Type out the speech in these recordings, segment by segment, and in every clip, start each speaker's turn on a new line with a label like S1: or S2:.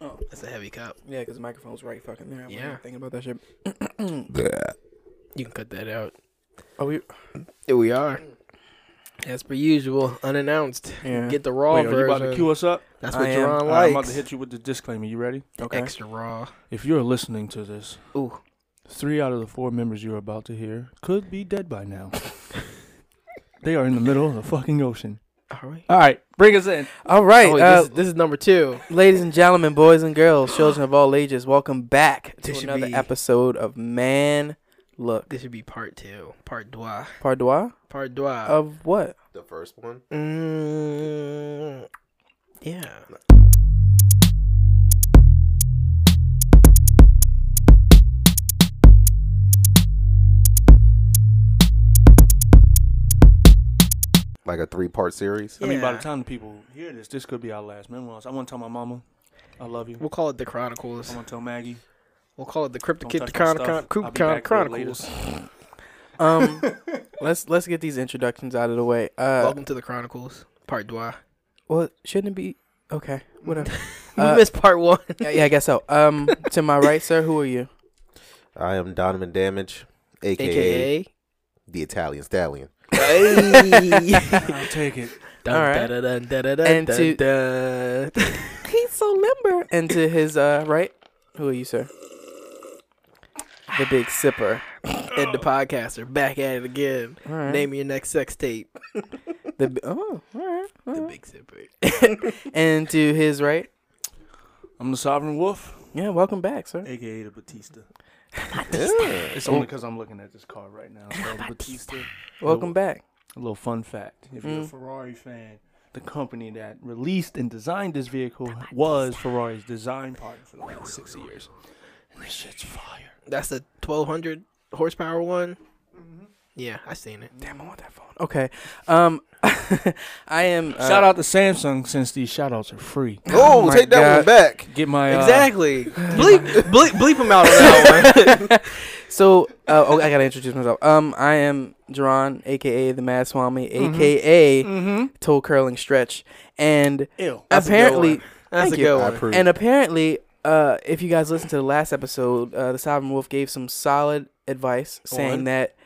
S1: Oh,
S2: That's a heavy cup.
S1: yeah, because the microphone's right fucking there. I wasn't
S2: Yeah.
S1: even thinking about that shit.
S2: You can cut that out.
S1: Oh, we
S2: Here we are. As per usual, unannounced.
S1: yeah.
S2: Get the raw
S3: Wait, are you
S2: version.
S3: about to cue us up?
S2: That's
S1: I
S2: what
S1: am.
S2: Jerron
S1: I'm
S3: All
S2: likes.
S3: right, I'm about to hit you with the disclaimer. You ready?
S1: okay.
S2: Extra raw.
S3: If you're listening to this,
S2: Ooh.
S3: three out of the four members you're about to hear could be dead by now. they are in the middle of the fucking ocean.
S2: All right.
S3: All right, bring us in.
S1: All right,
S2: Oh, wait,
S1: uh,
S2: this, is- this is number two.
S1: ladies and gentlemen, boys and girls, children of all ages, welcome back to
S2: This should
S1: another
S2: be-
S1: episode of Man Look.
S2: This should be part two. Part deux.
S1: Pardois
S2: Part deux.
S1: of what?
S4: The first one.
S2: Mm, yeah.
S4: Like a three part series.
S3: I mean, by the
S2: Yeah.
S3: time the people hear this, this could be our last memoirs. I want to tell my mama, I love you.
S2: We'll call it the
S3: I
S2: Chronicles.
S3: want to tell Maggie.
S2: We'll call it the Cryptic
S3: Don't
S2: Kid
S3: touch my stuff.
S2: Chronicles.
S3: I'll be back for the
S2: Chronicles.
S1: Um, let's let's get these introductions out of the way. Uh,
S2: Welcome to the Chronicles. Part deux.
S1: well, shouldn't it be okay? Whatever.
S2: We
S1: Uh,
S2: missed part one.
S1: yeah, yeah, I guess so. Um, to my right, sir, who are you?
S4: I am Donovan Damage, aka,
S2: AKA.
S4: the Italian Stallion.
S3: I'll take it.
S1: All right. And to-
S2: dun, dun.
S1: He's so limber. And to his uh right, who are you, sir? The big sipper.
S2: and the podcaster back at it again.
S1: Oh. All right.
S2: Name your next sex tape.
S1: the b- oh, all right. all
S2: The
S1: right.
S2: big sipper.
S1: and to his right.
S3: I'm the Sovereign Wolf,
S1: Yeah, welcome back, sir.
S3: aka the Batista.
S4: Yeah.
S3: It's only because I'm looking at this card right now. So the Batista.
S1: Welcome back.
S3: A little fun fact: if you're a
S1: Mm.
S3: Ferrari fan, the company that released and designed this vehicle was Ferrari's design partner for the last six years. And this shit's fire.
S2: That's the 1200 horsepower one. Yeah, I seen it.
S1: Damn, I want that phone. Okay. Um, I am. Uh,
S3: shout out to Samsung since these shout outs are free.
S4: Oh,
S1: my
S4: take that
S1: God.
S4: one back.
S3: Get my uh,
S2: Exactly. bleep, bleep, bleep him out on that one.
S1: Oh, So, uh, oh, I gotta introduce myself. Um, I am Jeron, aka the Mad Swami, aka
S3: Mm-hmm.
S1: Toe Curling Stretch, and
S3: Ew.
S2: That's a good
S1: apparently,
S2: one. That's
S1: Thank
S2: a
S1: you.
S2: good
S4: I
S2: one.
S4: approve.
S1: and apparently, uh, if you guys listened to the last episode, uh, the Sovereign Wolf gave some solid advice, saying
S2: On?
S1: that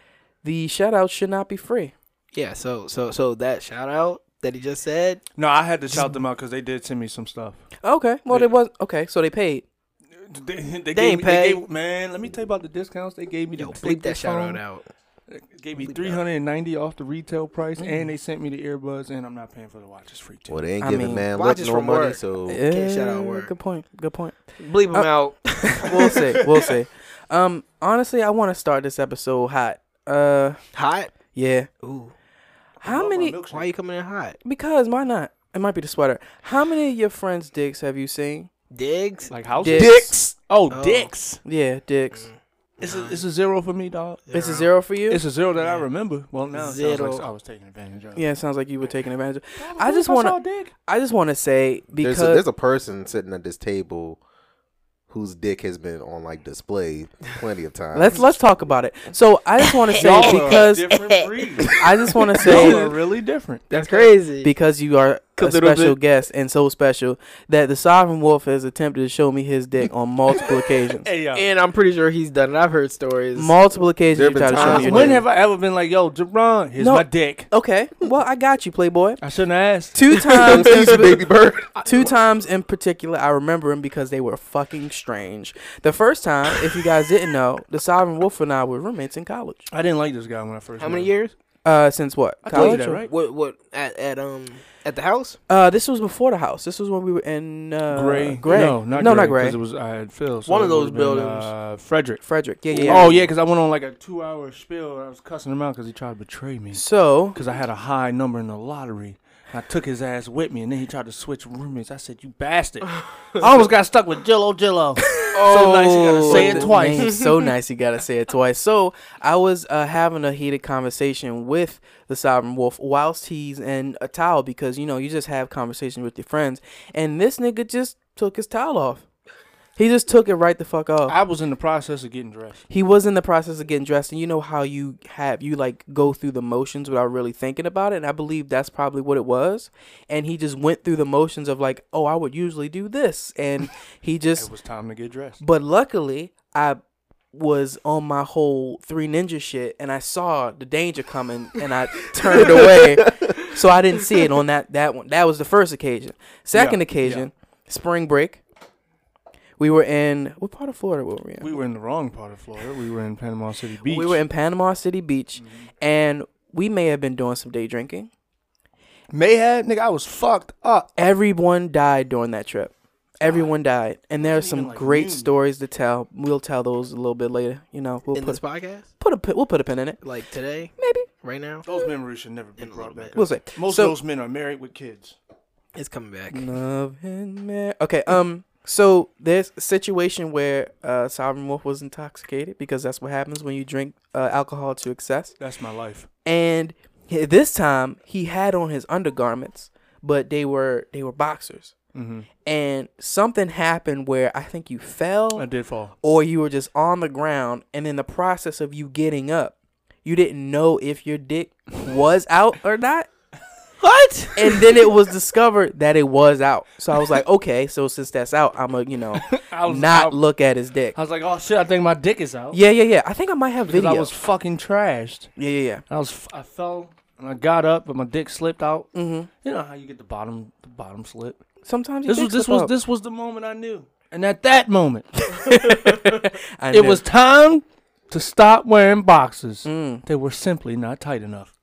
S1: the shout out should not be free.
S2: Yeah, so so so that shout out that he just said.
S3: No, I had to shout them out because they did send me some stuff.
S1: Okay. Well, they was okay. So they paid.
S3: They, they,
S2: ain't
S3: gave me, they
S2: paid.
S3: gave- man, let me tell you about the discounts they gave me.
S2: Yo,
S3: to
S2: bleep that shout out out.
S3: Gave me
S2: Bleep it out.
S3: 390 off the retail price, and they sent me the earbuds, and I'm not paying for the watch. It's free too.
S4: Well, they ain't
S1: I
S4: giving
S1: mean,
S4: man
S2: why
S4: look
S2: just
S4: no
S2: from
S4: money,
S2: work?
S4: so
S2: Can't shout out
S1: Eh,
S2: work.
S1: Good point. Good point.
S2: Bleep him
S1: Uh,
S2: out.
S1: We'll see. We'll see. Um, honestly, I want to start this episode hot. Uh,
S2: Hot.
S1: yeah.
S2: Ooh.
S1: How
S3: Love my
S1: many?
S3: milkshake.
S2: Why you coming in hot?
S1: Because why not? It might be the sweater. How many of your friends' dicks have you seen?
S2: Diggs.
S3: Like houses?
S1: Dicks.
S3: Oh,
S2: Oh.
S3: dicks.
S1: Yeah, dicks.
S3: It's a, it's a zero for me, dog.
S2: Mm,
S1: It's a zero for you.
S3: It's a zero that I remember. Well, now it sounds
S2: Zero.
S3: like I was taking advantage of.
S1: yeah, it sounds like you were taking advantage. of I just want to.
S3: to.
S1: I just want to say because
S4: there's a, there's a person sitting at this table whose dick has been on like display plenty of times.
S1: let's let's talk about it. So I just want to say
S3: Y'all are
S1: because
S3: different breeds.
S1: I just want to
S3: Y'all are
S1: say
S3: really different.
S2: That's crazy.
S1: because you are a
S2: A little
S1: special
S2: bit.
S1: guest and so special that the sovereign wolf has attempted to show me his dick on multiple occasions.
S3: Hey, yo.
S2: and I'm pretty sure he's done it. I've heard stories.
S1: Multiple occasions
S4: There
S1: you
S4: have
S1: try to
S4: been
S1: show
S3: Uh,
S1: me your
S4: times
S1: dick.
S3: when have I ever been like, yo, Jerron, here's
S1: No.
S3: my dick?
S1: Okay, well I got you, Playboy.
S3: I shouldn't have asked.
S1: Two times, in
S4: He's a
S1: spe-
S4: baby bird.
S1: two times in particular, I remember him because they were fucking strange. The first time, if you guys didn't know, the Sovereign Wolf and I were roommates in college.
S3: I didn't like this guy when I first
S2: How
S3: met
S2: many
S3: him.
S2: years?
S1: Uh, since what?
S3: I told you
S1: College
S3: that,
S1: or-
S3: right?
S2: What what at at um at the house?
S1: Uh, this was before the house. This was when we were in uh,
S3: Gray.
S1: Gray.
S3: No, not
S1: no,
S3: gray.
S1: not Gray.
S3: Because it was, I had Phil. so
S2: One of
S3: it would've
S2: those
S3: been,
S2: buildings.
S3: Uh, Frederick.
S1: Frederick. Yeah, yeah. yeah.
S3: Oh, yeah, because I went on like a two hour spiel and I was cussing him out because he tried to betray me.
S1: So
S3: Because I had a high number in the lottery. I took his ass with me and then he tried to switch roommates. I said, You bastard. I almost got stuck with Jello Jello. so nice you gotta say
S1: Oh, the
S3: it
S1: name.
S3: twice.
S1: so nice you gotta say it twice. So I was uh, having a heated conversation with the Sovereign Wolf whilst he's in a towel because you know you just have conversations with your friends, and this nigga just took his towel off. He just took it right the fuck off.
S3: I was in the process of getting dressed.
S1: he was in the process of getting dressed, and you know how you have you like go through the motions without really thinking about it. And I believe that's probably what it was. And he just went through the motions of like, oh, I would usually do this, and he just
S3: It was time to get dressed.
S1: But luckily, I was on my whole three ninja shit, and I saw the danger coming, and I turned away. So I didn't see it on that that one. That was the first occasion. Second
S3: Yeah,
S1: occasion, spring break. We were in what part of Florida were we in?
S3: We were in the wrong part of Florida. We were in Panama City Beach. Mm-hmm.
S1: We were in Panama City Beach, and we may have been doing some day drinking.
S3: Mayhead, nigga, I was fucked up.
S1: Everyone died during that trip. Everyone died, and there are
S3: Wasn't even,
S1: some
S3: like,
S1: great
S3: noon.
S1: stories to tell. We'll tell those a little bit later. You know, we'll
S2: in
S1: put
S2: this
S1: a,
S2: podcast,
S1: put a pin- we'll put a pin in it.
S2: like today,
S1: Maybe
S2: right now,
S3: Those memories should never be
S2: In a little
S3: brought back.
S2: bit.
S3: up.
S1: we'll say.
S3: Most
S1: so,
S3: of those men are married with kids.
S2: it's coming back.
S1: Love and mar- Okay. Um. So there's a situation where uh, Sovereign Wolf was intoxicated because that's what happens when you drink uh, alcohol to excess.
S3: That's my life.
S1: And h- this time he had on his undergarments, but they were they were boxers.
S3: Mm-hmm.
S1: And something happened where I think you
S3: I
S1: fell
S3: did fall.
S1: or you were just on the ground, and in the process of you getting up, you didn't know if your dick was out or not.
S2: What?
S1: and then it was discovered that it was out. So I was like, okay, so since that's out, I'm gonna, you know,
S3: I was
S1: not
S3: I,
S1: look at his dick.
S3: I was like, oh shit, I think my dick is out.
S1: Yeah, yeah, yeah. I think I might have
S3: because
S1: video.
S3: I was fucking trashed.
S1: yeah, yeah,
S3: I was f- I fell and I got up, but my dick slipped out.
S1: yeah. hmm
S3: You know how you get the bottom the bottom slip.
S1: Sometimes your
S3: This was
S1: dick
S3: this
S1: slip
S3: was
S1: out.
S3: this was the moment I knew. And at that moment,
S1: I knew.
S3: it was time to stop wearing boxes.
S1: Mm.
S3: They were simply not tight enough.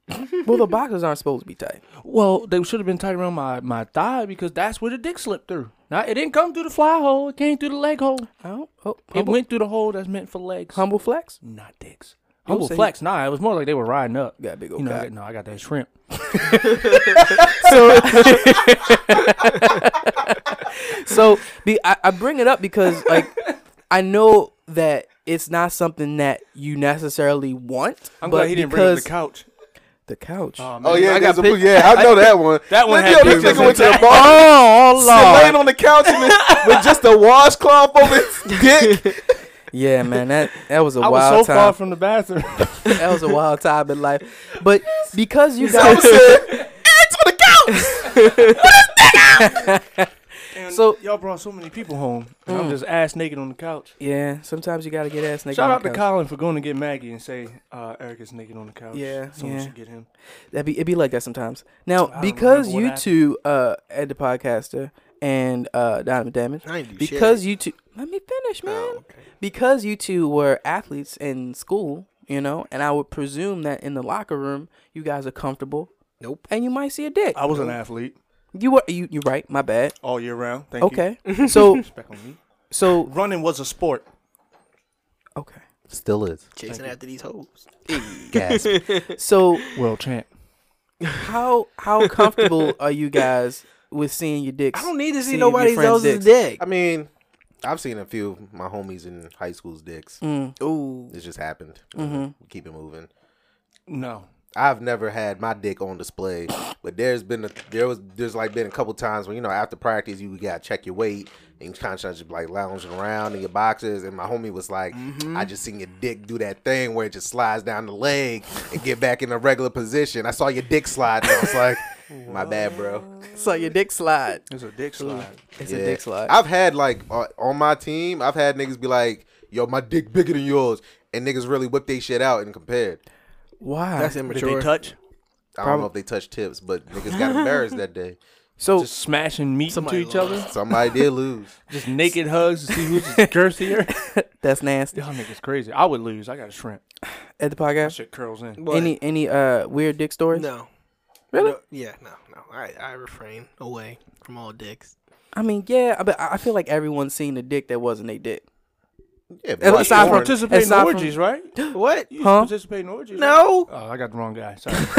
S1: Well, the boxers aren't supposed to be tight.
S3: Well, they should have been tight around my, my thigh because that's where the dick slipped through. Now it didn't come through the fly hole. It came through the leg hole.
S1: Oh, oh,
S3: It
S1: humble,
S3: went through the hole that's meant for legs.
S1: humble flex.
S3: not dicks.
S1: You'll
S3: Humble
S1: say-
S3: flex. Nah, it was more like they were riding up.
S1: Got a big old
S3: You know, I
S1: cock.
S3: got, no, I got that shrimp.
S1: so, so be, I, I bring it up because like I know that it's not something that you necessarily want. but because
S3: couch.
S1: the couch.
S4: Oh yeah,
S1: I
S4: I
S1: got
S4: got
S1: pic-
S4: yeah, I know that one.
S3: That one
S4: Nigga,
S3: had
S4: This
S3: pictures
S4: nigga went to the
S3: of
S4: bar,
S1: oh
S4: sit laying on the couch with, with just a washcloth over his dick.
S1: Yeah, man, that that was a
S3: I
S1: wild
S3: was so far
S1: time.
S3: from the bathroom.
S1: that was a wild time in life. But because you
S4: I
S1: guys,
S4: said, "It's on the couch."
S1: So-
S3: y'all brought so many people home. and
S1: Mm.
S3: I'm just ass naked on the couch.
S1: yeah, sometimes you gotta get ass naked.
S3: Shout
S1: on
S3: out
S1: the
S3: to
S1: couch.
S3: Colin for going to get Maggie and say uh, Eric is naked on the couch.
S1: Yeah,
S3: someone
S1: yeah.
S3: should get him.
S1: That'd be it'd be like that sometimes. Now,
S3: remember
S1: because
S3: what
S1: you
S3: happened.
S1: two, uh, Ed the podcaster and uh, Diamond Damage,
S2: I ain't do shit.
S1: because you two, let me finish, man.
S2: Oh, okay.
S1: because you two were athletes in school, you know, and I would presume that in the locker room you guys are comfortable.
S2: Nope.
S1: And you might see a dick.
S3: I was an athlete
S1: You were you you right? My bad.
S3: all year round. Thank you.
S1: Okay. So
S3: Respect on me.
S1: so
S3: Running was a sport.
S1: okay.
S4: Still is.
S2: Chasing after these hoes.
S4: Gasp.
S1: So
S3: World champ.
S1: how how comfortable are you guys with seeing your dicks?
S2: I don't need to see
S1: Seeing your
S2: nobody
S1: friend's
S2: else's dick.
S4: I mean, I've seen a few of my homies in high school's dicks.
S1: Mm.
S2: Ooh,
S4: It just happened.
S1: Mm-hmm.
S4: Keep it moving.
S3: No.
S4: I've never had my dick on display, but there's been a, there was there's like been a couple times when you know after practice you gotta check your weight and you kind of just like lounging around in your boxes and my homie was like,
S1: Mm-hmm.
S4: I just seen your dick do that thing where it just slides down the leg and get back in a regular position. I saw your dick slide and I was like, my bad, bro.
S1: So your dick slide.
S3: It's a dick slide.
S1: It's a dick slide.
S4: I've had like uh, on my team, I've had niggas be like, yo, my dick bigger than yours, and niggas really whip they shit out and compared.
S1: Why?
S2: that's immature.
S3: touch?
S4: I don't know if they touched tips, but niggas got embarrassed that day.
S1: so
S3: Just smashing meat
S2: Somebody
S3: into each other.
S4: Somebody did lose.
S3: Just naked hugs to see who's girthier.
S1: that's nasty.
S3: Y'all niggas crazy. I would lose. I got a shrimp.
S1: At the
S3: That
S1: podcast,
S3: shit curls in.
S2: But
S1: any any uh weird dick stories?
S2: no,
S1: Really?
S2: No, yeah, no, no. I I refrain away from all dicks.
S1: I mean, yeah, but I I feel like everyone's seen a dick that wasn't a dick.
S4: Yeah, but
S1: And
S4: like
S1: aside
S3: You
S1: from-
S4: porn-
S3: participate in
S1: aside from-
S3: orgies, right?
S2: What?
S3: You
S1: Huh?
S3: participate in orgies? right?
S2: No.
S3: Oh, I got the wrong guy. Sorry.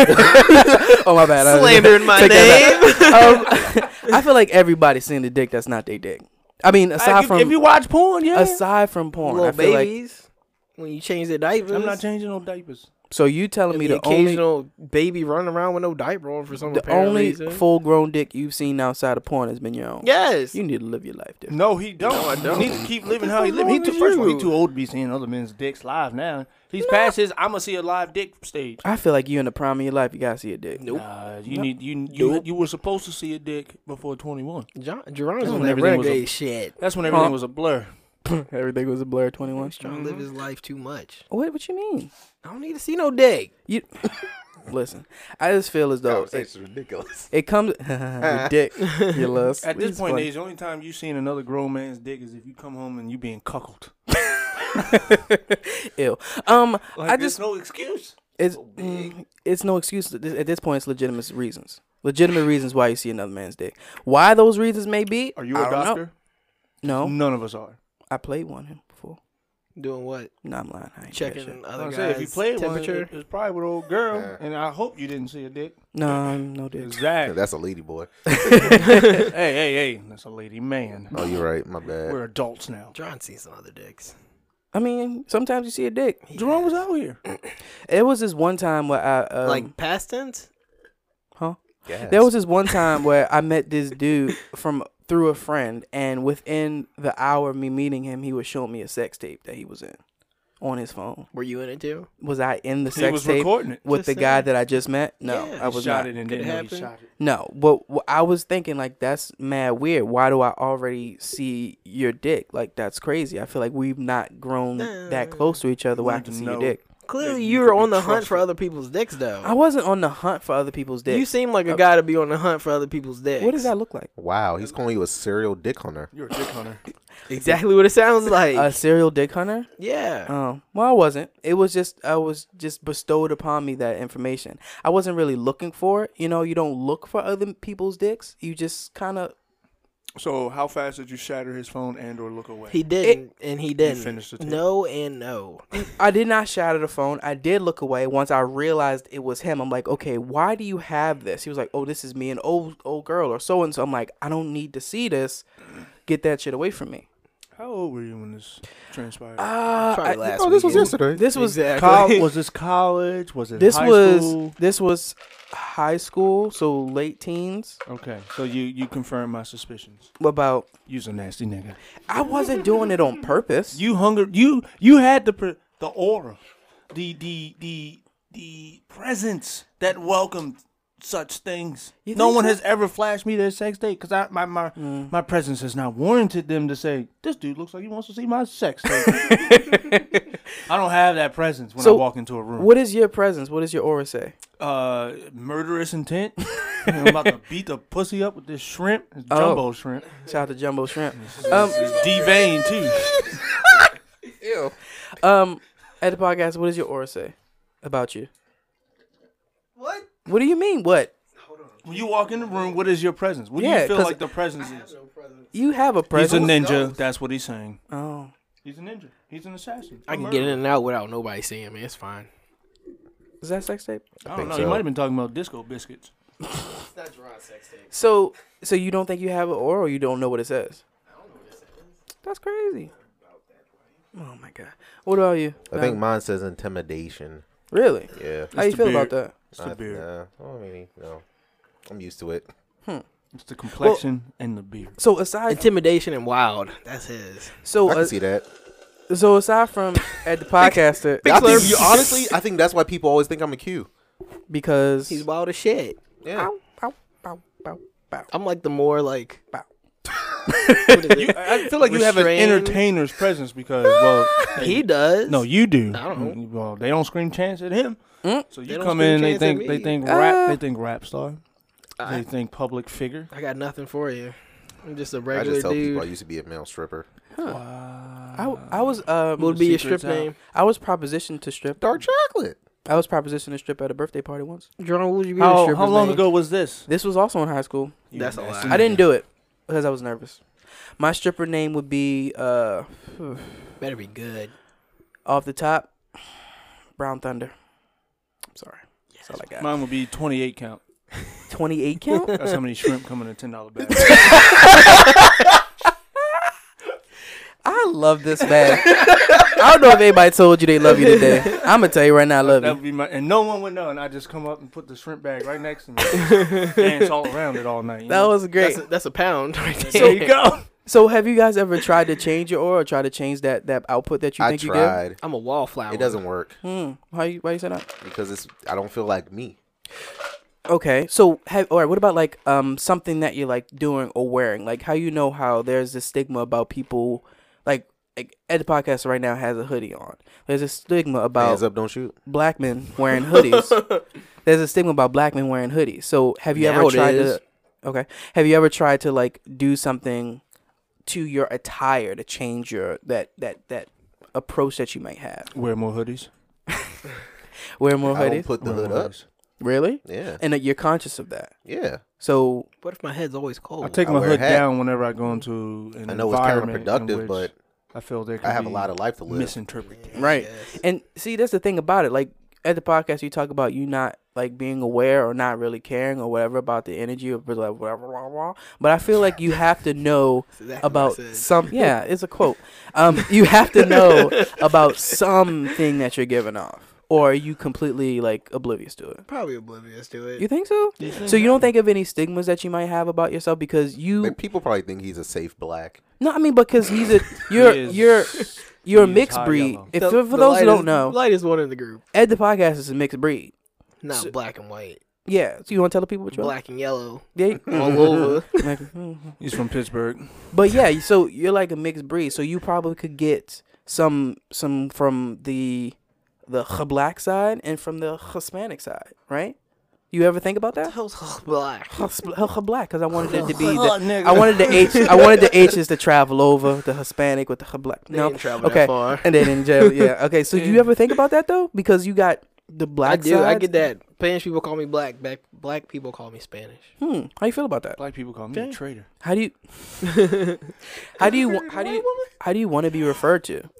S1: Oh my bad. I-
S2: Slandering my
S1: Take that
S2: name.
S1: um, I feel like everybody's seen a dick that's not their dick. I mean, aside
S3: Like, if,
S1: from
S3: if you watch porn, yeah.
S1: aside from porn, I
S2: Little
S1: feel like
S2: babies. When you change their diapers.
S3: I'm not changing no diapers.
S1: So you telling me
S2: the
S1: the only
S2: occasional baby running around with no diaper on for some
S1: the
S2: apparent
S1: only
S2: reason.
S1: full grown dick you've seen outside of porn has been your own?
S2: yes.
S1: You need to live your life different.
S3: No, he don't.
S2: No, I don't.
S3: He need to keep living how he
S2: fuck
S3: live. He
S2: wrong
S3: too,
S2: with
S3: first of all, he
S2: you?
S3: too old to be seeing other men's dicks live now. He's past his I'ma see a live dick stage.
S1: I feel like you in the prime of your life, you gotta see a dick.
S2: Nope.
S3: Nah, you need you you, you were supposed to see a dick before twenty one.
S2: John, Geronimo's on
S3: when
S2: that
S3: everything was a-
S2: renegade shit.
S3: That's when everything
S1: Huh?
S3: was a blur.
S1: Everything was a blur. Twenty one.
S2: He's trying to live his life too much.
S1: What? What you mean?
S2: I don't need to see no dick.
S1: You listen. I just feel as though it,
S4: Conversation's ridiculous.
S1: it comes. your dick. Your lust.
S3: At this
S1: It's
S3: point in
S1: funny.
S3: age, the only time you seen another grown man's dick is if you come home and you being cuckolded.
S1: Ew. Um,
S3: Like,
S1: I
S3: there's
S1: just
S3: no excuse.
S1: it's mm, it's no excuse at this, at this point. It's legitimate reasons. Legitimate reasons why you see another man's dick. Why those reasons may be.
S3: Are you
S1: a
S3: a doctor? Mm.
S1: No,
S3: None of us are.
S1: I played one before.
S2: Doing what?
S1: No, I'm lying. I ain't
S2: Checking
S3: I
S2: other
S3: was
S2: guys'
S3: gonna say, if you played
S2: temperature.
S3: one, it- it was probably with an old girl,
S4: Yeah.
S3: and I hope you didn't see a dick.
S1: No, I'm no dick.
S4: Yeah,
S3: Exactly.
S4: That's a lady boy.
S3: hey, hey, hey, that's a lady man.
S4: Oh, you're right. My bad.
S3: We're adults now.
S2: John seen some other dicks.
S1: I mean, sometimes you see a dick.
S3: Jerome was out here.
S1: It was this one time where I um,
S2: like past tense?
S1: huh.
S4: Gas.
S1: There was this one time where I met this dude from through a friend, and within the hour of me meeting him, he was showing me a sex tape that he was in on his phone.
S2: Were you in it too?
S1: Was I in the
S3: He
S1: sex
S3: was
S1: tape
S3: recording it.
S1: with
S2: Just
S1: the guy
S2: saying.
S1: that I just met? No,
S2: Yeah,
S1: I was
S3: shot
S1: not.
S3: it and
S2: Could it
S3: didn't know he
S2: happen?
S3: shot it.
S1: No, but wh- I was thinking like that's mad weird. Why do I already see your dick? Like that's crazy. I feel like we've not grown
S2: Uh.
S1: that close to each other. Where I
S3: Need
S1: can
S3: to
S1: see
S3: know.
S1: your dick.
S2: Clearly,
S3: you
S2: you
S3: could
S2: were
S3: be
S2: on the hunt
S3: trusted.
S2: for other people's dicks, though.
S1: I wasn't on the hunt for other people's dick.
S2: You seem like a guy to be on the hunt for other people's dicks.
S1: what does that look like?
S4: Wow, he's calling you a serial dick hunter.
S3: You're a dick hunter.
S2: Exactly what it sounds like.
S1: A serial dick hunter?
S2: yeah.
S1: Um, well, I wasn't. It was just I was just bestowed upon me that information. I wasn't really looking for it. You know, you don't look for other people's dicks. You just kind of.
S3: So, how fast did you shatter his phone and/or look away?
S2: He didn't, and he didn't.
S3: finished the tape.
S2: no and no.
S1: I did not shatter the phone. I did look away once I realized it was him. I'm like, okay, why do you have this? He was like, oh, this is me, an old old girl or so and so. I'm like, I don't need to see this. Get that shit away from me.
S3: how old were you when this transpired?
S1: Uh,
S2: Probably
S1: I-
S2: last
S4: Oh, this was
S2: weekend.
S4: yesterday.
S1: This was
S3: Col- was this college? Was it
S1: this
S3: high
S1: was
S3: school?
S1: this was high school, so late teens.
S3: Okay, so you you confirmed my suspicions.
S1: About
S3: You's a nasty nigga.
S1: I wasn't doing it on purpose.
S3: You hungered. You you had the pre- the aura, the the the the presence that welcomed such things.
S1: You
S3: No
S1: think
S3: one
S1: so? Mm.
S3: has ever flashed me their sex date because I my my my presence has not warranted them to say this dude looks like he wants to see my sex date. I don't have that presence when
S1: So,
S3: I walk into a room.
S1: What is your presence? What does your aura say?
S3: uh, murderous intent. I'm about to beat the pussy up with this shrimp, this
S1: Oh.
S3: jumbo shrimp.
S1: Shout out to Jumbo Shrimp. Um,
S3: It's D vein too.
S1: um, at the podcast, what does your aura say about you?
S2: What?
S1: What do you mean? What
S3: When you walk in the room, what is your presence? What do
S1: Yeah,
S3: you feel
S1: 'cause-
S3: like the presence is?
S1: you have a
S3: He's a
S1: presence?
S3: ninja. That's what he's saying.
S1: oh,
S3: He's a ninja. He's an assassin.
S2: I can get in and out without nobody seeing me. It's fine.
S1: is that sex tape?
S3: I don't
S4: think
S3: know.
S4: so.
S3: You might have been talking about disco biscuits.
S2: It's not Geron's sex tape.
S1: So, so you don't think you have an aura? Or you don't know what it says? That's crazy. Oh my god. What about you?
S4: I think mine says intimidation.
S1: really.
S4: Yeah.
S1: How you
S3: the
S1: feel about
S3: beard.
S1: that?
S3: It's the
S4: I-
S3: beard.
S4: nah, I don't really know. I'm used to it.
S3: It's the complexion and the beard.
S1: So aside,
S2: Intimidation and wild. That's his.
S1: so
S4: I can
S1: uh,
S4: see that.
S1: so aside from at the podcaster,
S4: I think
S2: slurp.
S4: you- honestly, I think that's why people always think I'm a Q.
S1: because
S2: He's wild as shit.
S4: Yeah.
S1: Bow, bow, bow, bow.
S2: I'm like the more like.
S1: Bow.
S2: What is it?
S3: I feel like you have an
S2: Restrained.
S3: entertainer's presence because well,
S2: he does.
S3: no, you do. Mm,
S2: I don't know.
S3: Well, they don't scream chance at him. So
S2: They
S3: you
S2: don't
S3: come
S2: scream
S3: in, they
S2: chance at
S3: think
S2: me.
S3: they think
S1: Uh,
S3: rap, they think rap star,
S2: I-
S3: they think public figure.
S2: I got nothing for you. I'm just a
S4: I
S2: regular
S4: just tell
S2: dude.
S4: people I used to be a male stripper.
S1: I, I was um,
S2: what would be your strip
S3: Secrets out.
S2: name?
S1: I was propositioned to strip.
S4: Dark chocolate.
S1: I was propositioned to strip at a birthday party once.
S2: Jerome, what would you be your
S3: How,
S2: stripper's
S3: how long
S2: name?
S3: ago was this?
S1: This was also in high school.
S3: You
S2: That's a lie.
S3: nasty
S1: I didn't
S3: nigga.
S1: do it because I was nervous. My stripper name would be uh,
S2: Better be good.
S1: off the top, Brown Thunder. I'm sorry. That's all I got.
S3: Mine would be twenty eight count.
S1: 28 count?
S3: That's how many shrimp come in a ten dollar bag.
S1: I love this man. I don't know if anybody told you they love you today. I'm gonna tell you right now, I love
S3: That would
S1: you.
S3: be my, and no one would know. And I just come up and put the shrimp bag right next to me, dance all around it all night. you
S1: That
S3: know?
S1: was great.
S2: That's a, that's a pound right there.
S3: there you go.
S1: So, have you guys ever tried to change your aura or try to change that that output that you
S4: I
S1: think you give?
S4: tried.
S2: I'm a wallflower.
S4: It doesn't work
S1: Hmm. Why you why you say that?
S4: because it's. I don't feel like me.
S1: Okay. So, have, all right. What about like um something that you're like doing or wearing? Like how you know how there's this stigma about people like. like, Ed the podcast right now has a hoodie on. There's a stigma about
S4: Hands up, don't shoot.
S1: black men wearing hoodies. There's a stigma about black men wearing hoodies. So have you
S2: Now
S1: ever
S2: it
S1: tried
S2: is.
S1: to? Okay. Have you ever tried to like do something to your attire to change your that that that approach that you might have?
S3: Wear more hoodies.
S1: Wear more
S4: I don't
S1: hoodies.
S4: put the
S3: Wear
S4: hood
S3: more
S4: up.
S3: hoodies.
S1: really?
S4: Yeah,
S1: And that you're conscious of that.
S4: yeah.
S1: So
S2: What if my head's always cold?
S3: I take
S4: Oh, I
S3: my
S4: wear a
S3: hood
S4: hat.
S3: down whenever I go into an
S4: I know it's
S3: environment in
S4: counterproductive,
S3: which
S4: but
S3: I feel there. Could
S4: I have a
S3: be
S4: lot of life to live.
S3: misinterpreted.
S1: right. And see, that's the thing about it. Like at the podcast, you talk about you not like being aware or not really caring or whatever about the energy of like whatever. Blah, blah. But I feel like you have to know about some. Yeah, it's a quote. Um, you have to know about something that you're giving off, or are you completely like oblivious to it?
S2: probably oblivious to it.
S1: You think so? So you don't think of any stigmas that you might have about yourself because you
S4: Like, people probably think he's a safe black.
S1: no, I mean because he's a you're
S3: He is-
S1: you're you're a
S3: he is
S1: mixed
S3: high
S1: breed.
S3: yellow.
S1: If
S2: The-
S1: for for
S2: the
S1: those
S2: lightest-
S1: who don't know,
S2: lightest one in the group,
S1: Ed the podcast is a mixed breed.
S2: not
S1: So-
S2: black and white,
S1: Yeah, so you want to tell the people what you are?
S2: black and yellow,
S1: Yeah,
S2: all over.
S1: like, mhm.
S3: He's from Pittsburgh.
S1: but yeah, so you're like a mixed breed, so you probably could get some some from the the h- black side and from the Hispanic side, right? You ever think about that?
S2: Hell's black.
S1: Hus- h- h- black, because I wanted it to be the I wanted the H I wanted the H's to travel over the Hispanic with the h- black.
S2: They
S1: No,
S2: didn't travel that
S1: okay,
S2: far.
S1: and then in jail, yeah. Okay, so you ever think about that though? Because you got the black
S2: I do. I
S1: sides.
S2: get that. Spanish people call me black. Black, black people call me Spanish.
S1: Hmm. How you feel about that?
S3: Black people call me a
S2: Okay.
S3: traitor.
S1: How do you? how do you? wa- How do you? How do you want to be referred to?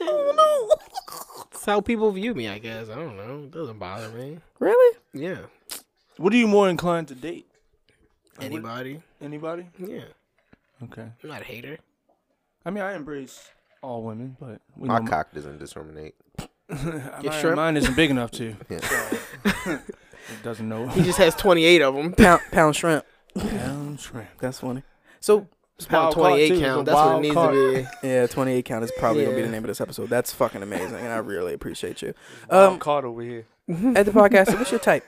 S2: That's how people view me. I guess I don't know. It doesn't bother me.
S1: Really?
S2: Yeah.
S3: What are you more inclined to date?
S2: Anybody?
S3: Anybody?
S2: Yeah.
S3: Okay.
S2: I'm not a hater.
S3: I mean, I embrace all women, but we
S4: My
S3: know
S4: cock doesn't discriminate.
S2: Your
S3: mine,
S2: shrimp?
S3: mine isn't big enough to.
S4: Yeah.
S3: so, it doesn't know.
S2: He just has 28 of them.
S1: Pound pound shrimp.
S3: Pound shrimp.
S1: That's funny. So
S2: Pound
S3: Wild card,
S2: 28
S3: too, is a
S2: count. That's what it
S3: wild
S2: needs
S3: card.
S2: to be.
S1: yeah, twenty eight count is probably gonna be the
S2: Yeah.
S1: name of this episode. That's fucking amazing, and I really appreciate you.
S3: Wild
S1: Um,
S3: card over here.
S1: at the podcast, what's your type?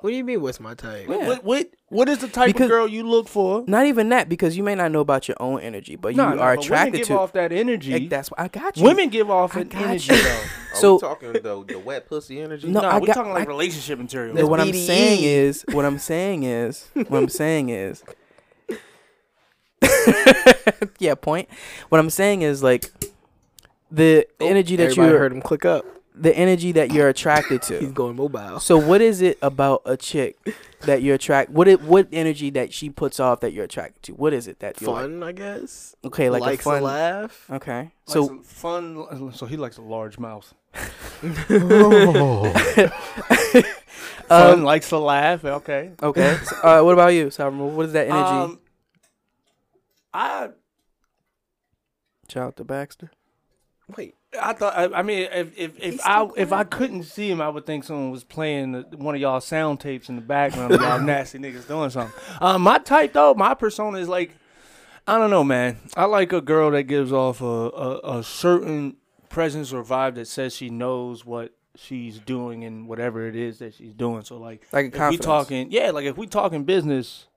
S2: What do you mean? What's my type?
S1: Yeah.
S3: What, what what is the type
S1: Because-
S3: of girl you look for?
S1: Not even that, because you may not know about your own energy, but you
S3: Nah, nah,
S1: are
S3: but
S1: attracted
S3: women
S1: to.
S3: give off that energy.
S1: Like, that's why I got you.
S3: women give off
S1: I
S3: an
S1: got
S3: energy
S1: you.
S3: though.
S4: Are
S1: So-
S4: we talking the, the wet pussy energy?
S1: No,
S3: nah,
S1: I
S3: we're
S1: got-
S3: talking like
S1: I-
S3: relationship material. E,
S1: No, what I'm
S2: BDE.
S1: saying is, what I'm saying is, what I'm saying is, yeah, point. What I'm saying is like the
S3: Oh,
S1: energy that
S2: Everybody
S1: you're,
S2: heard him click up.
S1: the energy that you're attracted
S2: He's
S1: to.
S2: going mobile.
S1: So, what is it about a chick that you're attract? What it, what energy that she puts off that you're attracted to? What is it that you like?
S2: Fun, I guess.
S1: Okay, like
S2: Likes
S1: a fun.
S2: to laugh.
S1: Okay,
S3: so
S1: so
S3: fun. So he likes a large mouth. Fun
S1: um,
S3: Oh. likes to laugh. Okay.
S1: okay. So, uh, what about you, Sovereign? What is that energy?
S3: Um, I
S1: Shout out to Baxter.
S2: Wait.
S3: I thought I, I mean if if, if I if I couldn't see him I would think someone was playing the, one of y'all sound tapes in the background of y'all nasty niggas doing something. Um, my type though, my persona is like I don't know, man. I like a girl that gives off a, a, a certain presence or vibe that says she knows what she's doing and whatever it is that she's doing. So like
S1: Like a
S3: if we
S1: confidence.
S3: talking yeah, like if we talking business,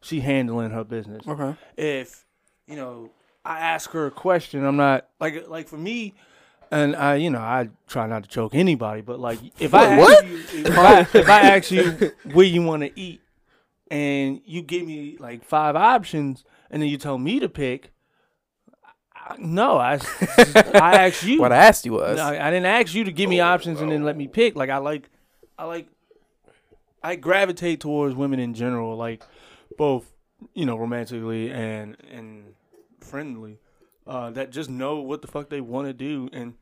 S3: she handling her business
S1: Okay.
S3: if you know I ask her a question, I'm not like like for me, and I you know I try not to choke anybody, but like if I ask
S2: What?
S3: you if I, if I ask you where you want to eat, and you give me like five options, and then you tell me to pick, I, no, I I ask you.
S1: What I asked you was.
S3: No, I, I didn't ask you to give me options and then let me pick. Like I like, I like, I gravitate towards women in general, like both you know romantically and and friendly, uh, that just know what the fuck they want to do and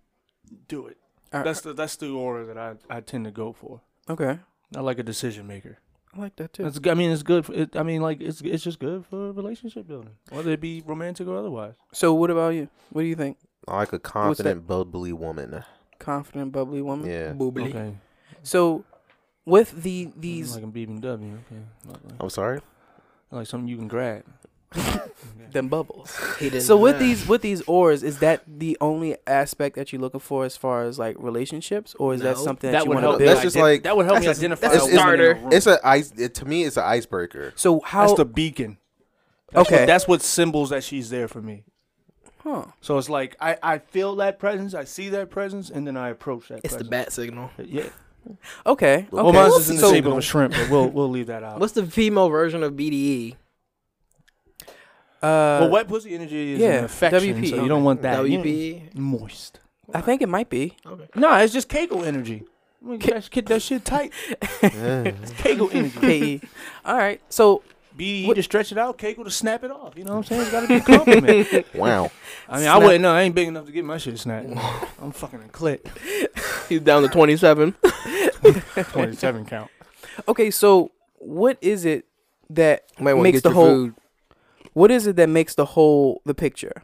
S3: do it.
S1: All right.
S3: That's the that's the aura that I, I tend to go for.
S1: okay.
S3: I like a decision maker.
S1: I like that too.
S3: That's I mean it's good. For, it, I mean like it's it's just good for relationship building, whether it be romantic or otherwise.
S1: So what about you? What do you think?
S4: Like a confident, bubbly woman.
S1: Confident, bubbly woman.
S4: Yeah.
S2: Boobly.
S3: Okay.
S1: So, with the these
S3: Like a BBW. Okay. Like,
S4: I'm sorry.
S3: like something you can grab.
S1: them bubbles.
S2: He didn't
S1: So with
S2: Yeah.
S1: these with these oars, is that the only aspect that you're looking for as far as like relationships, or is that
S2: No.
S1: something that,
S3: That
S1: you
S3: would
S1: want to
S3: help.
S1: build?
S4: That's just
S3: ident-
S4: like-
S3: that would help
S2: that's
S3: me
S2: a-
S3: identify.
S2: that's a
S3: a woman in
S2: starter.
S3: room.
S4: It's a ice. It, to me, it's an icebreaker.
S1: so how?
S3: That's the beacon. That's
S1: Okay.
S3: What, that's what symbols that she's there for me.
S1: huh.
S3: So it's like I, I feel that presence, I see that presence, and then I approach that.
S2: It's the
S3: presence.
S2: bat signal.
S3: Yeah.
S1: Okay.
S4: Well,
S3: Well,
S1: okay.
S3: mine's just in the
S1: so,
S3: shape of a shrimp, but we'll we'll leave that out.
S2: What's the female version of BDE?
S1: E? uh,
S3: well, wet pussy energy is
S1: yeah,
S3: an affection,
S1: WP.
S3: so you don't want that. You
S2: WP.
S3: don't- moist.
S1: I think it might be.
S2: Okay.
S3: No, it's just kegel energy. Well, you guys Get that shit tight. it's kegel energy.
S1: KE. E. All right. So
S3: Be
S1: What-
S3: to stretch it out, kegel to snap it off. You know what I'm saying? It's got to be a compliment.
S4: Wow.
S3: I mean, I
S1: Snap.
S3: wouldn't know. I ain't big enough to get my shit snapped. I'm fucking a clit.
S2: He's down to 27.
S3: 27 count.
S1: okay, so what is it that
S2: Might wanna
S1: makes
S2: get
S1: the
S2: your
S1: whole
S2: food.
S1: what is it that makes the whole the picture?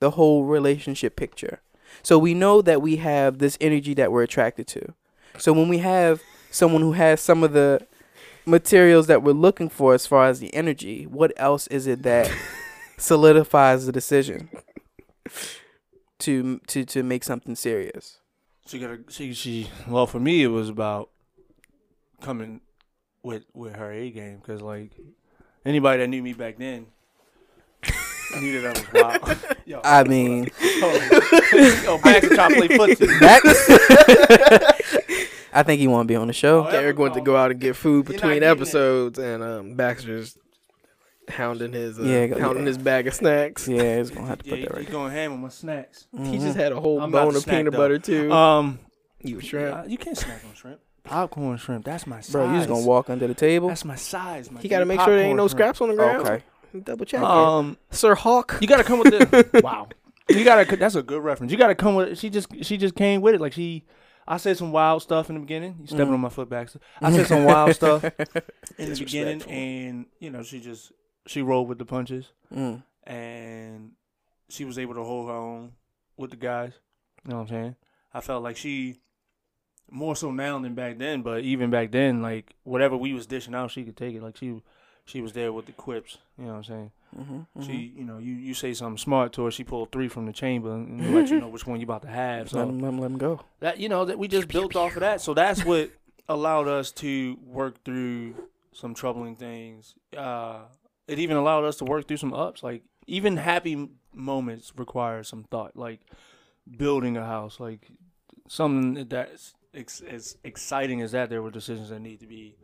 S1: The whole relationship picture. So we know that we have this energy that we're attracted to. So when we have someone who has some of the materials that we're looking for as far as the energy, what else is it that solidifies the decision to to to make something serious?
S3: She got a she she. Well, for me, it was about coming with with her A game because like anybody that knew me back then knew that I was wild. yo,
S1: I mean,
S3: yo, yo, back to trying to play footsie.
S1: I think he want to be on the show.
S2: Derek went to go out and get food
S3: You're not
S2: between
S3: getting it.
S2: episodes, and um, Baxter's hounding his uh,
S1: Yeah, go-
S2: hounding
S1: yeah.
S2: his bag of snacks.
S1: Yeah, Mm-hmm. he's gonna have to
S3: Yeah,
S1: put
S3: he,
S1: that
S3: he
S1: right.
S3: going ham on my snacks.
S2: He just had a whole
S3: I'm about
S2: bone
S3: to
S2: of
S3: snack,
S2: peanut
S3: though.
S2: butter too.
S1: Uh,
S3: Um,
S2: you shrimp.
S3: uh, you can't snack on shrimp. Popcorn shrimp. That's my size.
S1: Bro, you just gonna walk under the table?
S3: That's my size. My
S2: He got to
S3: dude.
S2: make sure there ain't
S3: Popcorn
S2: no
S3: shrimp.
S2: scraps on the ground.
S1: Okay. Uh,
S2: Double check it.
S3: Um,
S2: Sir Hawk.
S3: you gotta come with the wow. You gotta. That's a good reference. You gotta come with. She just. She just came with it. Like she. I said some wild stuff in the beginning. You stepping on my foot back. I said some wild stuff in the beginning,
S2: Disrespectful.
S3: and you know she just she rolled with the punches,
S1: Mm.
S3: and she was able to hold her own with the guys. You know what I'm saying? I felt like she more so now than back then, but even back then, like whatever we was dishing out, she could take it. Like she she was there with the quips. You know what I'm saying?
S1: Mm-hmm.
S3: She, you know, you, you say something smart to her, she pulled three from the chamber and and let you know which one you about to have.
S1: let,
S3: So
S1: him, let, him, let him go.
S3: that you know that we just built off of that. So that's what allowed us to work through some troubling things. Uh, it even allowed us to work through some ups. Like even happy m- moments require some thought, like building a house, like something that's ex- as exciting as that. There were decisions that need to be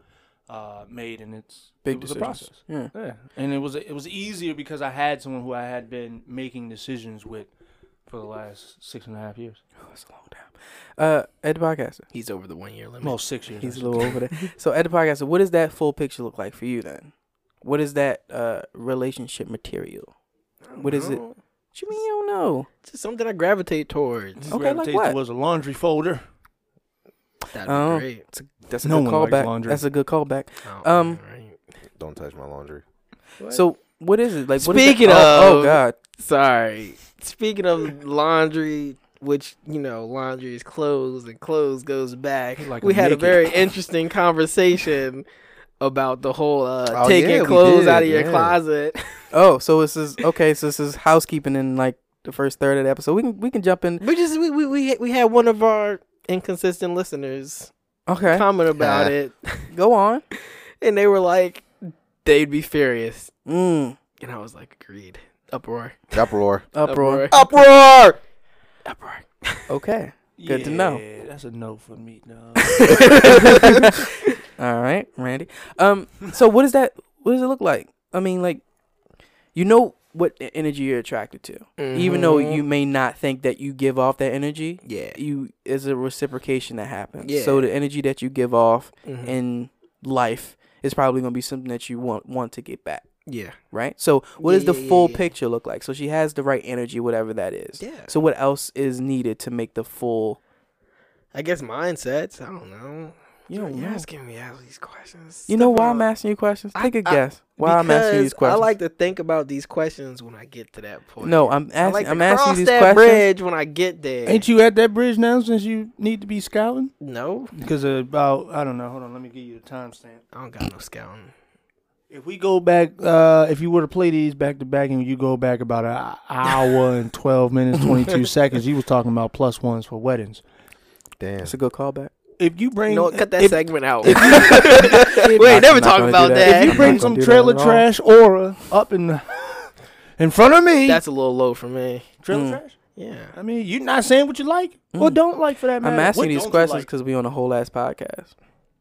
S3: uh, made, and it's
S1: Big
S3: it was a
S1: decisions.
S3: process.
S1: Yeah.
S3: Yeah, and it was it was easier because I had someone who I had been making decisions with for the last six and a half years.
S1: Oh, that's a long time. Uh, Ed the Podcaster.
S2: He's over the one year limit.
S3: Well, six years.
S1: He's a
S3: actually.
S1: little over there. So, Ed the Podcaster, what does that full picture look like for you then? What is that uh, relationship material? What is
S2: Oh.
S1: it? What you mean you don't know?
S2: Just something I gravitate towards.
S3: Just
S1: Okay, like
S3: gravitate
S1: what?
S3: towards a laundry folder.
S2: That'd
S1: Oh.
S2: be great.
S1: That's a
S3: No
S1: good
S3: one likes
S1: callback.
S3: laundry.
S1: That's a good callback.
S2: Oh,
S1: Um,
S2: right.
S4: Don't touch my laundry.
S1: So, what is it? Like, what is that-
S2: Speaking
S1: oh, oh,
S2: of-
S1: God.
S2: sorry. Speaking of laundry, which you know, laundry is clothes, and clothes goes back.
S3: Like
S2: we
S3: a
S2: had a
S3: naked.
S2: very interesting conversation about the whole uh,
S4: Oh,
S2: taking
S4: yeah, we
S2: clothes
S4: did,
S2: out of your
S4: yeah.
S2: closet.
S1: Oh, so this is, okay, so this is housekeeping in like the first third of the episode. We can, we can jump in.
S2: We just we, we we we had one of our inconsistent listeners
S1: Okay,
S2: comment about
S4: Ah.
S2: it,
S1: go on.
S2: Uh, and they were like, they'd be furious,
S1: Mm,
S2: and I was like, agreed, uproar,
S4: Uproar.
S1: uproar.
S2: uproar, uproar.
S1: Okay. Good to know.
S3: Yeah, That's a no for me, no.
S1: All right, Randy. Um, so what is that? What does it look like? I mean, like, you know what e- energy you're attracted to, even though
S2: Mhm.
S1: you may not think that you give off that energy.
S2: yeah,
S1: You is a reciprocation that happens.
S2: Yeah.
S1: So the energy that you give off
S2: Mhm.
S1: in life is probably going to be something that you want want to get back.
S2: yeah,
S1: Right. So what does
S2: Yeah,
S1: the
S2: yeah, yeah,
S1: full
S2: yeah.
S1: picture look like? So she has the right energy, whatever that is.
S2: yeah.
S1: So what else is needed to make the full?
S2: I guess mindsets. I don't know.
S1: You don't
S2: You're
S1: know.
S2: asking me all these questions.
S1: You know
S2: Stop
S1: why
S2: it.
S1: I'm asking you questions?
S2: I-
S1: Take a
S2: I-
S1: guess. Why I'm asking you these
S2: Because
S1: questions?
S2: I like to think about these questions when I get to that point.
S1: no, I'm
S2: I
S1: asking.
S2: like to
S1: I'm
S2: cross
S1: asking you these
S2: that
S1: questions.
S2: bridge when I get there.
S3: Ain't you at that bridge now since you need to be scouting?
S2: No,
S3: Because about I don't know. Hold on, let me give you the timestamp.
S2: I don't got no scouting.
S3: If we go back, uh, if you were to play these back to back, and you go back about an hour and twelve minutes, twenty two seconds, you was talking about plus ones for weddings.
S4: Damn.
S1: It's a good callback.
S3: If you bring,
S2: You know what? Cut that
S3: if,
S2: segment out.
S1: I'm
S2: Wait, never
S1: not
S2: talk
S1: gonna do
S2: about
S1: that.
S2: that.
S3: if you
S1: I'm
S3: bring
S1: not
S3: some
S1: gonna do that
S3: trailer
S1: at all.
S3: trash aura up in in front of me,
S2: That's a little low for me.
S3: trailer
S1: Mm.
S3: trash.
S2: Yeah.
S3: I mean, you're not saying what you like or don't like for that matter.
S1: I'm
S3: What
S1: asking you these
S3: don't you
S1: questions
S3: like?
S1: because we on a whole ass podcast.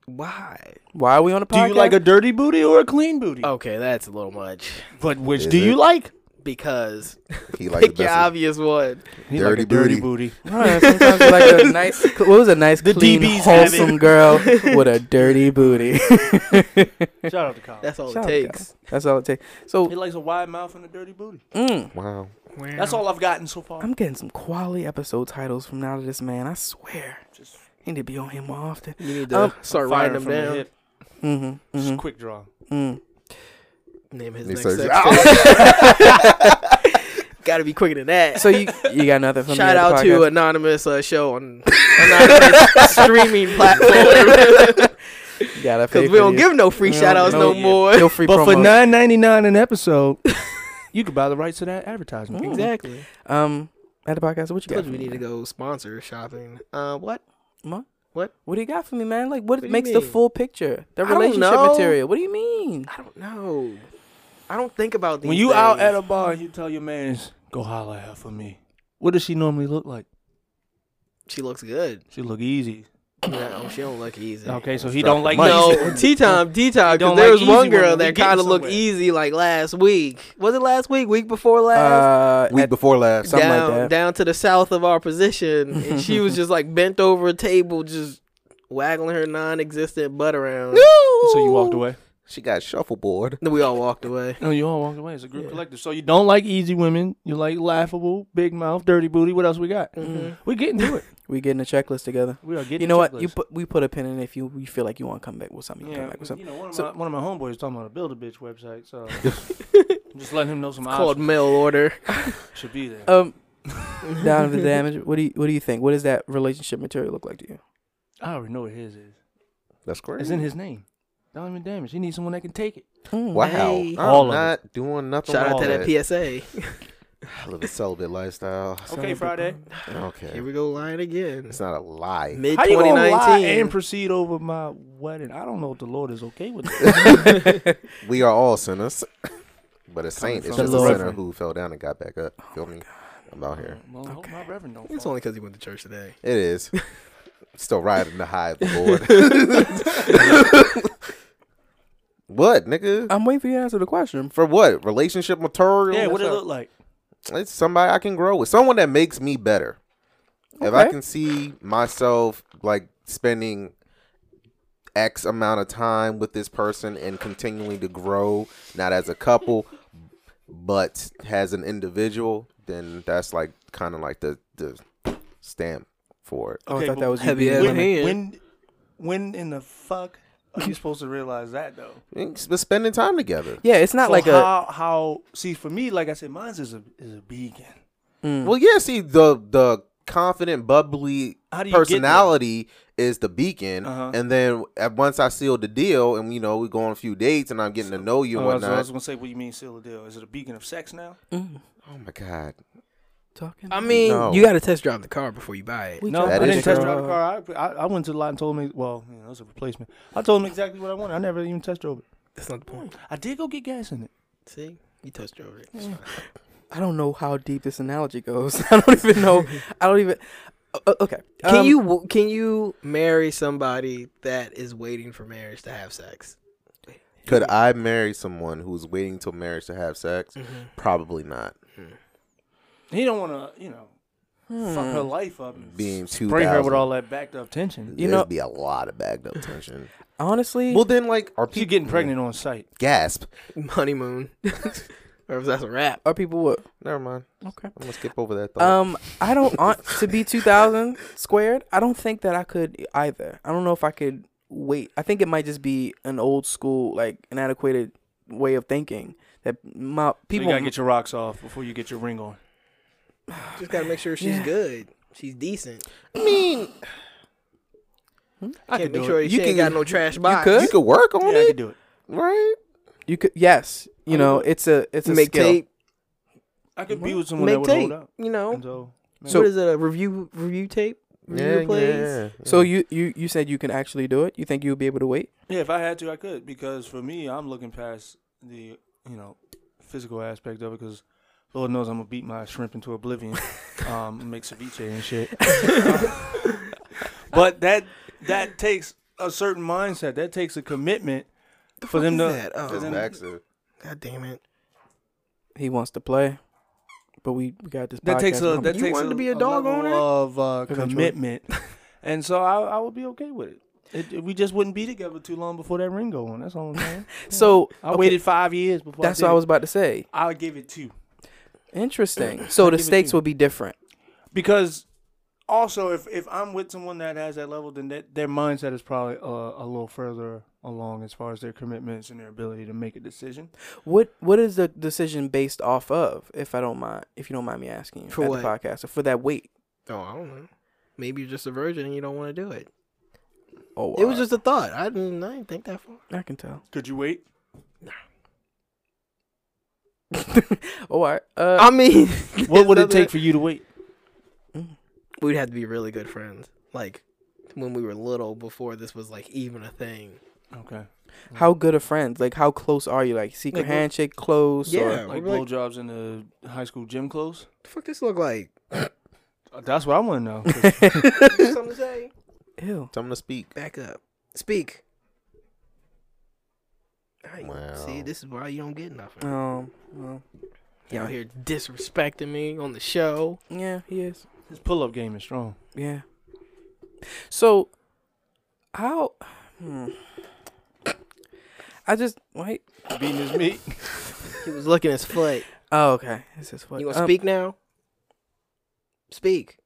S2: Why?
S1: Why are we on a
S3: Do
S1: podcast?
S3: you like a dirty booty or a clean booty?
S2: Okay, that's a little much.
S3: But which
S4: Is
S3: do you
S4: it?
S3: like?
S2: Because
S4: He like the
S2: pick your
S4: best.
S2: obvious one.
S3: He
S4: Dirty
S3: a dirty
S4: booty.
S3: booty.
S1: Huh, sometimes you like a nice. What was a nice,
S3: The
S1: clean,
S3: DBs have it.
S1: wholesome girl with a dirty booty?
S3: Shout out to Colin.
S2: That's all
S1: Shout out
S2: it
S1: to
S2: takes.
S1: That's all it takes. So,
S3: He likes a wide mouth and a dirty booty.
S1: mm,
S4: Wow.
S3: That's all I've gotten so far.
S1: I'm getting some quality episode titles from now to this man. I swear,
S3: Just
S1: he need to be on him more often.
S2: You need to
S1: Um,
S2: start writing
S3: firing
S2: them
S3: from the
S2: down.
S3: hip.
S1: Mm-hmm.
S3: Just
S1: mm-hmm
S3: quick draw.
S1: mm.
S2: Name his
S4: He
S2: next
S4: says- "Ah!"
S2: sex. Gotta be quicker than that.
S1: So you you got nothing from
S2: Shout
S1: the other
S2: out to
S1: podcast?
S2: anonymous uh, show on anonymous streaming platform
S1: You gotta pay
S2: because
S1: for
S2: we don't
S1: these.
S2: give no free
S1: We don't-
S2: shout outs no,
S1: yeah.
S2: more.
S1: No free
S3: But for
S1: promos.
S3: nine ninety nine an episode, you could buy the rights to that advertisement.
S1: Mm.
S2: Exactly.
S1: um, at the podcast, what you
S2: Because
S1: got? for
S2: we
S1: me,
S2: need to
S1: man?
S2: go sponsor shopping. Uh, what?
S1: What do you got for me, man? Like, what,
S2: What do you
S1: makes the
S2: mean?
S1: full picture? The
S2: I don't
S1: relationship
S2: know.
S1: material. What do you mean?
S2: I don't know. I don't think about these.
S3: When you out
S2: things.
S3: at a bar and you tell your man's, go holla at her for me. What does she normally look like?
S2: she looks good.
S3: She look easy.
S2: No, she don't look easy.
S3: Okay, so he
S4: Drop
S3: don't
S4: the
S3: like
S4: mic.
S2: No, tea time, tea time.
S3: don't
S2: Because there
S3: like
S2: was one
S3: easy women.
S2: girl
S3: We
S2: that
S3: getting
S2: kind of looked
S3: somewhere.
S2: easy like last week. Was it last week? Week before last?
S1: Uh,
S4: Week
S1: at-
S4: before last.
S1: something like
S2: down,
S1: that.
S2: down to the south of our position, and she was just like bent over a table, just waggling her non-existent butt around.
S3: So you walked away.
S4: She got shuffleboard.
S2: Then we all walked away.
S3: No, you all walked away. It's a group
S2: Yeah.
S3: collective. So you don't like easy women. You like laughable, big mouth, dirty booty. What else we got?
S2: Mhm.
S3: We getting to it.
S1: we getting a checklist together.
S3: We are getting.
S1: you know what? You
S3: checklists.
S1: put we put a pin in if you you feel like you want to come back with something. You
S3: Yeah,
S1: come back with
S3: you
S1: something.
S3: know, one of,
S1: So-
S3: my, one of my homeboys talking about a build a bitch website, so I'm just letting him know some
S2: Called
S3: options
S2: mail order.
S3: should be there.
S1: Um, down to the damage. What do you what do you think? What does that relationship material look like to you?
S3: I already know what his is.
S4: That's crazy.
S3: It's in his name. Don't even damage. He needs someone that can take it.
S1: Mm.
S4: Wow.
S2: Hey.
S4: I'm
S3: All of it.
S4: not doing nothing
S2: Shout out
S4: wrong
S2: to that
S4: with
S2: PSA.
S4: I live a celibate lifestyle.
S3: Okay, Friday.
S4: Okay.
S2: Here we go, lying again.
S4: It's not a lie.
S2: Mid
S3: How you gonna lie and
S2: 2019.
S3: proceed over my wedding? I don't know if the Lord is okay with that.
S4: We are all sinners. But a saint is
S1: from
S4: just
S1: the
S4: a
S1: Lord. Oh
S4: sinner who fell down and got back up. Feel me? I'm out here.
S3: well, I hope my reverend don't.
S2: It's
S3: fall.
S2: only because he went to church today.
S4: It is. Still riding the high of the Lord. what, nigga?
S1: I'm waiting for you to answer the question.
S4: For what? Relationship material?
S3: yeah, what
S4: What's
S3: it
S4: up?
S3: look like?
S4: It's somebody I can grow with. Someone that makes me better. If I
S1: Okay.
S4: can see myself like spending X amount of time with this person and continuing to grow, not as a couple, but as an individual, then that's like kind of like the the stamp for it.
S1: Oh, I thought
S3: but
S1: that was you
S2: heavy
S1: being
S2: ass
S3: When,
S1: women.
S2: hand.
S3: when, when in the fuck are you supposed to realize that though?
S4: It's- But spending time together.
S1: Yeah, it's not
S3: So
S1: like a.
S3: how, how see for me, like I said, mine's is a is a vegan.
S1: mm,
S4: Well, yeah. See, the the confident, bubbly
S3: How do you get there?
S4: personality is the beacon,
S3: Uh-huh.
S4: and then at once I sealed the deal, and you know we go on a few dates, and I'm getting to know you and
S3: Oh, I was,
S4: whatnot.
S3: I was gonna say, what do you mean seal a deal? Is it a beacon of sex now?
S1: Mm,
S4: Oh my god,
S1: talking.
S2: I mean,
S4: No.
S2: you got to test drive the car before you buy it.
S1: We
S3: No,
S1: just-
S4: That
S3: I
S4: is
S3: didn't test
S4: true.
S3: drive the car. I, I, I went to the lot and told me, well, you know, that was a replacement. I told him exactly what I wanted. I never even test drove it.
S2: That's not the point.
S3: I did go get gas in it.
S2: See, you test drove it.
S1: I don't know how deep this analogy goes. I don't even know. I don't even. o- o- Okay.
S2: Can
S1: Um,
S2: you w- can you marry somebody that is waiting for marriage to have sex?
S4: could I marry someone who's waiting till marriage to have sex? Probably not.
S3: He don't want to, you know,
S1: hmm.
S3: fuck her life up. and
S4: Hmm. Being too
S3: Spray her with all that backed up tension.
S1: You
S4: you
S1: know-
S4: know, be a lot of backed up tension.
S1: Honestly,
S4: well, then like are
S3: She
S4: people
S3: getting pregnant on site.
S4: Gasp.
S2: Honeymoon, or if that's a rap.
S1: are people what?
S4: Never mind.
S1: Okay.
S4: I'm gonna skip over that. Thought.
S1: Um, I don't on, to be two thousand squared. I don't think that I could either. I don't know if I could wait. I think it might just be an old school, like inadequate way of thinking that my
S3: You
S1: people.
S3: gotta get your rocks off before you get your ring on.
S2: Just gotta make sure she's good. She's decent.
S4: I mean,
S3: I
S2: Can't
S3: could
S2: make
S3: do
S2: sure
S3: it.
S2: she
S1: You
S2: ain't
S1: can-
S2: got no trash box.
S1: could?
S4: you could work on
S3: Yeah, I
S4: it,
S3: could do it.
S4: right?
S1: you could yes. You know,
S3: Oh.
S1: it's a it's a
S2: Make
S1: skill.
S2: tape.
S3: I could be
S1: What?
S3: with someone that
S2: Make
S3: would
S2: tape.
S3: hold up.
S2: You know.
S3: And so,
S1: So-
S2: what is it? A review review tape? Review plays?
S1: So you you you said you can actually do it. You think you'll be able to wait?
S3: yeah, if I had to, I could because for me, I'm looking past the you know physical aspect of it because Lord knows I'm gonna beat my shrimp into oblivion, um, make ceviche and shit. but that that takes a certain mindset. That takes a commitment for them to.
S2: That.
S4: Just
S2: Oh,
S3: then-
S4: Maxing.
S2: God damn it.
S1: He wants to play, but we, we got this.
S3: That
S1: podcast
S3: takes a
S1: coming.
S3: that
S2: You
S3: takes
S2: wanted
S3: a,
S2: to be a dog
S3: level
S2: owner?
S3: of uh,
S1: Eventually.
S3: commitment, and so I, I would be okay with it. It, it- We just wouldn't be together too long before that ring go on. That's all I'm saying.
S1: so
S3: I
S1: okay,
S3: waited five years before.
S1: That's
S3: I did
S1: what I
S3: it.
S1: was about to say.
S3: I would give it two
S1: Interesting. So the
S3: give it
S1: stakes
S3: to you.
S1: will be different.
S3: because also if if I'm with someone that has that level, then that, their mindset is probably uh, a little further along as far as their commitments and their ability to make a decision.
S1: What what is the decision based off of? If I don't mind, if you don't mind me asking, you,
S2: For
S1: at
S2: what?
S1: the podcast for that weight.
S2: Oh, I don't know. Maybe you're just a virgin and you don't want to do it.
S1: Oh,
S2: It was just a thought. I didn't. I didn't think that far.
S1: I can tell.
S3: Could you wait?
S1: All right. Uh, mm.
S2: I mean,
S3: What would
S2: there's nothing-
S3: it take for you to wait?
S2: We'd have to be really good friends. Like when we were little, before this was like even a thing.
S3: Okay,
S1: how good are friends? Like, how close are you? Like, secret
S2: Like, we-
S1: handshake, close?
S2: Yeah.
S1: Or,
S3: like
S2: we're like-
S3: blowjobs in the high school gym clothes.
S2: The fuck this look like?
S3: That's what I want to know. 'cause
S2: Something to say?
S1: ew.
S4: Tell them to speak.
S2: Back up. Speak. Hey,
S4: Wow.
S2: See, this is why you don't get nothing.
S1: Um. Well,
S2: you out here disrespecting me on the show.
S1: yeah, he is.
S3: His pull up game is strong.
S1: Yeah. So, how? Hmm. I just wait.
S3: Beating his meat.
S2: He was looking his foot. um,
S1: Oh, okay. This is what oh,
S2: You want to speak now? Speak.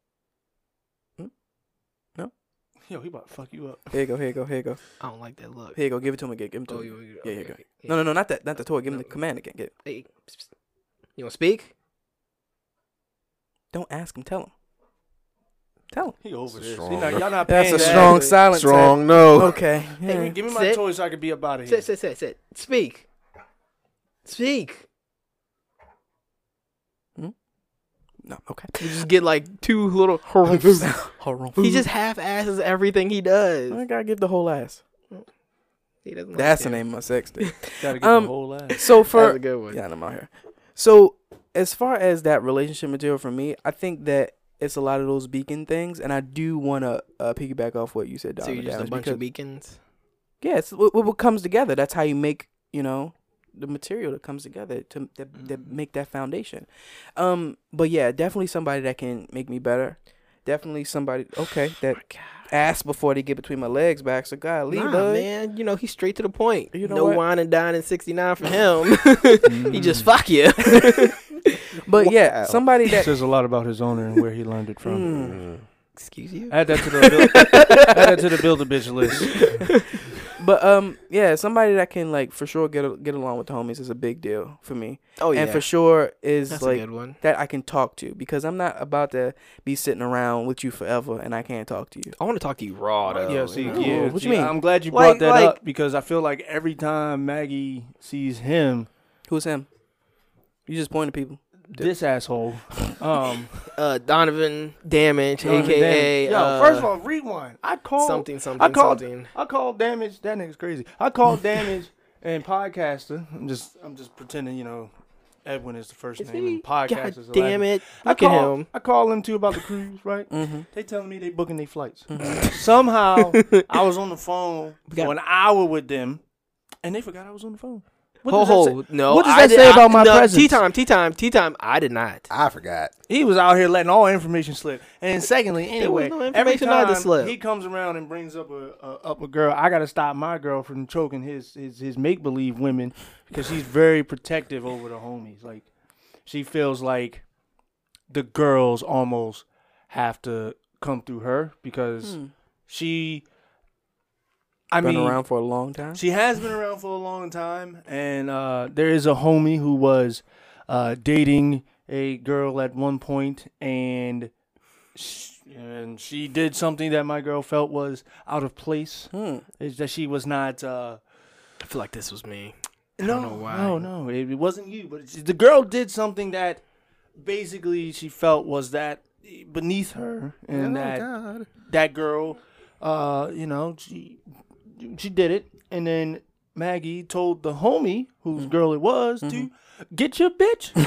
S3: Yo, he about to fuck you up.
S1: Here you go. Here you go. Here you go.
S2: I don't like that look.
S1: Here you go. Give it to him again. Give him to
S2: Oh,
S1: him.
S2: you-
S1: Yeah, yeah,
S2: okay.
S1: go. No, no, no. Not that. Not the toy. Give him the
S2: No.
S1: command again. Get.
S2: Hey, psst, psst. you want to speak?
S1: Don't ask him. Tell him. Tell him.
S3: He over
S4: That's
S3: this.
S4: a
S3: He
S4: strong-
S3: not, y'all not
S1: That's
S3: paying
S1: a
S3: that.
S1: strong silence.
S4: Strong no.
S1: Okay.
S3: Hey,
S1: yeah.
S3: give me my
S2: Sit.
S3: toys so I can be up out of here.
S2: Sit, sit, sit, sit. Speak. Speak.
S1: No. Okay.
S2: You just get like two little.
S1: Hold on.
S2: he just half asses everything he does.
S1: I gotta give the whole ass.
S2: He doesn't like
S1: That's the
S2: that.
S1: name of my sex tape.
S3: Gotta get
S1: Um,
S3: the whole ass.
S1: So for
S2: That's a good one.
S1: Yeah, I'm out here. So as far as that relationship material for me, I think that it's a lot of those beacon things, and I do want to uh, piggyback off what you said, Don.
S2: so you're just a bunch of beacons.
S1: yeah, it's what, what comes together. That's how you make you know the material that comes together to that,
S2: Mm-hmm.
S1: that make that foundation. Um, but yeah, definitely somebody that can make me better. Definitely somebody.
S2: Oh
S1: Okay, that ass before they get between my legs back. So God, leave
S2: Nah,
S1: bud.
S2: man. You know he's straight to the point.
S1: You know
S2: no
S1: what?
S2: wine and dine in '69 for him.
S3: Mm.
S2: he just fuck you.
S1: But yeah,
S4: Wow.
S1: somebody that
S3: says a lot about his owner and where he learned it from.
S1: Mm.
S4: Mm.
S2: Excuse you.
S3: Add that to the build, add that to the build a bitch list.
S1: But um, yeah, somebody that can like for sure get a, get along with the homies is a big deal for me,
S2: Oh yeah.
S1: and for sure is
S2: That's a
S1: like
S2: good one.
S1: that I can talk to because I'm not about to be sitting around with you forever and I can't talk to you.
S2: I want to talk to you raw though.
S3: Yeah, see,
S2: you know?
S3: yeah,
S1: what you
S3: see,
S1: mean?
S3: I'm glad you
S2: Like-
S3: brought that
S2: like-
S3: up because I feel like every time Maggie sees him,
S1: Who's him? You just point to people.
S3: this asshole. Um,
S2: Uh, Donovan Damage, aka
S3: Yo,
S2: uh,
S3: first of all, rewind. I called
S2: something, something,
S3: I called,
S2: something.
S3: I called damage. That nigga's crazy. I called damage and podcaster. I'm just, I'm just pretending. You know, Edwin is the first name and podcaster. is
S2: God
S3: the last
S2: damn
S3: name.
S2: it!
S3: I
S2: Look at
S3: call
S2: him.
S3: I call them too about the cruise, right?
S1: Mhm.
S3: They telling me they booking their flights.
S1: Mm-hmm.
S3: Somehow I was on the phone
S2: got-
S3: for an hour with them, and they forgot I was on the phone. What
S2: Ho
S3: does that say?
S2: ho! No,
S3: what does
S2: I
S3: that
S2: did-
S3: say
S2: I-
S3: about my
S2: no,
S3: presence?
S2: Tea time, tea time, tea time. I did not.
S4: I forgot.
S3: He was out here letting all information slip. And secondly, anyway,
S2: no
S3: every
S2: information I
S3: time
S2: had to slip.
S3: he comes around and brings up a, a up a girl, I gotta stop my girl from choking his his, his make believe women because she's very protective over the homies. Like she feels like the girls almost
S2: Hmm.
S3: have to come through her because she I
S1: Been
S3: mean,
S1: around for a long time.
S3: She has been around for a long time, and uh, there is a homie who was uh, dating a girl at one point, and sh and she did something that my girl felt was out of place. Is that she was not. Uh,
S2: I feel like this was me.
S3: no,
S2: know why.
S3: no, no, it, it wasn't you. But it's, the girl did something that basically she felt was that beneath her,
S2: Oh
S3: and
S4: Oh
S3: that that girl, uh, you know, she she did it, and then Maggie told the homie whose girl it was to get your bitch,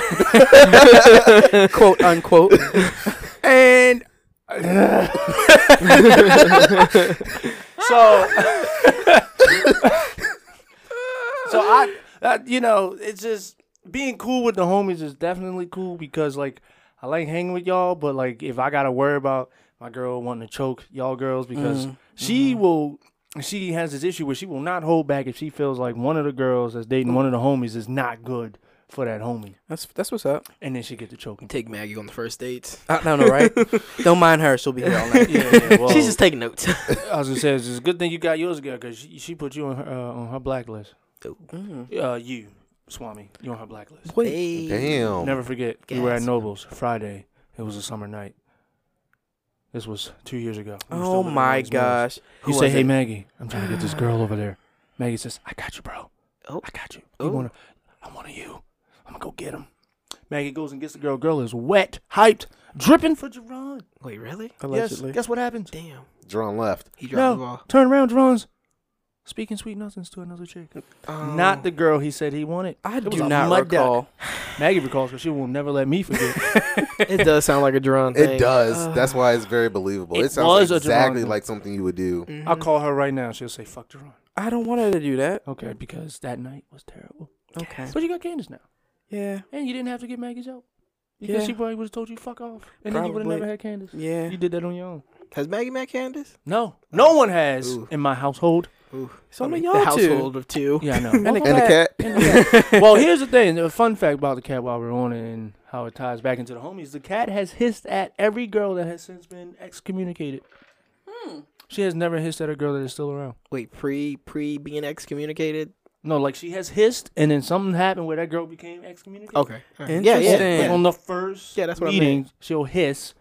S1: quote unquote.
S3: and so so I, uh, you know, it's just being cool with the homies is definitely cool because like I like hanging with y'all, but like if I gotta worry about my girl wanting to choke y'all girls
S1: Mm.
S3: because she will. She has this issue where she will not hold back if she feels like one of the girls that's dating one of the homies is not good for that homie,
S1: That's that's what's up.
S3: and then she get to choking.
S2: Take Maggie on the first date.
S1: I don't know, right? don't mind her. She'll be here all night.
S3: Yeah, yeah, well,
S2: She's just taking notes.
S3: I was gonna say it's a good thing you got yours together because she, she put you on her uh, on her blacklist.
S1: Mm.
S3: Uh, you, Swami, you on her blacklist.
S1: Wait, Oh.
S4: Damn.
S3: Never forget, we were at
S2: Gasp.
S3: Nobles Friday. It was a summer night. This was two years ago. We were still
S1: oh
S3: living in
S1: my
S3: these memories.
S1: gosh.
S3: You
S1: Who
S3: say,
S1: was
S3: "Hey
S1: it?
S3: Maggie, I'm trying to get this girl over there." Maggie says, "I got you, bro.
S2: Oh.
S3: I got you.
S2: Oh.
S3: You wanna? I want to you. I'm gonna go get him." Maggie goes and gets the girl. Girl is wet, hyped, dripping for Jerron.
S2: Wait, really?
S1: Allegedly.
S3: Yes. Guess what happens?
S2: Damn.
S4: Drawn left.
S2: He dropped the
S3: No,
S2: ball.
S3: turn around, Jerron's speaking sweet nothings to another chick.
S2: Um,
S3: Not the girl he said he wanted.
S1: I
S3: It was
S1: do
S3: a
S1: not
S3: mud duck.
S1: recall.
S3: Maggie recalls because she will never let me forget.
S2: It does sound like a drawn thing.
S4: It does. That's why it's very believable. It,
S3: It
S4: sounds
S3: was a
S4: exactly
S3: Geronimo.
S4: like something you would do.
S2: Mm-hmm.
S3: I'll call her right now. She'll say, "Fuck Jerron."
S1: I don't want her to do that.
S3: Okay, because that night was terrible.
S1: Okay.
S3: But you got Candace now,
S1: Yeah.
S3: and you didn't have to get Maggie's help because
S1: Yeah.
S3: she probably would have told you fuck off, and then you would have
S1: Probably.
S3: never had Candace.
S1: Yeah.
S3: You did that on your own.
S2: Has Maggie met Candace?
S3: No, no one has
S2: Ooh.
S3: in my household.
S1: It's only
S2: mean,
S1: y'all
S2: the
S1: two.
S2: household of two.
S3: Yeah, I know.
S1: And a
S3: Welcome
S4: And the
S3: back.
S4: cat.
S3: well, here's the thing. A fun fact about the cat while we're on it and how it ties back into the homies. The cat has hissed at every girl that has since been excommunicated. She has never hissed at a girl that is still around.
S2: Wait, pre pre being excommunicated.
S3: No, like she has hissed, and then something happened where that girl became excommunicated.
S2: Okay. all right. Yeah,
S1: Interesting.
S2: yeah.
S3: Like on the first
S2: Yeah, that's what I
S3: meeting,
S2: meant.
S3: she'll hiss,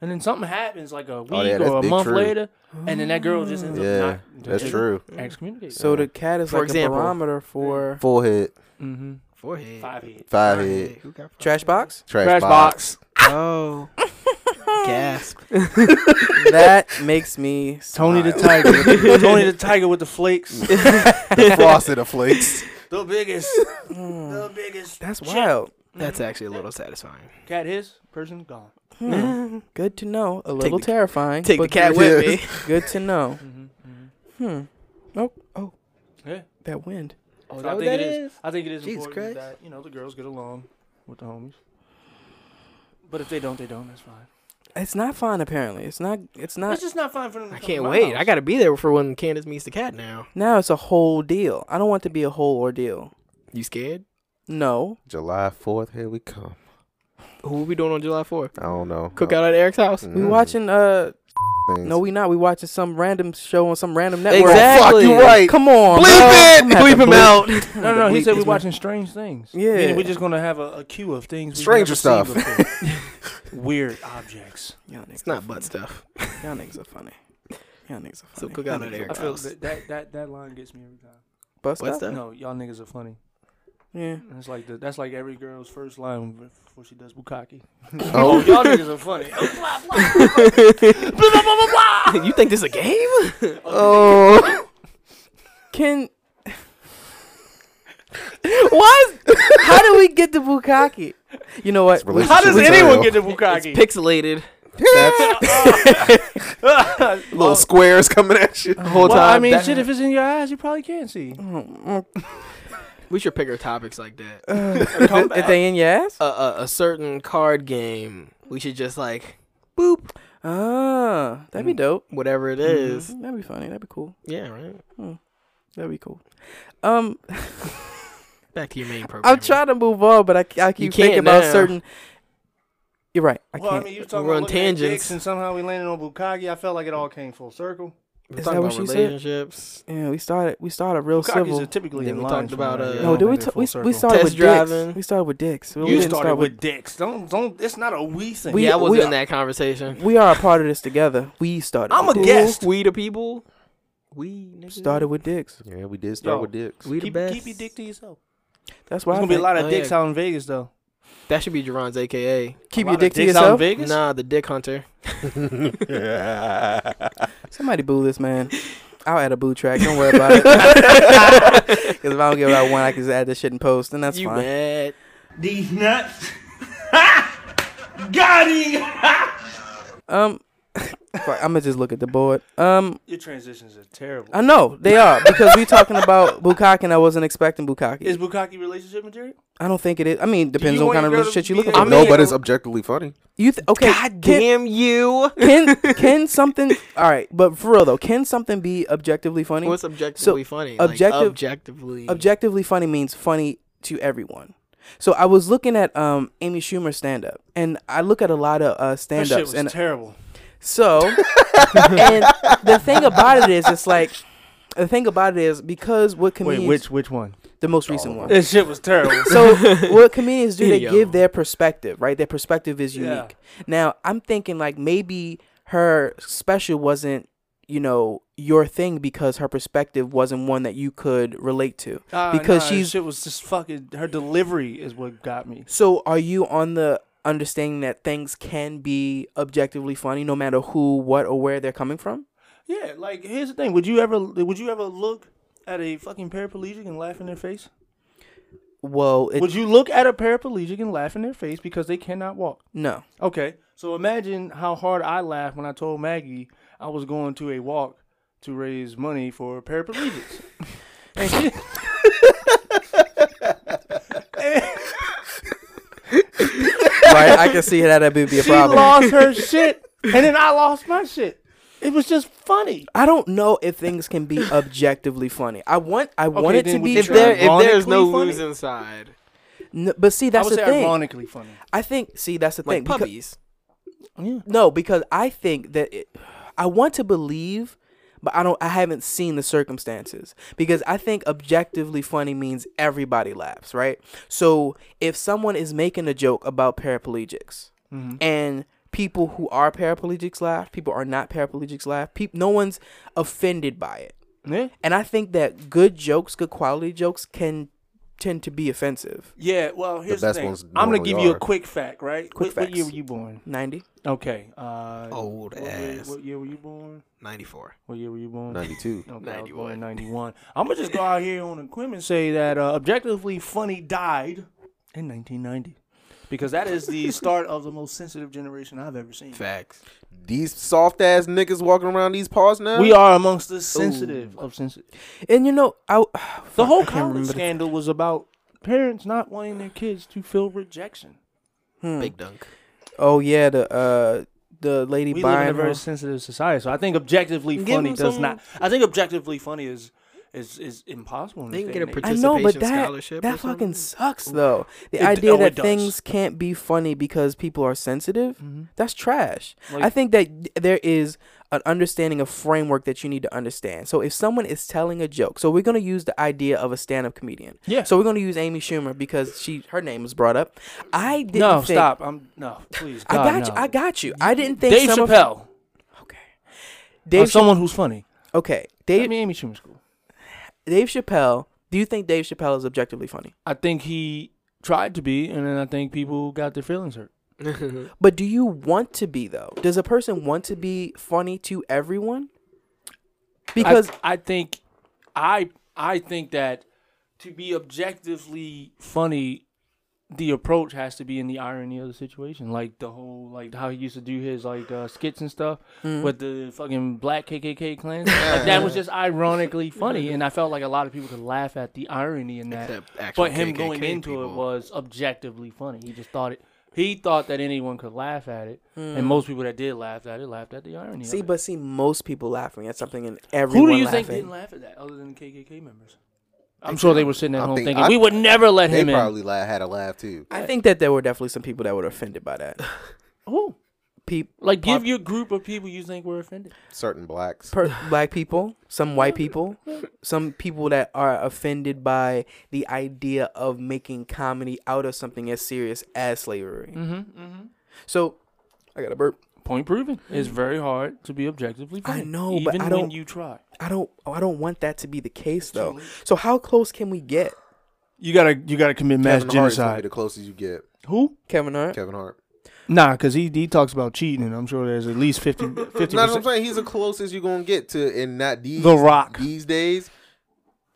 S3: and then something happens like a week
S4: Oh, yeah, that's
S3: or a
S4: big
S3: month
S4: true.
S3: later, and then that girl just ends
S4: Yeah,
S3: up not.
S4: that's true.
S2: Mm,
S3: Excommunicated.
S1: So the cat is
S2: For
S1: like
S2: example.
S1: a barometer for
S4: Full hit,
S3: mm-hmm.
S2: Forehead.
S3: five hit.
S4: five
S2: Forehead.
S4: hit,
S2: Who got forehead?
S1: trash box.
S4: trash,
S3: Trash
S4: box.
S3: box.
S2: Oh. Gasp.
S1: that makes me.
S3: Tony the
S4: Smile.
S3: Tiger. Tony the Tiger with the flakes.
S4: the frosted of flakes.
S3: The biggest. the biggest.
S1: Hmm. That's wild.
S2: That's actually a little satisfying.
S3: Cat his person gone.
S1: Hmm. Good to know. A little
S2: the-
S1: terrifying.
S2: Take the
S1: but
S2: cat
S1: good-
S2: with me.
S1: Good to know.
S3: Mm-hmm,
S1: Hmm. Oh, oh,
S3: Yeah.
S1: that wind.
S2: Oh,
S3: I think it is. I think it is
S2: Jesus
S3: important
S2: Christ.
S3: that you know the girls get along with the homies. But if they don't, they don't. That's fine.
S1: It's not fine. Apparently, it's not. It's not.
S3: It's just not fine for them. To
S2: Uh, I
S3: come
S2: can't
S3: to my
S2: wait.
S3: house.
S2: I got to be there for when Candace meets the cat now.
S1: now it's a whole deal. I don't want it to be a whole ordeal.
S2: You scared?
S1: No.
S4: July fourth, here we come.
S2: Who will we doing on July 4th?
S4: I don't know.
S2: Cookout at Eric's house?
S3: Mm.
S1: We watching. Uh,
S4: Things.
S1: no, we not. We watching some random show on some random network.
S4: Fuck, you right.
S1: Come on.
S4: Bleep
S1: bro.
S4: it!
S1: I'm gonna have to
S4: Bleep him out.
S3: No, no, no. He
S1: bleep
S3: said we're
S1: this one.
S3: watching strange things.
S1: Yeah.
S3: Meaning we're just gonna have a, a queue of things. we've
S4: Stranger
S3: never
S4: stuff.
S3: seen before. Weird objects.
S1: Y'all niggas
S2: It's
S1: are
S2: not
S1: funny.
S2: butt stuff.
S1: Y'all niggas are funny. Y'all niggas are
S2: So
S1: funny.
S2: cook
S1: Y'all
S2: out
S1: niggas
S2: at
S1: are
S2: Eric's
S3: I feel
S2: house.
S3: that, that that that line gets me every time.
S2: Butt
S1: Butt stuff?
S2: stuff?
S3: No, y'all niggas are funny.
S1: Yeah.
S3: And It's like the, that's like every girl's first line before she does bukkake. Oh,
S4: Oh,
S3: y'all niggas are funny.
S2: you think this is a game?
S4: oh.
S1: Can. what? How do we get to bukkake? You know what?
S4: It's relationship
S3: How does
S4: material.
S3: anyone get to
S2: It's
S3: bukkake?
S2: pixelated
S4: That's little squares coming at you?
S2: the whole
S3: well,
S2: time.
S3: I mean,
S2: That-
S3: shit, if it's in your eyes, you probably can't see.
S2: we should pick our topics like that.
S1: If they in your ass?
S2: a, a, a certain card game. We should just like boop
S1: Ah, that'd be dope.
S2: whatever it is.
S1: Mhm, That'd be funny. That'd be cool.
S2: Yeah, right.
S1: That'd be cool. Um,
S2: Back to your main program.
S1: I'm trying to move on, but I, c- I keep thinking
S2: can't
S1: about
S2: now.
S1: certain. You're right. I
S3: Well, I
S1: can't.
S3: mean, you were talking
S2: We're
S3: about
S2: on
S3: looking at dicks
S2: tangents.
S3: and somehow we landed on bukkake. I felt like it all came full circle.
S2: We're
S1: Is
S2: talking
S1: that what
S2: about
S1: she said?
S2: relationships,
S1: Yeah, we started. We started real
S3: Cockies
S1: civil.
S3: are typically
S2: Then
S3: in
S2: we
S3: lines
S2: talked about,
S3: from that,
S2: uh,
S3: yeah.
S1: No,
S2: they
S1: did we?
S3: They
S1: T-
S3: uh, full
S1: we, we
S3: circle.
S1: started
S2: Test
S1: with
S2: driving.
S1: dicks. We started with dicks. We
S3: You
S1: didn't
S3: started
S1: start
S3: with dicks. Don't don't. It's not a we thing.
S1: We-
S2: yeah, I was
S1: we-
S2: in that conversation.
S1: We are a part of this together. We started.
S3: I'm
S1: with
S3: a
S1: dicks.
S3: guest.
S2: We the people. We nigga.
S1: Started with dicks.
S4: Yeah, we did start
S3: Yo.
S4: with dicks.
S2: We the
S3: keep,
S2: best.
S3: keep your dick to yourself.
S1: That's
S3: There's
S1: why. I
S3: gonna be a
S1: think.
S3: lot of
S2: Oh,
S3: dicks
S2: yeah.
S3: out in Vegas though.
S2: That should be Jerron's AKA.
S1: Keep
S3: A
S1: your
S3: lot of
S1: dick to
S3: dicks out in
S1: yourself.
S3: Vegas.
S2: Nah, the dick hunter.
S1: Somebody boo this man. I'll add a boo track. Don't worry about it. Because if I don't give out one, I can just add this shit and post, and that's
S2: you
S1: fine.
S2: mad?
S3: These nuts. Got him.
S1: Um, I'm gonna just look at the board. Um,
S3: Your transitions are terrible.
S1: I know they are because we talking about Bukaki, and I wasn't expecting Bukaki.
S3: Is Bukaki relationship material?
S1: I don't think it is. I mean, depends
S3: you
S1: on
S3: want
S1: kind of
S3: your girl to
S1: shit you
S3: be
S1: looking
S3: a-
S1: for.
S3: I mean-
S4: no, but it's objectively funny.
S1: you th- okay?
S2: God
S1: can,
S2: damn you!
S1: can can something? All right, but for real though, can something be objectively funny?
S2: What's objectively funny? Like,
S1: objective-
S2: objectively.
S1: objectively funny means funny to everyone. So I was looking at um Amy Schumer stand up, and I look at a lot of uh,
S3: That
S1: stand
S3: shit
S1: ups,
S3: was
S1: and
S3: terrible.
S1: So, and the thing about it is, it's like the thing about it is because what comedians
S3: which Oh, one?
S1: the most recent one.
S3: That shit was terrible.
S1: So what comedians do? They
S2: Yo.
S1: give their perspective, right? Their perspective is unique.
S3: Yeah.
S1: Now I'm thinking like maybe her special wasn't you know your thing because her perspective wasn't one that you could relate to
S3: Ah,
S1: because
S3: nah,
S1: she's
S3: shit was just fucking. Her delivery is what got me.
S1: so are you on the understanding that things can be objectively funny no matter who what or where they're coming from
S3: Yeah, like here's the thing. Would you ever? Would you ever look at a fucking paraplegic and laugh in their face?
S1: well it,
S3: Would you look at a paraplegic and laugh in their face because they cannot walk?
S1: no
S3: Okay, so imagine how hard I laughed when I told Maggie I was going to a walk to raise money for paraplegics. and she.
S1: right? I can see how that would be a
S3: she
S1: problem.
S3: lost her shit, and then I lost my shit. It was just funny.
S1: I don't know if things can be objectively funny. I want, I want it
S3: then
S1: to
S3: we
S1: be,
S2: if
S3: try-
S2: there if there's no
S3: Ironically funny.
S2: losing side,
S1: n- but see, that's
S3: I would
S1: the
S3: say
S1: thing.
S3: ironically funny.
S1: I think, see, that's the
S2: like
S1: thing. becau-
S2: puppies.
S1: no, because I think that it, I want to believe, but I don't. I haven't seen the circumstances because I think objectively funny means everybody laughs, right? So if someone is making a joke about paraplegics
S3: Mm-hmm.
S1: and people who are paraplegics laugh, people are not paraplegics laugh. Peop no one's offended by it.
S3: Yeah.
S1: And I think that good jokes, good quality jokes, can tend to be offensive.
S3: Yeah, well, here's the,
S4: best
S3: thing.
S4: ones
S3: I'm gonna
S4: normally
S3: give you a
S4: are.
S3: quick fact, right?
S1: Quick
S3: what, what year were
S1: facts.
S3: you born?
S1: 90?
S3: Okay. Uh,
S2: Old
S3: what year,
S2: ass.
S3: what year were you born?
S2: Ninety four.
S3: What year were you born?
S4: Ninety two.
S3: Okay, I was born in
S2: 91.
S3: 91. I'm going to just go out here on a quim and say that uh, Objectively Funny died in 1990. Because that is the start of the most sensitive generation I've ever seen.
S2: Facts.
S4: These soft ass niggas walking around these parts now.
S3: We are amongst the sensitive of sensitive.
S1: And you know, I,
S3: The whole
S1: can't remember
S3: college
S1: the-
S3: scandal was about parents not wanting their kids to feel rejection.
S1: Hmm.
S2: Big dunk.
S1: oh yeah, the uh, the lady
S3: we live in a
S1: buying
S3: very
S1: her.
S3: sensitive society, so I think objectively
S2: Give
S3: funny
S2: them
S3: does
S2: some-
S3: not. I think objectively funny is is is impossible. in
S2: They
S3: this
S2: can
S3: day
S2: get a
S3: and age.
S1: I know, but
S2: participation
S1: that
S2: scholarship or
S1: that
S2: something?
S1: fucking sucks though. The
S3: It-
S1: idea
S3: oh,
S1: that
S3: it does. Mm-hmm.
S1: things can't be funny because people are sensitive, that's trash. I
S3: Like-
S1: think that there is an understanding of framework that you need to understand. So if someone is telling a joke, so we're going to use the idea of a stand-up comedian.
S3: Yeah.
S1: So we're going to use Amy Schumer because she her name was brought up. I didn't
S3: no,
S1: think-
S3: stop. I'm no, please.
S1: I
S3: God,
S1: got you.
S3: no.
S1: I got you. I didn't think
S3: Dave
S1: some of-
S3: Chappelle,
S1: okay.
S3: or
S1: Dave Chappelle.
S3: someone who's funny.
S1: okay.
S3: I
S1: Dave
S3: mean, Amy Schumer school.
S1: Dave Chappelle. Do you think Dave Chappelle is objectively funny?
S3: I think he tried to be, and then I think people got their feelings hurt.
S1: But do you want to be though? Does a person want to be funny to everyone? Because
S3: I, I think I I think that to be objectively funny, the approach has to be in the irony of the situation, like the whole like how he used to do his like uh, skits and stuff
S1: Mm-hmm.
S3: with the fucking black KKK clans. like that was just ironically funny, and I felt like a lot of people could laugh at the irony in that.
S2: Except actual
S3: But him
S2: KKK
S3: going into it
S2: people.
S3: was objectively funny. He just thought it. He thought that anyone could laugh at it, and most people that did laugh at it laughed at the irony. of
S1: mm-hmm. Mm. see,
S3: it.
S1: but see, most people laughing at something and everyone
S3: Who do you
S1: laughing.
S3: think didn't laugh at that other than the KKK members? I'm sure they were sitting at
S4: I
S3: home
S4: think-
S3: thinking,
S4: I-
S3: we would never let
S4: They
S3: him in.
S4: probably la- had a laugh too.
S1: I think that there were definitely some people that were offended by that.
S3: Who?
S1: people,
S3: Like, give your group of people you think were offended.
S4: certain blacks.
S1: per- black people, some white people, some people that are offended by the idea of making comedy out of something as serious as slavery. Mm-hmm, So, I got a burp.
S3: Point proven. It's very hard to be objectively.
S1: I
S3: right,
S1: know, but
S3: even
S1: I
S3: when
S1: don't-
S3: you try.
S1: I don't. oh, I don't want that to be the case though. So, how close can we get,
S3: You gotta, you gotta commit mass
S4: Kevin Hart's gonna be
S3: genocide.
S4: the closest you get.
S3: Who?
S1: Kevin Hart?
S4: Kevin Hart.
S3: Nah, because he, he talks about cheating, and I'm sure there's at least 50 50
S4: No, that's what I'm saying. He's the closest you're gonna get to in not these
S3: The Rock.
S4: these days.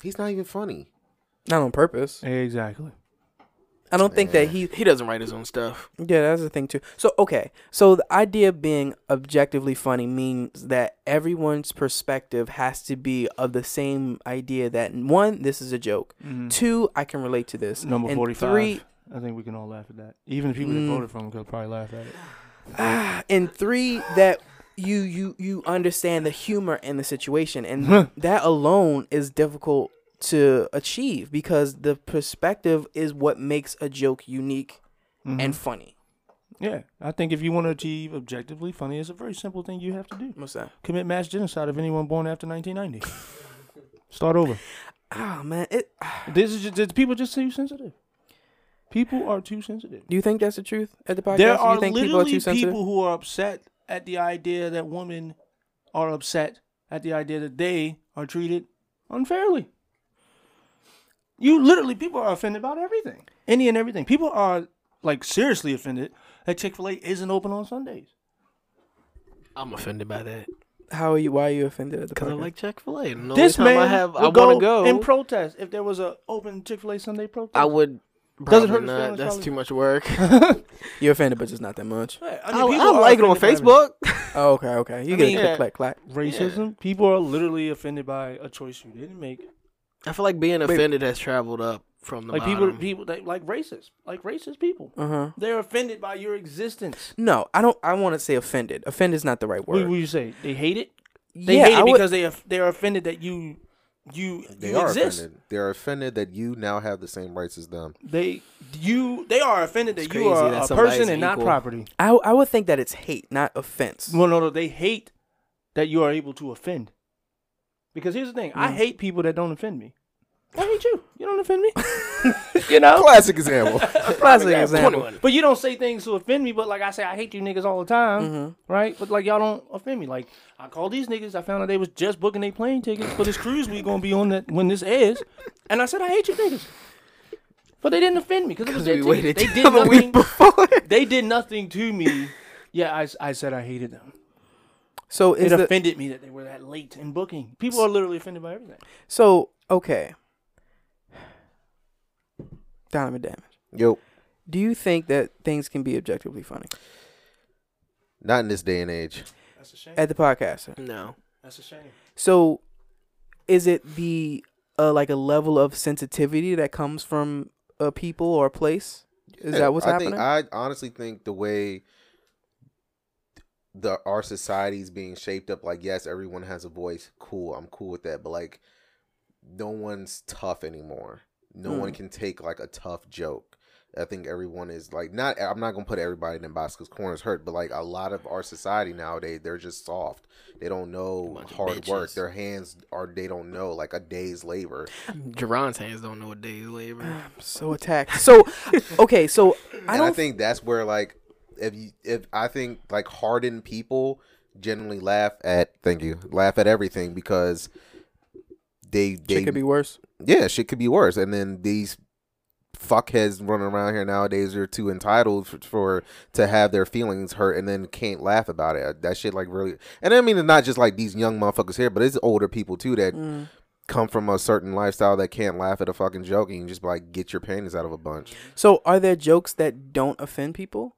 S4: He's not even funny.
S1: Not on purpose.
S3: Exactly.
S1: I don't think that he
S2: He doesn't write his own stuff.
S1: Yeah, that's the thing too. So okay, so the idea of being objectively funny means that everyone's perspective has to be of the same idea that one, this is a joke. Two, I can relate to this.
S3: Mm-hmm. Number
S1: and
S3: 45.
S1: Three,
S3: I think we can all laugh at that. Even the people that voted for him could probably laugh at it.
S1: and three that you you you understand the humor in the situation, and that alone is difficult to achieve because the perspective is what makes a joke unique
S3: Mm-hmm.
S1: and funny.
S3: Yeah, I think if you want to achieve objectively funny, it's a very simple thing you have to do:
S1: What's that?
S3: commit mass genocide of anyone born after 1990. Start over. Ah,
S1: Oh man, it,
S3: This is just, this- people just too sensitive. People are too sensitive.
S1: do you think that's the truth at the podcast?
S3: There are
S1: you think
S3: literally people, who are upset at the idea that women are upset at the idea that they are treated unfairly. You literally, people are offended about everything, any and everything. People are like seriously offended that Chick Fil A isn't open on Sundays.
S2: I'm offended by that
S1: How are you? Why are you offended at the
S2: because I
S1: podcast?
S2: like Chick Fil A. And
S3: this
S2: this time
S3: man
S2: I have,
S3: would
S2: I want to
S3: go
S2: go.
S3: in protest if there was a open Chick Fil A Sunday protest.
S2: I would. Doesn't
S3: Doesn't hurt his
S2: hurt not.
S3: feelings,
S2: That's
S3: probably.
S2: too much work.
S1: You're offended, but just not that much.
S3: Yeah,
S2: I,
S3: mean, people
S2: I
S3: are
S2: like it on
S3: offended by
S2: Facebook.
S1: Oh, okay, okay. You
S2: I
S1: get
S2: mean,
S1: a click,
S2: yeah.
S1: clack, clack.
S3: Racism. People are literally offended by a choice you didn't make.
S2: I feel like being offended has traveled up from the
S3: Like people,
S2: bottom.
S3: people they, like racist, like racist people.
S1: Uh huh.
S3: They're offended by your existence.
S1: No, I don't. I want to say offended. Offended is not the right
S3: What
S1: word.
S3: would you say? They hate it. They
S1: yeah,
S3: hate
S1: I
S3: it
S1: would-
S3: because they they they're offended that you you
S4: They
S3: you
S4: are
S3: exist.
S4: offended. They're offended that you now have the same rights as them.
S3: They you they are offended that
S2: It's
S3: you
S2: crazy
S3: are
S2: that
S3: a
S2: somebody's
S3: person and not
S2: equal.
S3: property.
S1: I, I would think that it's hate, not offense.
S3: Well, no, no, they hate that you are able to offend. Because here's the thing:
S2: Mm.
S3: I hate people that don't offend me. I hate you. You don't offend me. you know.
S4: Classic example.
S1: Classic example.
S3: But you don't say things to offend me. But like I say, I hate you niggas all the time,
S1: Mm-hmm.
S3: right? But like y'all don't offend me. Like I called these niggas. I found out they was just booking their plane tickets for this cruise we gonna be on that when this airs, and I said I hate you niggas. But they didn't offend me because it was their
S2: we
S3: ticket.
S2: waited
S3: They did
S2: till the
S3: nothing.
S2: week
S1: before.
S3: They did nothing to me. Yeah, I, s- I said I hated them.
S1: So
S3: It
S1: is the
S3: offended me that they were that late in booking. People are literally offended by everything.
S1: so okay. Donovan damage.
S4: Yo,
S1: Do you think that things can be objectively funny
S4: not in this day and age.
S3: That's a shame.
S1: at the podcaster?
S2: no,
S3: That's a shame.
S1: So, is it the uh, like a level of sensitivity that comes from a people or a place? Is
S4: Yeah,
S1: that what's
S4: I
S1: happening?
S4: Think, I honestly think the way the our society is being shaped up, like yes, everyone has a voice. Cool, I'm cool with that. But like, no one's tough anymore. No one
S1: Hmm.
S4: can take like a tough joke. I think everyone is like not. I'm not gonna put everybody in Bosco's corners hurt, but like a lot of our society nowadays, they're just soft. They don't know
S2: Bunch of
S4: hard work.
S2: bitches.
S4: Their hands are. They don't know like a day's labor.
S2: Jerron's hands don't know what day is labor.
S1: so attacked. So, okay. So I
S4: and I
S1: don't.
S4: think that's where like if you if I think like hardened people generally laugh at thank you laugh at everything because they they
S1: It could be worse.
S4: yeah shit could be worse and then these fuckheads running around here nowadays are too entitled for, for to have their feelings hurt and then can't laugh about it that shit like really and I mean it's not just like these young motherfuckers here but it's older people too that
S1: Mm.
S4: come from a certain lifestyle that can't laugh at a fucking joke and you just like get your panties out of a bunch
S1: So, are there jokes that don't offend people?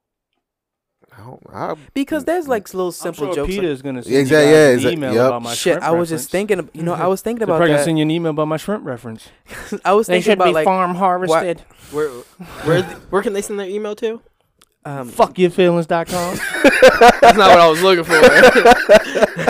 S4: I don't, I,
S1: Because there's like little simple
S3: I'm sure
S1: jokes.
S3: Peter
S1: like-
S3: is gonna send
S4: Yeah, exact-
S3: you guys
S4: yeah,
S3: an
S4: exact-
S3: email
S4: yep.
S3: about my
S1: Shit,
S3: shrimp
S1: I was
S3: reference.
S1: just thinking. ab- You know, I was thinking
S3: They're
S1: about
S3: probably gonna
S1: that.
S3: send you an email about my shrimp reference.
S1: I was
S3: They
S1: thinking
S3: should be
S1: about like
S3: farm harvested.
S2: Where, where, where can they send their email to?
S1: um,
S3: Fuckyourfeelings.com.
S2: That's not what I was looking for.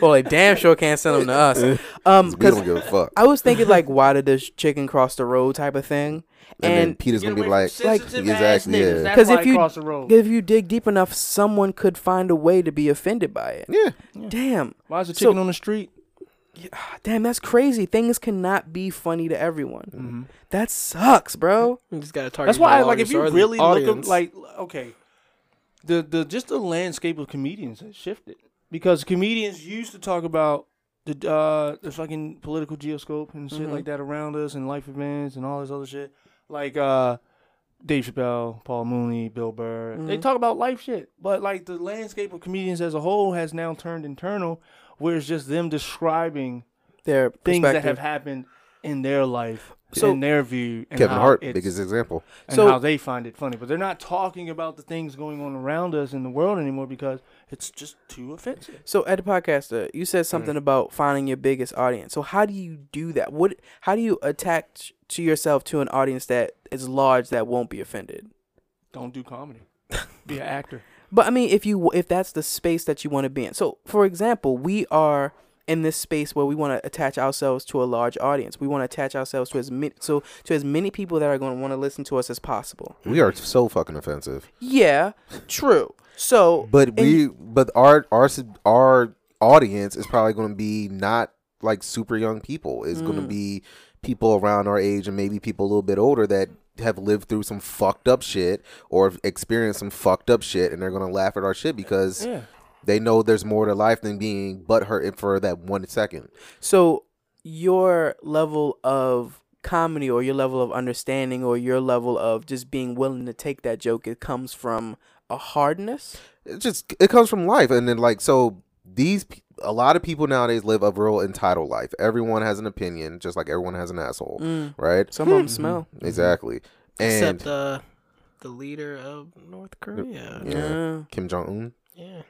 S1: well, like damn sure can't send them to us. Um,
S4: we
S1: because
S4: don't give a fuck.
S1: I was thinking like, why did this chicken cross the road type of thing?
S4: And then
S1: And-
S4: Peter's
S3: Get
S4: gonna be
S3: away from
S4: like,
S3: sensitive ass
S4: exactly,
S3: niggas.
S4: yeah,
S3: That's
S1: 'Cause
S3: why
S1: if
S3: I
S1: you-
S3: cross the road.
S1: If you dig deep enough, someone could find a way to be offended by it.
S4: yeah.
S1: Damn.
S3: Why is a
S1: So-
S3: chicken on the street?
S1: Damn, that's crazy. Things cannot be funny to everyone.
S4: Mm.
S1: That sucks, bro.
S2: You just gotta target.
S3: That's why,
S2: your
S3: like, if you
S2: audience,
S3: really look up,
S2: audience.
S3: like, okay, the the just the landscape of comedians has shifted because comedians used to talk about the uh the fucking political geoscope and shit like that around us and life events and all this other shit, like uh. Dave Chappelle, Paul Mooney, Bill Burr. They talk about life shit. But like the landscape of comedians as a whole has now turned internal where it's just them describing
S1: Their
S3: things that have
S1: perspective.
S3: happened in their life,
S1: So-
S3: in their view, and
S4: Kevin
S3: how
S4: Hart,
S3: it's-
S4: biggest example.
S3: and
S1: So-
S3: how they find it funny. But they're not talking about the things going on around us in the world anymore because it's just too offensive.
S1: So at the podcaster, you
S3: Mm.
S1: said something about finding your biggest audience. So how do you do that? What? How do you attach to yourself to an audience that is large that won't be offended?
S3: Don't do comedy. Be an actor.
S1: But I mean, if you if that's the space that you want to be in. So, for example, we are in this space where we want to attach ourselves to a large audience. We want to attach ourselves to as many so to as many people that are going to want to listen to us as possible.
S4: We are so fucking offensive.
S1: Yeah, true. So,
S4: But
S1: and-
S4: we, but our our s- our audience is probably gonna be not like super young people. It's
S3: Mm.
S4: gonna be people around our age and maybe people a little bit older that have lived through some fucked up shit or have experienced some fucked up shit, and they're gonna laugh at our shit because
S3: Yeah.
S4: they know there's more to life than being butthurt for that one second.
S1: so your level of comedy or your level of understanding or your level of just being willing to take that joke it comes from a hardness.
S4: it just it comes from life and then like so these pe- a lot of people nowadays live a real entitled life everyone has an opinion just like everyone has an asshole right
S1: Mm. Some of them smell.
S4: exactly and
S2: except uh, the leader of North Korea.
S4: yeah,
S1: Yeah.
S4: kim jong-un
S2: Yeah,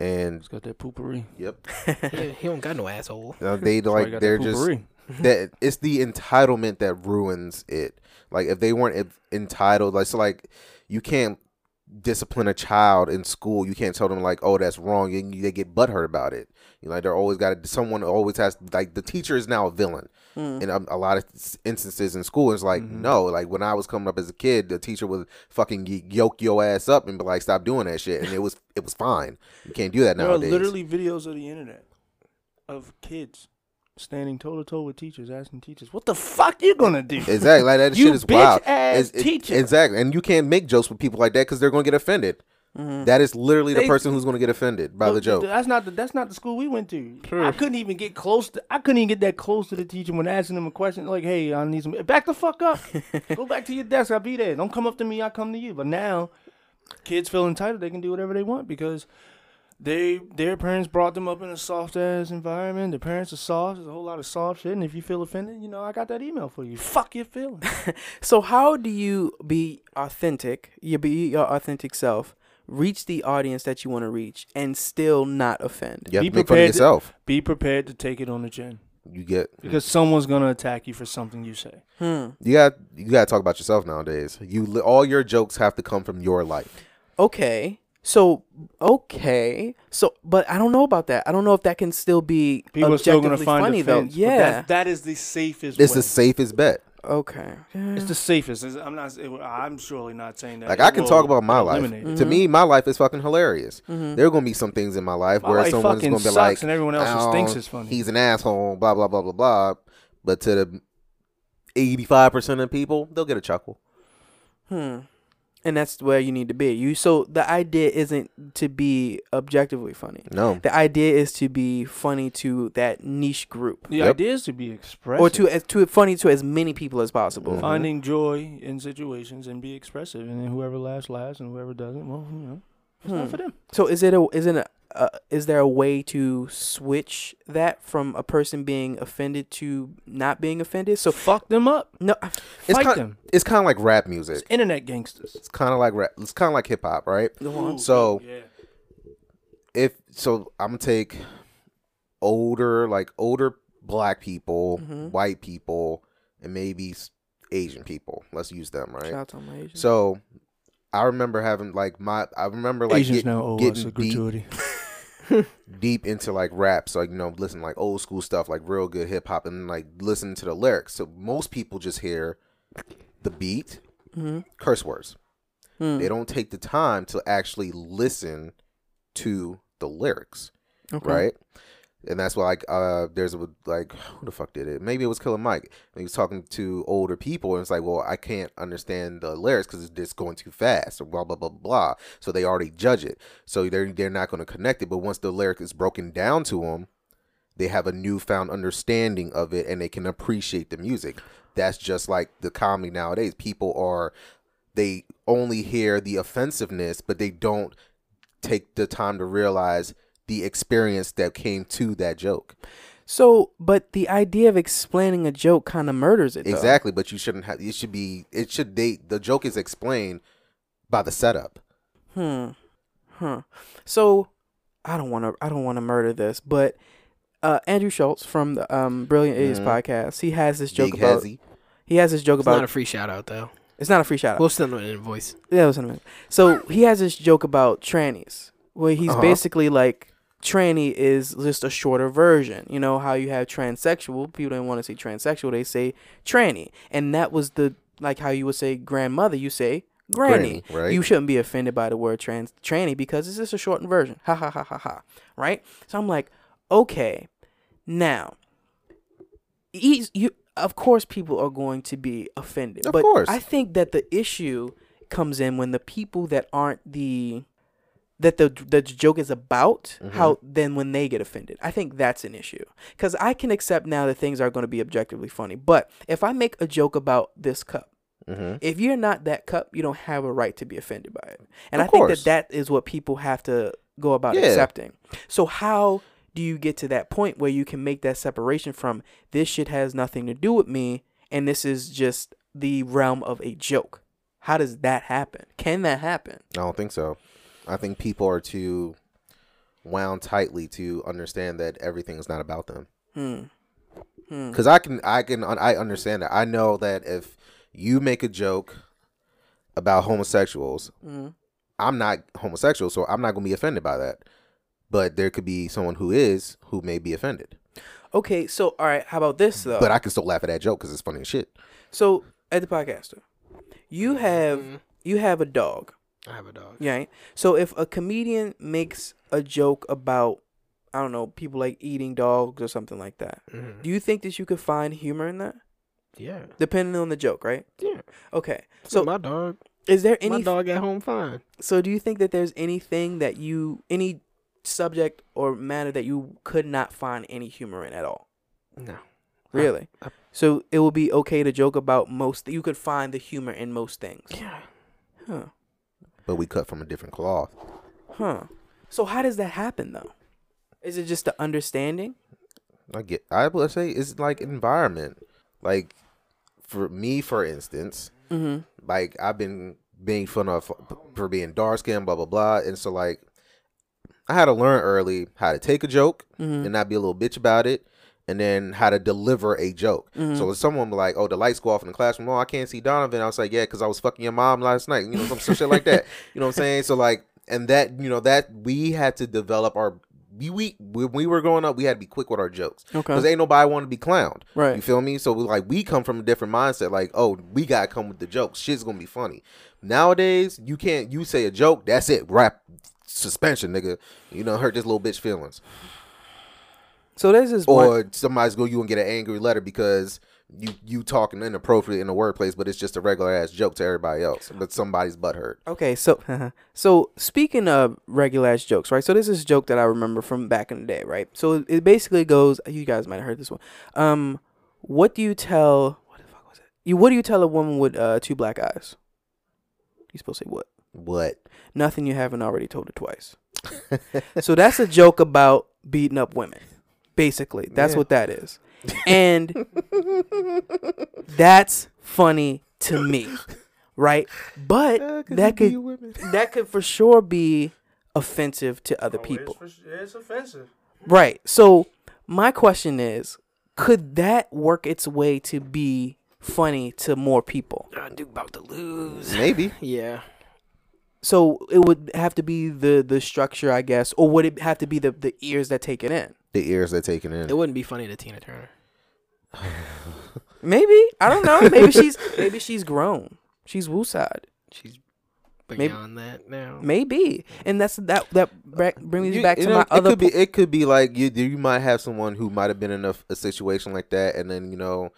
S4: and
S3: got that poopery.
S4: yep
S2: he, he don't got no asshole.
S4: uh, they like they're just that it's the entitlement that ruins it. Like if they weren't en- entitled, like so, like you can't discipline a child in school. You can't tell them like, oh, that's wrong, and you, they get butthurt about it. You know, like they're always got to, someone always has like the teacher is now a villain.
S1: Mm.
S4: In a, a lot of s- instances in school, it's like
S3: Mm-hmm.
S4: no, like when I was coming up as a kid, the teacher would fucking y- yoke your ass up and be like, stop doing that shit, and it was it was fine. You can't do that
S3: There are
S4: nowadays.
S3: literally videos of the internet of kids standing toe to toe with teachers, asking teachers, "What the fuck you gonna do?"
S4: Exactly, like that
S3: You
S4: shit is
S3: bitch
S4: wild.
S3: ass
S4: It's- it-
S3: teacher.
S4: Exactly, and you can't make jokes with people like that because they're going to get offended.
S1: Mm-hmm.
S4: That is literally the
S3: Mm. They-
S4: person who's going to get offended by the joke.
S3: That's not the that's not the school we went to. I couldn't even get close to I couldn't even get that close to the teacher when asking him a question like, "Hey, I need some back the fuck up. Go back to your desk. I'll be there. Don't come up to me. I'll come to you." But now kids feel entitled. They can do whatever they want because they their parents brought them up in a soft ass environment. Their parents are soft. There's a whole lot of soft shit. And if you feel offended, you know, I got that email for you. Fuck your feelings.
S1: So how do you be authentic? You be your authentic self, reach the audience that you want to reach, and still not offend.
S4: You have
S3: Be
S4: to make fun of
S3: prepared to-
S4: yourself.
S3: Be prepared to take it on the chin
S4: You get
S3: because someone's gonna attack you for something you say.
S1: Hmm.
S4: you got you got to talk about yourself nowadays. You li- all your jokes have to come from your life.
S1: Okay. So okay. So but I don't know about that. I don't know if that can still be
S3: People are still
S1: objectively
S3: gonna find
S1: funny
S3: offense,
S1: though.
S3: but
S1: Yeah.
S3: that, that is the safest.
S4: It's
S3: way.
S4: the safest bet.
S1: okay. Yeah.
S3: It's the safest. It's- I'm not. it- I'm surely not saying that.
S4: Like
S3: it
S4: I can
S3: will
S4: talk about my life.
S3: eliminate it.
S4: To me, my life is fucking hilarious. There are gonna be some things in my life
S3: My
S4: where
S3: life
S4: someone's
S3: fucking
S4: gonna be
S3: sucks
S4: like,
S3: and everyone else just
S4: "Oh,
S3: thinks it's funny."
S4: He's an asshole. Blah blah blah blah blah. But to the eighty-five percent of people, they'll get a chuckle.
S1: Hmm. And that's where you need to be. You so the idea isn't to be objectively funny.
S4: No,
S1: The idea is to be funny to that niche group.
S3: The
S4: Yep.
S3: idea is to be expressive Mm-hmm.
S1: Or to as to funny to as many people as possible.
S3: finding joy in situations and be expressive, and then whoever laughs laughs, and whoever doesn't, well, you know, it's
S4: Hmm.
S3: not for them.
S1: So is it a is it a uh, is there a way to switch that from a person being offended to not being offended? So
S3: Fuck them up.
S1: no,
S4: it's
S3: Fight
S4: kind
S3: them.
S4: it's kind of like rap music.
S3: It's internet gangsters.
S4: It's kind of like rap. It's kind of like hip hop, right?
S1: Ooh.
S4: So
S3: Yeah.
S4: if so, I'm gonna take older, like older black people, white people, and maybe s- Asian people. Let's use them, right?
S1: shout out to all my Asians.
S4: So I remember having like my I remember like
S3: Asians
S4: get-
S3: now owe us
S4: getting
S3: a
S4: deep,
S3: gratuity.
S4: deep into like rap. So like, you know, listen like old school stuff, like real good hip hop and like listen to the lyrics. So most people just hear the beat,
S1: Mm-hmm.
S4: curse words.
S1: Mm.
S4: They don't take the time to actually listen to the lyrics,
S1: Mm,
S4: right? And that's why, like, uh, there's a like, who the fuck did it? Maybe it was Killer Mike. He was talking to older people, and it's like, well, I can't understand the lyrics because it's just going too fast, or blah blah blah blah. So they already judge it, so they're they're not going to connect it. But once the lyric is broken down to them, they have a newfound understanding of it and they can appreciate the music. That's just like the comedy nowadays. People are they only hear the offensiveness, but they don't take the time to realize the experience that came to that joke.
S1: So, but the idea of explaining a joke kind of murders it. though.
S4: Exactly, but you shouldn't have it should be it should they the joke is explained by the setup.
S1: Hmm. Huh. So I don't want to. I don't want to murder this, but uh, Andrew Schultz from the um, Brilliant Idiots podcast, he has this joke
S4: Mm-hmm. Big
S1: about.
S4: Hezzy.
S1: He has this joke
S2: It's
S1: about. Uh,
S2: not a free shout out though.
S1: it's not a free shout out.
S2: We'll send them an invoice.
S1: Yeah, it was in a minute. So he has this joke about trannies, where he's
S4: Uh-huh.
S1: basically like, tranny is just a shorter version. You know how you have transsexual people don't want to say transsexual; they say tranny, and that was the like how you would say grandmother. You say granny.
S4: Granny, right.
S1: You shouldn't be offended by the word trans tranny because it's just a shortened version. Ha ha ha ha ha. Right. So I'm like, okay, now eas- you of course people are going to be offended
S4: Of
S1: but
S4: course.
S1: i think that the issue comes in when the people that aren't the that the the joke is about
S4: Mm-hmm.
S1: how then when they get offended i think that's an issue because i can accept now that things are going to be objectively funny but if i make a joke about this cup
S4: Mm-hmm.
S1: if you're not that cup you don't have a right to be offended by it and
S4: Of
S1: i think
S4: course.
S1: that that is what people have to go about
S4: Yeah.
S1: accepting so how do you get to that point where you can make that separation from this shit has nothing to do with me and this is just the realm of a joke? How does that happen? Can that happen?
S4: I don't think so. I think people are too wound tightly to understand that everything is not about them.
S1: Hmm.
S4: Because I can, I can, I understand that. I know that if you make a joke about homosexuals,
S1: Hmm.
S4: I'm not homosexual, so I'm not going to be offended by that. But there could be someone who is who may be offended.
S1: Okay, so all right, how about this though?
S4: But I can still laugh at that joke because it's funny as shit.
S1: so at the podcaster, you have you have a dog,
S2: Mm-hmm. I have a dog.
S1: yeah. Right? So if a comedian makes a joke about I don't know, people like eating dogs or something like that. Do you think that you could find humor in that?
S2: Mm-hmm. Yeah.
S1: Depending on the joke, right?
S2: Yeah.
S1: Okay.
S2: So
S1: So
S2: my dog.
S1: Is there
S2: my
S1: any
S2: dog at home fine.
S1: so do you think that there's anything that you any subject or matter that you could not find any humor in at all?
S2: No.
S1: Really? so it will be okay to joke about most you could find the humor in most things.
S2: Yeah.
S1: Huh.
S4: But we cut from a different cloth.
S1: Huh. So how does that happen though? Is it just the understanding?
S4: I get. I would say it's like environment. Like for me, for instance,
S2: Mm-hmm.
S4: like I've been being fun of for being dark skinned, blah blah blah, and so like I had to learn early how to take a joke
S2: Mm-hmm.
S1: Mm-hmm.
S4: and not be a little bitch about it. And then how to deliver a joke.
S1: Mm-hmm.
S4: So if someone be like, "Oh, the lights go off in the classroom. Oh, I can't see Donovan." I was like, "Yeah, because I was fucking your mom last night." You know, some, some shit like that. You know what I'm saying? So like, and that you know that we had to develop our we, we when we were growing up, we had to be quick with our jokes.
S1: Okay.
S4: Because ain't nobody want to be clowned.
S1: Right.
S4: You feel me? So we, like we come from a different mindset. Like, oh, we gotta come with the jokes. Shit's gonna be funny. Nowadays, you can't. You say a joke, that's it. Rap suspension, nigga. You know, hurt this little bitch feelings.
S1: So there's this one
S4: Or somebody's go you and get an angry letter because you you talking inappropriate in the workplace, but it's just a regular ass joke to everybody else. But somebody's butt hurt.
S1: Okay, so so speaking of regular ass jokes, right? So this is a joke that I remember from back in the day, right? So it basically goes. You guys might have heard this one. Um, what do you tell? What the fuck was it? You what do you tell a woman with uh, two black eyes? You supposed to say what?
S4: What?
S1: Nothing you haven't already told her twice. so that's a joke about beating up women. Basically, that's what that is, and that's funny to me, right? But that could that could for sure be offensive to other people.
S3: Oh, It's, offensive.
S1: Right. So my question is, could that work its way to be funny to more people?
S2: I do about to lose.
S4: Maybe.
S2: Yeah.
S1: So it would have to be the the structure, I guess, or would it have to be the the ears that take it in?
S4: The ears they're taking
S2: It
S4: in.
S2: wouldn't be funny to Tina Turner.
S1: Maybe I don't know. Maybe she's maybe she's grown. She's wooside.
S2: She's
S1: Maybe-
S2: beyond that now.
S1: Maybe, and that's that that bra- brings me
S4: You-
S1: back
S4: you
S1: to
S4: know,
S1: my other.
S4: It could
S1: po-
S4: be. It could be like you. You might have someone who might have been in a, a situation like that, and then you know,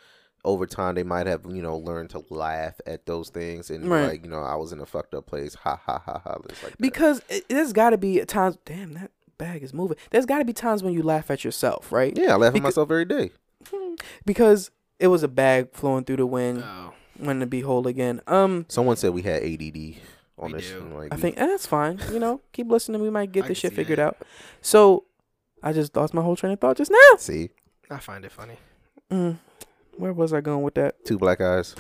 S4: over time they might have you know learned to laugh at those things, and
S1: Right.
S4: like you know, I was in a fucked up place. Ha ha ha ha. It's like that.
S1: because it, there's got to be times. Damn, that bag is moving. There's got to be times when you laugh at yourself, right?
S4: yeah, I laugh
S1: because-
S4: at myself every day.
S1: Because it was a bag flowing through the wind
S2: Oh,
S1: when the behold again. Um,
S4: Someone said we had ADD
S2: We
S4: on this.
S2: do.
S4: and, Like,
S1: I
S4: we-
S1: think eh, that's fine. You know, keep listening. We might get
S2: I
S1: this
S2: can
S1: shit
S2: see
S1: figured
S2: that.
S1: out. So, I just lost my whole train of thought just now.
S4: see
S2: I find it funny.
S1: Mm, where was I going with that?
S4: two black eyes.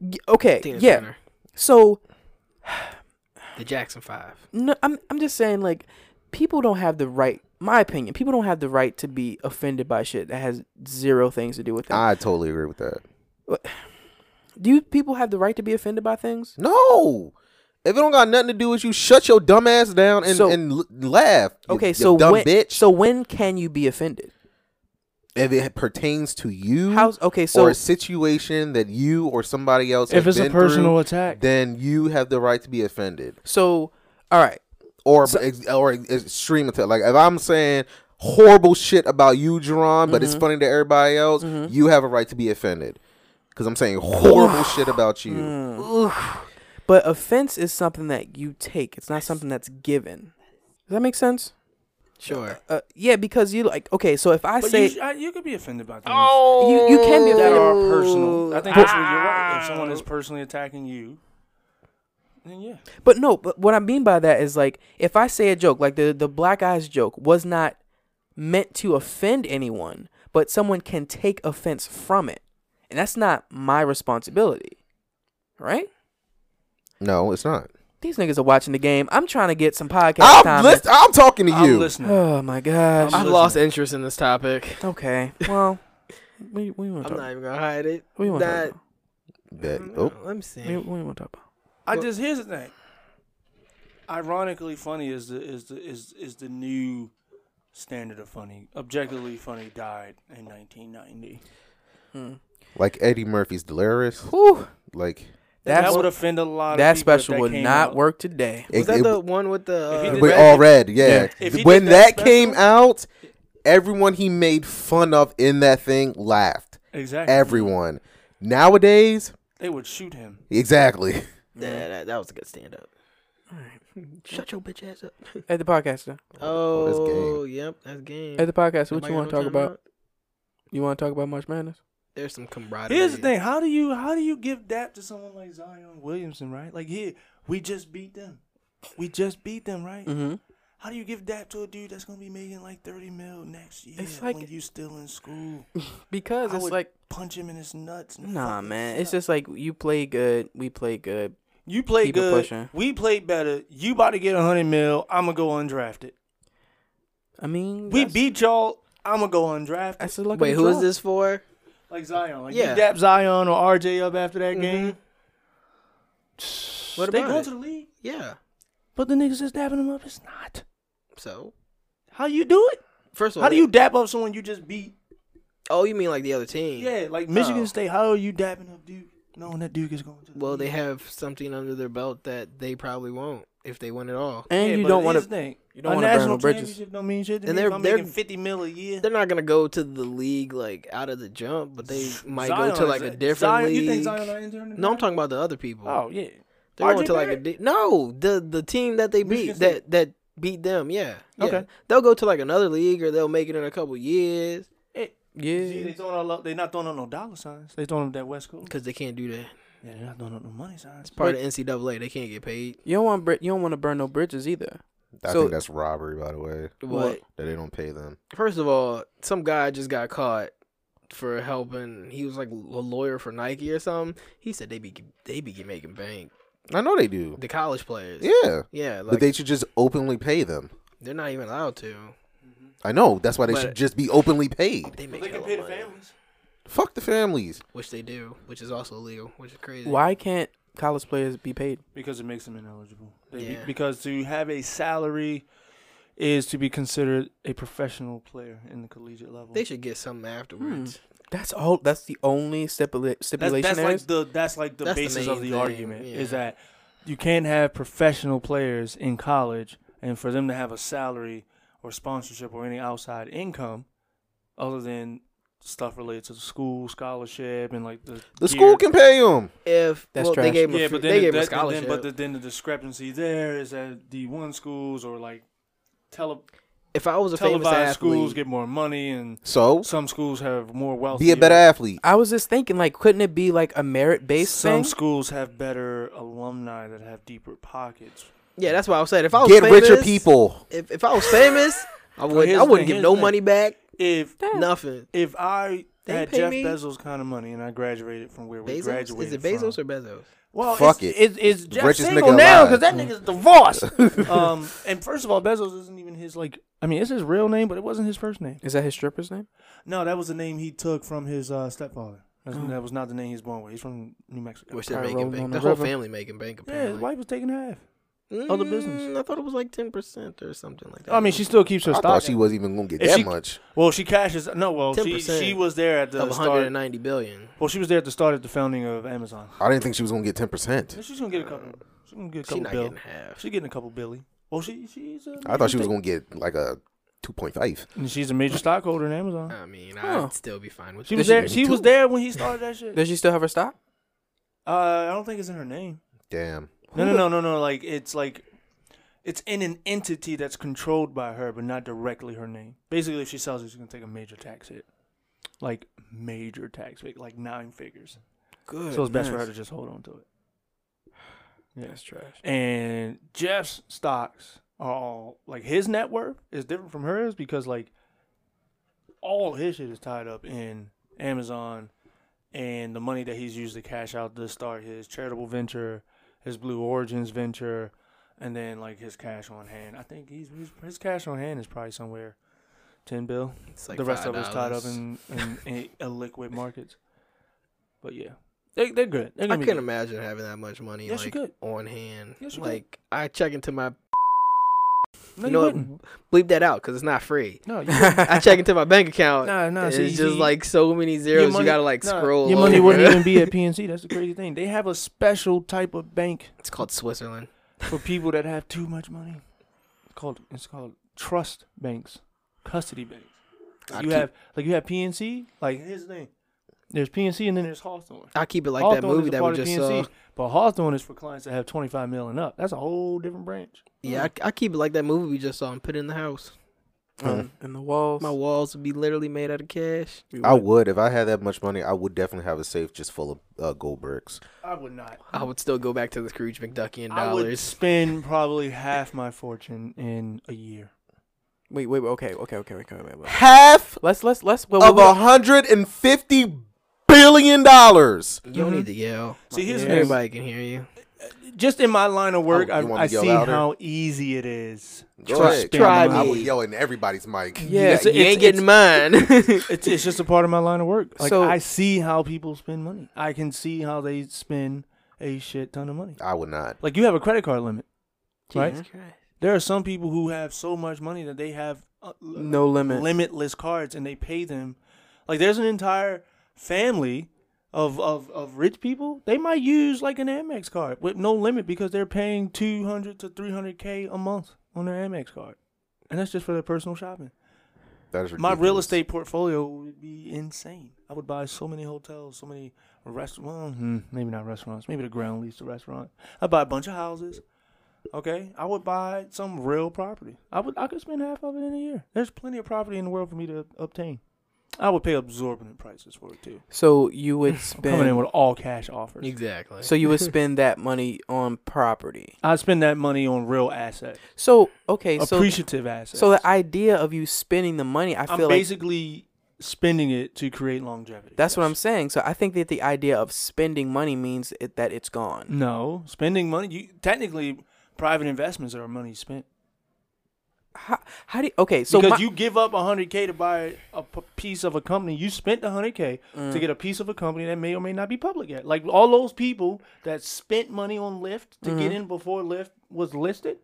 S1: Y- Okay,
S2: Tina
S1: yeah.
S2: Turner,
S1: So
S2: the Jackson Five.
S1: no, I'm I'm just saying like people don't have the right. My opinion, people don't have the right to be offended by shit that has zero things to do with them.
S4: I totally agree with that.
S1: do you, people have the right to be offended by things?
S4: No. If it don't got nothing to do with you, shut your dumb ass down and,
S1: So-
S4: and l- laugh. you-
S1: Okay,
S4: you
S1: so
S4: dumb
S1: when
S4: bitch.
S1: so when can you be offended?
S4: if it pertains to you,
S1: How's okay? So
S4: Mm-hmm. or a situation that you or somebody else
S3: If
S4: has
S3: it's a
S4: been
S3: personal
S4: through,
S3: attack.
S4: then you have the right to be offended
S1: so all right.
S4: or ex- or ex- extreme attack. Like if I'm saying horrible shit about you, Jerron, but
S1: Mm-hmm.
S4: it's funny to everybody else, you have a right to be offended because I'm saying horrible shit about you.
S1: Mm. But offense is something that you take. It's not something that's given. Does that make sense?
S2: Sure.
S1: Uh, yeah, because you like okay. So if I
S3: But
S1: say
S3: you, sh- I- you could be offended by things
S1: you, you can be
S3: that
S1: offended.
S3: are personal. I think that's where you're right. If someone is personally attacking you, then yeah.
S1: But no, but what I mean by that is like if I say a joke, like the the black eyes joke was not meant to offend anyone, but someone can take offense from it. And that's not my responsibility. Right?
S4: No, it's not.
S1: These niggas are watching the game. I'm trying to get some podcast
S4: I'm
S1: time.
S4: list- I'm talking to
S3: I'm
S4: you.
S3: listening.
S1: oh my gosh.
S2: I've
S3: I'm
S2: lost interest in this topic.
S1: okay. Well, we we want to
S2: I'm
S1: talk.
S2: not even gonna hide it.
S1: what do you want to
S2: That
S1: talk
S4: That-
S2: no,
S4: oh,
S2: let me
S1: about? We,
S2: see.
S1: we want to talk about.
S3: I just here's the thing. Ironically funny is the is the is is the new standard of funny. Objectively funny died in 1990.
S2: Hmm.
S4: like Eddie Murphy's Delirious.
S1: Whew,
S4: Like
S1: That's-
S3: that would offend a lot.
S1: that
S3: of people if
S1: special
S3: that
S1: would
S3: came
S1: not
S3: out.
S1: work today.
S4: it-
S2: Was that
S4: it-
S2: the one with the?
S3: If he
S2: Uh,
S3: did
S4: We
S3: that-
S4: all read, yeah.
S3: If he did
S4: When that,
S3: that
S4: came
S3: special-
S4: out, everyone he made fun of in that thing laughed.
S3: Exactly.
S4: Everyone. Nowadays,
S3: They would shoot him.
S4: exactly.
S2: yeah, that, that was a good stand up. Shut your bitch ass up.
S1: At the podcast, though.
S4: that's game.
S2: Oh, yep, that's game.
S1: at the podcast, what
S2: Nobody
S1: you
S2: got
S1: want to
S2: no
S1: talk about?
S2: timeout?
S1: You want to talk about March Madness?
S2: There's some camaraderie.
S3: Here's the thing: how do you how do you give that to someone like Zion Williamson, right? Like here, we just beat them, we just beat them, right?
S1: Mm-hmm.
S3: How do you give that to a dude that's gonna be making like thirty mil next year
S1: It's like-
S3: when you still in school?
S1: Because
S3: I
S1: it's
S3: would
S1: like,
S3: punch him in his nuts. and
S1: nah,
S3: fucking
S1: man. It's
S3: suck.
S1: just like you play good, we play good.
S3: you play
S1: keep it
S3: good,
S1: pushing.
S3: we played better. You about to get a hundred mil? I'm gonna go undrafted.
S1: I mean,
S3: We
S1: that's-
S3: beat y'all. I'm gonna go undrafted.
S1: That's the luck. of
S2: Wait,
S1: the
S2: who is
S1: draw.
S2: this for?
S3: like Zion, like
S2: Yeah.
S3: you dap Zion or RJ up after that
S1: Mm-hmm.
S2: Mhm.
S3: game.
S2: What
S3: they
S2: about
S3: go
S2: it?
S3: to the league,
S2: Yeah.
S3: but the niggas just dapping them up. It's not
S2: So
S3: how you do it.
S2: first of all,
S3: How do you dap up someone you just beat?
S2: Oh, you mean like the other team?
S3: Yeah, like Michigan
S2: Oh.
S3: State. How are you dapping up Duke, knowing that Duke is going to? the
S2: Well, they
S3: league?
S2: have something under their belt that they probably won't if they win at all.
S1: And
S3: Yeah,
S1: you
S3: but
S1: don't want
S3: here's
S1: to.
S3: the thing.
S1: you don't
S3: A
S1: wanna burn no
S3: national
S1: bridges.
S3: championship Don't mean shit. To
S2: And
S3: me
S2: they're-
S3: if I'm
S2: they're-
S3: making fifty mil a year.
S2: They're not gonna go to the league like out of the jump, but they might go to
S3: Zion
S2: like
S3: is
S2: a different
S3: Zion,
S2: league.
S3: You think Zion are entering? the
S2: no, I'm
S3: draft?
S2: talking about the other people.
S3: Oh yeah.
S2: They're going
S3: RJ
S2: to like a
S3: Barrett?
S2: di- no the the team that they beat
S3: Michigan
S2: that that beat them. Yeah, yeah.
S3: Okay.
S2: They'll go to like another league or they'll make it in a couple years
S3: Hey, see,
S1: Yeah.
S3: they throwing all up. They not throwing up no dollar signs. They throwing up that West Coast.
S2: because they can't do that.
S3: Yeah, they're not throwing up no money signs.
S2: Part of NCAA, they can't get paid.
S1: You don't want. Bri- you don't want to burn no bridges either.
S4: I
S1: So-
S4: think that's robbery, by the way,
S1: What?
S2: What?
S4: that they don't pay them.
S2: First of all, some guy just got caught for helping. He was like a lawyer for Nike or something. He said they be they be making bank.
S4: I know they do.
S2: The college players.
S4: Yeah.
S2: Yeah, like
S4: but they should just openly pay them.
S2: they, are not even allowed to.
S4: I know. That's why they should
S2: But-
S4: just be openly paid.
S2: They make
S3: But they can
S2: hella
S3: pay the
S2: money,
S3: families.
S4: Fuck the families.
S2: which they do, which is also illegal, which is crazy.
S1: Why can't college players be paid?
S3: Because it makes them ineligible. They,
S2: Yeah.
S3: Because to have a salary is to be considered a professional player in the collegiate level.
S2: They should get something afterwards.
S1: That's all. That's the only stipula-
S3: that's,
S1: stipulation.
S3: that's
S1: there
S3: like
S1: is?
S3: the that's like the
S2: That's the
S3: basis of the
S2: main thing,
S3: argument is
S2: yeah.
S3: that you can't have professional players in college and for them to have a salary or sponsorship or any outside income other than stuff related to the school scholarship and like the
S4: The school can pay them.
S2: If
S1: That's
S2: well, they
S1: trash.
S2: gave him
S3: yeah,
S2: a, free,
S3: but then
S2: they
S3: the,
S2: gave him a
S3: that- and then-
S2: scholarship.
S3: but the, then the discrepancy there is that D one schools or like tele,
S2: if I was a famous
S3: televised
S2: athlete,
S3: schools get more money and
S4: So
S3: some schools have more wealth.
S4: be a better athlete.
S1: I was just thinking, like, couldn't it be like a merit based
S3: Some
S1: thing?
S3: schools have better alumni that have deeper pockets.
S2: yeah, that's what I was saying. If I was
S4: Get
S2: famous,
S4: richer people.
S2: If if I was famous, I would
S3: here's
S2: I
S3: the
S2: wouldn't give
S3: thing, here's
S2: no
S3: the
S2: money back.
S3: If
S2: Nothing.
S3: if I
S2: They
S3: had
S2: pay
S3: Jeff
S2: me-
S3: Bezos kind of money and I graduated from where we
S2: Bezos
S3: graduated
S2: is it Bezos
S3: from,
S2: or Bezos?
S3: well,
S4: Fuck
S3: it's,
S4: it.
S3: It's, it's Jeff
S4: richest
S3: single
S4: nigga
S3: now because
S4: alive.
S3: that nigga's divorced. um, and first of all, Bezos isn't even his like. I mean, it's his real name, but it wasn't his first name.
S1: Is that his stripper's name?
S3: No, that was the name he took from his uh, stepfather. That's, That was not the name he was born with. He's from New Mexico.
S2: Which they're
S1: probably
S2: making
S1: rolling on
S2: bank.
S1: the
S2: The whole
S1: river.
S2: family making bank
S3: yeah, his
S2: apparently.
S3: wife was taking half. other business.
S2: Mm, I thought it was like ten percent or something like that.
S3: I mean, she still keeps her
S4: I
S3: stock.
S4: thought she wasn't even gonna get
S3: If
S4: that
S3: she-
S4: much.
S3: well, she cashes. No, well, she,
S2: 10%.
S3: she was there at the
S2: of
S3: start.
S2: 190 billion.
S3: Well, she was there at the start of the founding of Amazon.
S4: I didn't think she was gonna get ten percent.
S3: She's gonna get a couple. She's gonna get a
S2: She
S3: couple
S2: not
S3: bill.
S2: getting half.
S3: She's getting a couple billy. Well, she she's. uh, A
S4: I thought she was gonna get like a two point five.
S3: And she's a major stockholder in Amazon.
S2: I mean,
S1: Huh.
S2: I'd still be fine with
S3: She
S2: it.
S3: was
S4: she-
S3: there. She was there when he started that shit.
S1: Does she still have her stock?
S3: Uh, I don't think it's in her name.
S4: Damn.
S3: No, no, no, no, no. Like it's like it's in an entity that's controlled by her, but not directly her name. Basically, if she sells it, she's gonna take a major tax hit, like major tax hit, like nine figures.
S1: Good.
S3: So it's best for her to just hold on to it. Yeah.
S1: That's trash.
S3: And Jeff's stocks are all like his net worth is different from hers because like all his shit is tied up in Amazon and the money that he's used to cash out to start his charitable venture, his Blue Origins venture, and then like his cash on hand. I think he's his, his cash on hand is probably somewhere ten bill.
S2: It's like
S3: the rest of it is tied up
S2: $5.
S3: in, in, in illiquid markets. But yeah, they they're good. They're
S2: I
S3: gonna be
S2: couldn't
S3: good.
S2: imagine having that much money
S3: Yes, you
S2: like
S3: could.
S2: on hand.
S3: Yes, you could.
S2: like I check into my
S3: No,
S2: you
S3: you
S2: know what?
S3: wouldn't.
S2: bleep that out because it's not free.
S3: No, you
S2: I check into my bank account.
S3: Nah, nah,
S2: It's
S3: see-
S2: just
S3: see,
S2: like so many zeros. you gotta like
S3: nah,
S2: scroll.
S3: Your money wouldn't
S2: over.
S3: even be at PNC. That's the crazy thing. They have a special type of bank
S2: It's called Switzerland.
S3: for people that have too much money. It's called it's called trust banks, custody banks.
S2: I
S3: you
S2: keep-
S3: have like you have PNC. Like here's the thing. There's PNC and then there's Hawthorne.
S2: I keep it like
S3: Hawthorne
S2: that
S3: is
S2: movie
S3: a
S2: that we
S3: part of
S2: just
S3: PNC,
S2: saw.
S3: But Hawthorne is for clients that have 25 mil and up. That's a whole different branch.
S2: Yeah, I, I keep it like that movie we just saw and put it in the house.
S1: Um, and the walls.
S2: My walls would be literally made out of cash.
S4: I would if I had that much money. I would definitely have a safe just full of uh, gold bricks.
S3: I would not.
S2: I would still go back to the Scrooge McDuckian
S3: I would
S2: dollars.
S3: spend probably half my fortune in a year.
S1: Wait, wait, wait, okay, okay, okay, okay, wait, wait, wait.
S4: Half
S1: Let's let's let's. Well,
S4: of
S1: well,
S4: a hundred and fifty billion dollars.
S2: You
S3: Mm-hmm.
S2: don't need to yell.
S3: See, here's the thing.
S2: everybody can hear you.
S3: just in my line of work,
S4: Oh, you
S3: I've-
S4: wanna
S3: I,
S4: yell
S3: see
S4: louder?
S3: how easy it is.
S4: Go
S2: Try-
S4: ahead.
S2: try
S4: I
S2: me.
S4: would yell in everybody's mic.
S1: Yeah,
S2: you
S3: it's-
S2: ain't getting mine.
S3: It's, it's just a part of my line of work. Like
S1: So-
S3: I see how people spend money. I can see how they spend a shit ton of money.
S4: I would not.
S3: Like you have a credit card limit, right?
S2: Jesus Christ.
S3: There are some people who have so much money that they have uh, l-
S1: no limit.
S3: limitless cards, and they pay them. Like there's an entire family of of of rich people. They might use like an Amex card with no limit because they're paying two hundred to three hundred k a month on their Amex card, and that's just for their personal shopping.
S4: That is ridiculous.
S3: my real estate portfolio would be insane. I would buy so many hotels, so many restaurants. Hmm, maybe not restaurants. Maybe the ground lease the restaurant. I buy a bunch of houses. Okay, I would buy some real property. I would. I could spend half of it in a year. There's plenty of property in the world for me to obtain. I would pay absorbent prices for it too.
S1: So you would
S3: I'm coming in
S1: spend.
S3: with all cash offers.
S2: Exactly.
S1: So you would spend that money on property.
S3: I'd spend that money on real assets,
S1: So okay, so
S3: appreciative assets.
S1: so the idea of you spending the money, I
S3: I'm
S1: feel like
S3: basically spending it to create longevity.
S1: that's what
S3: Yes.
S1: I'm saying. So I think that the idea of spending money means it, that it's gone.
S3: No, spending money. You technically private investments are money spent
S1: How, how do you, okay? So
S3: because
S1: my-
S3: you give up 100k to buy a p- piece of a company. You spent the 100k
S1: Mm.
S3: to get a piece of a company that may or may not be public yet. Like all those
S1: Mm-hmm.
S3: people that spent money on Lyft to get in before Lyft was listed.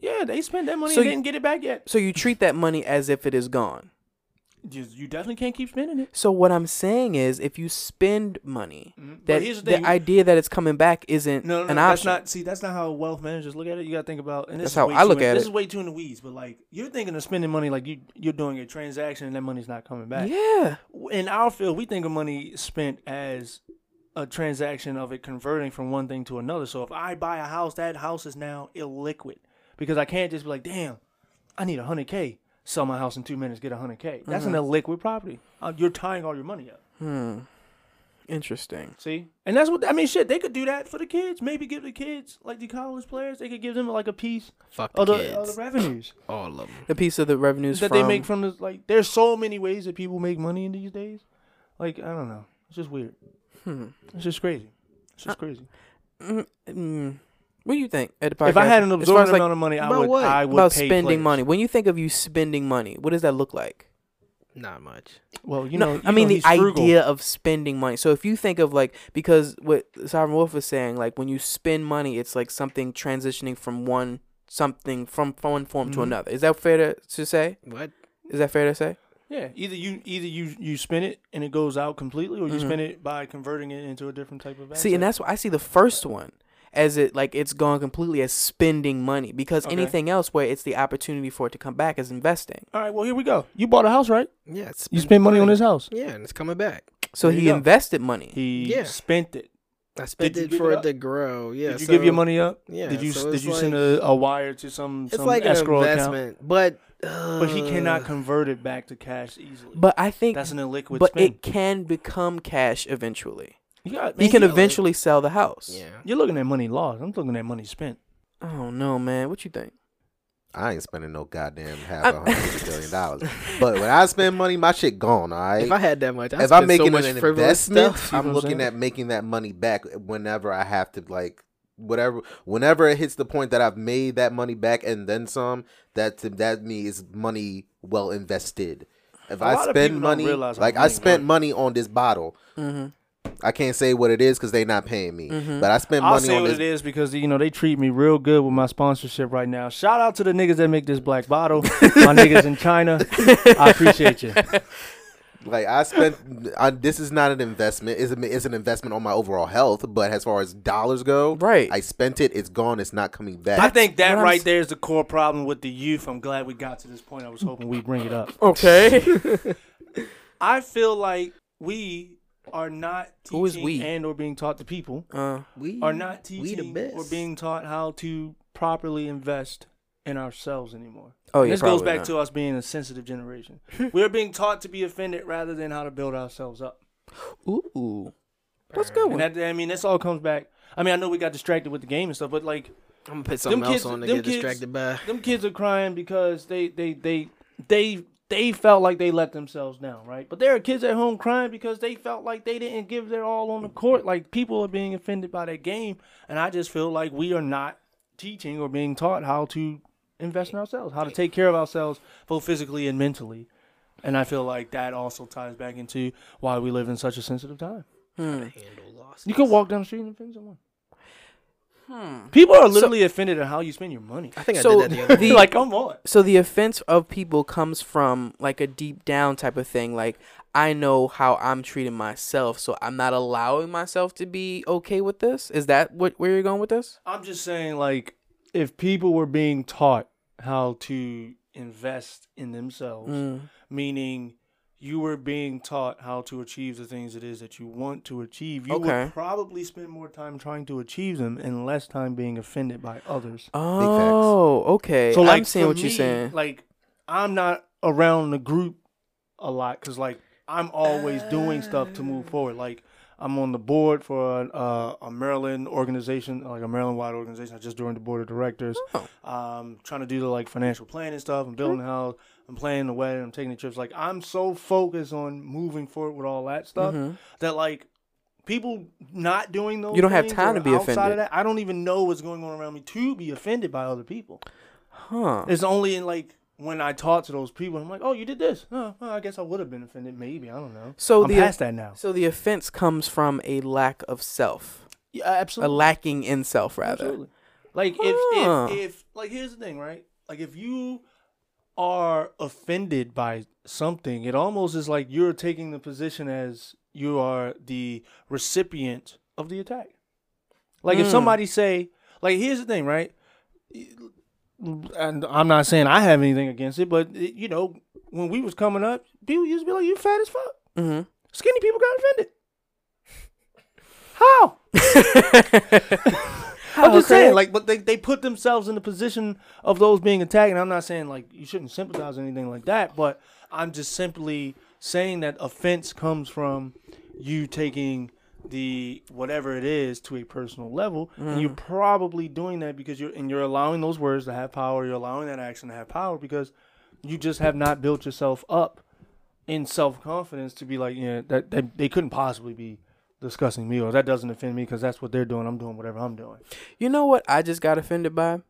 S3: Yeah, they spent that money
S1: So
S3: and
S1: you-
S3: didn't get it back yet.
S1: So you treat that money as if it is gone.
S3: Just, you definitely can't keep spending it.
S1: So what I'm saying is, if you spend money,
S3: Mhm. But
S1: that
S3: here's the
S1: the,
S3: thing, you-
S1: idea that it's coming back isn't
S3: No, no,
S1: an
S3: no, that's
S1: option.
S3: not. See, that's not how wealth managers look at it. You gotta think about. And this
S1: That's
S3: is
S1: how
S3: way
S1: I
S3: too
S1: look
S3: in-
S1: at
S3: This
S1: it.
S3: is way too in the weeds, but like you're thinking of spending money like you you're doing a transaction and that money's not coming back.
S1: yeah,
S3: In our field, we think of money spent as a transaction of it converting from one thing to another. So if I buy a house, that house is now illiquid because I can't just be like, damn, I need hundred k. Sell my house in two minutes, get hundred k. That's an illiquid property. Uh, you're tying all your money up.
S1: Hmm. interesting.
S3: See, and that's what I mean. Shit, they could do that for the kids. Maybe give the kids like the college players. They could give them like a piece
S2: Fuck the
S3: of the, of
S2: kids.
S3: the revenues
S2: All of them.
S1: The piece of the revenues
S3: that
S1: from,
S3: they make from this. Like, there's so many ways that people make money in these days. Like, I don't know. It's just weird. It's just crazy. It's
S1: Uh,
S3: just crazy.
S1: Hmm. Mm, what do you think? At the
S3: If I
S1: podcast?
S3: had an
S1: As far as,
S3: absorbent
S1: like,
S3: amount of money, I
S2: about
S3: would.
S2: what?
S3: I would
S1: about
S3: pay
S1: spending
S3: players.
S1: money, when you think of you spending money, what does that look like?
S2: Not much.
S3: Well, you
S1: no,
S3: know,
S1: I mean the idea of spending money. So if you think of like because what Sovereign Wolf was saying, like when you spend money, it's like something transitioning from one something from, from one form to
S3: Mhm.
S1: another. Is that fair to, to say?
S2: What?
S1: Is that fair to say?
S3: Yeah, either you either you you spend it and it goes out completely, or you
S1: Mhm.
S2: Mm-hmm.
S3: spend it by converting it into a different type of. Asset.
S1: See, and that's why I see the first one as it like it's gone completely as spending money because
S3: Okay.
S1: anything else where it's the opportunity for it to come back is investing.
S3: all right. Well, here we go. You bought a house, right?
S2: Yeah, it's
S3: You spent money on this house.
S2: Yeah, and it's coming back.
S1: So
S3: There you
S1: he
S3: go.
S1: invested money.
S3: He
S2: Yeah.
S3: spent it.
S2: I spent
S3: you
S2: it
S3: give
S2: for
S3: it
S2: it
S3: up?
S2: to grow. Yeah.
S3: did you give your
S2: so
S3: money up?
S2: Yeah,
S3: Did you
S2: so
S3: did
S2: it's
S3: you
S2: like-
S3: send a, a wire to some
S2: It's
S3: some
S2: like an
S3: escrow account?
S2: investment, but uh,
S3: But he cannot convert it back to cash easily.
S1: but I think
S3: that's an illiquid
S1: but
S3: spend.
S1: it can become cash eventually.
S3: you got,
S1: He
S3: man,
S1: can
S3: you-
S1: eventually sell the house.
S2: Yeah.
S3: You're looking at money lost. I'm looking at money spent.
S1: I don't know, man. What you think?
S4: I ain't spending no goddamn half
S1: I'm-
S4: a hundred billion dollars. But when I spend money, my shit gone. All right.
S2: If I had that much, I
S4: if
S2: spend
S4: I'm
S2: so
S4: making
S2: much
S4: an
S2: frivolous
S4: investment,
S2: stuff.
S3: what
S4: I'm
S3: I'm
S4: looking
S3: saying?
S4: at making that money back whenever I have to like whatever whenever it hits the point that I've made that money back and then some, that to that me is money well invested. If
S3: A
S4: I
S3: lot of
S4: spend
S3: people don't
S4: money
S3: realize how
S4: like I
S3: money
S4: spent money on this bottle.
S1: Mm-hmm.
S4: I can't say what it is because they not paying me. But I
S3: Mm-hmm.
S4: spent
S3: I'll
S4: money
S3: say
S4: on
S3: what
S4: this
S3: it is because you know they treat me real good with my sponsorship right now. Shout out to the niggas that make this black bottle. my niggas in China, I appreciate you.
S4: Like I spent, I, this is not an investment. It's, a, it's an investment on my overall health. But as far as dollars go,
S1: Right.
S4: I spent it. It's gone. It's not coming back.
S3: I think that
S1: what I'm
S3: right
S1: s-
S3: there is the core problem with the youth. I'm glad we got to this point. I was hoping we bring it up.
S1: Okay.
S3: I feel like we are not teaching
S1: Who is we?
S3: and or being taught to people
S1: uh,
S2: we
S3: are not
S2: We
S3: teaching
S2: the best.
S3: or being taught how to properly invest in ourselves anymore.
S1: oh
S3: And
S1: yeah.
S3: this goes
S1: probably
S3: back
S1: not.
S3: to us being a sensitive generation. We're being taught to be offended rather than how to build ourselves up.
S1: Ooh. That's a good one.
S3: And that, I mean, this all comes back. I mean, I know we got distracted with the game and stuff, but like
S2: I'm gonna put something
S3: them kids-
S2: else on to
S3: them
S2: get
S3: kids-
S2: distracted by.
S3: them kids are crying because they they they they they felt like they let themselves down, right? But there are kids at home crying because they felt like they didn't give their all on the court. Like people are being offended by that game, and I just feel like we are not teaching or being taught how to invest in ourselves, how to take care of ourselves both physically and mentally. And I feel like that also ties back into why we live in such a sensitive time.
S1: Hmm.
S2: Handle lost.
S3: You can walk down the street and offend someone.
S1: Hmm.
S3: People are literally offended at how you spend your money.
S2: I think
S1: So
S2: I did that the other day.
S1: the-
S3: like, come on.
S1: so the offense of people comes from like a deep down type of thing. Like I know how I'm treating myself, so I'm not allowing myself to be okay with this. Is that what where you're going with this?
S3: I'm just saying, like, if people were being taught how to invest in themselves,
S1: Mm.
S3: meaning you were being taught how to achieve the things it is that you want to achieve, you
S1: Okay.
S3: would probably spend more time trying to achieve them and less time being offended by others.
S1: Oh, okay.
S3: So, like,
S1: I'm seeing
S3: for
S1: what you're
S3: me,
S1: saying.
S3: Like, I'm not around the group a lot because, like, I'm always doing stuff to move forward. Like, I'm on the board for an, uh, a Maryland organization, like a Maryland wide organization. I just joined the board of directors.
S1: Oh.
S3: Um, trying to do the like financial planning stuff.
S1: Mm-hmm.
S3: I'm building a house. I'm planning the wedding. I'm taking the trips. Like, I'm so focused on moving forward with all that stuff that like people not doing those.
S1: Mm-hmm. You don't have
S3: things
S1: time
S3: or
S1: to be
S3: outside Of
S1: offended.
S3: that, I don't even know what's going on around me to be offended by other people.
S1: huh.
S3: It's only in like when I talk to those people, I'm like, oh, you did this. Oh, well, I guess I would have been offended. Maybe I don't know.
S1: So
S3: I'm
S1: the
S3: past that now.
S1: so the offense comes from a lack of self,
S3: Yeah,
S1: a
S3: absolutely.
S1: lacking in self rather.
S3: absolutely. Like
S1: Huh.
S3: if, if if like here's the thing, right? Like if you are offended by something, it almost is like you're taking the position as you are the recipient of the attack. Like
S1: Hmm.
S3: if somebody say, like here's the thing, right? And I'm not saying I have anything against it, but it- you know, when we was coming up, people used to be like, "You fat as fuck."
S1: Mhm.
S3: Skinny people got offended. How? I'm
S1: Oh,
S3: just saying, like, but they, they put themselves in the position of those being attacked. And I'm not saying like you shouldn't sympathize or anything like that, but I'm just simply saying that offense comes from you taking the whatever it is to a personal level, and you're probably doing that because you're and you're allowing those words to have power. You're allowing that action to have power because you just have not built yourself up in self confidence to be like, yeah, that, that they couldn't possibly be discussing me or that doesn't offend me because that's what they're doing. I'm doing whatever I'm doing.
S1: You know what I just got offended by?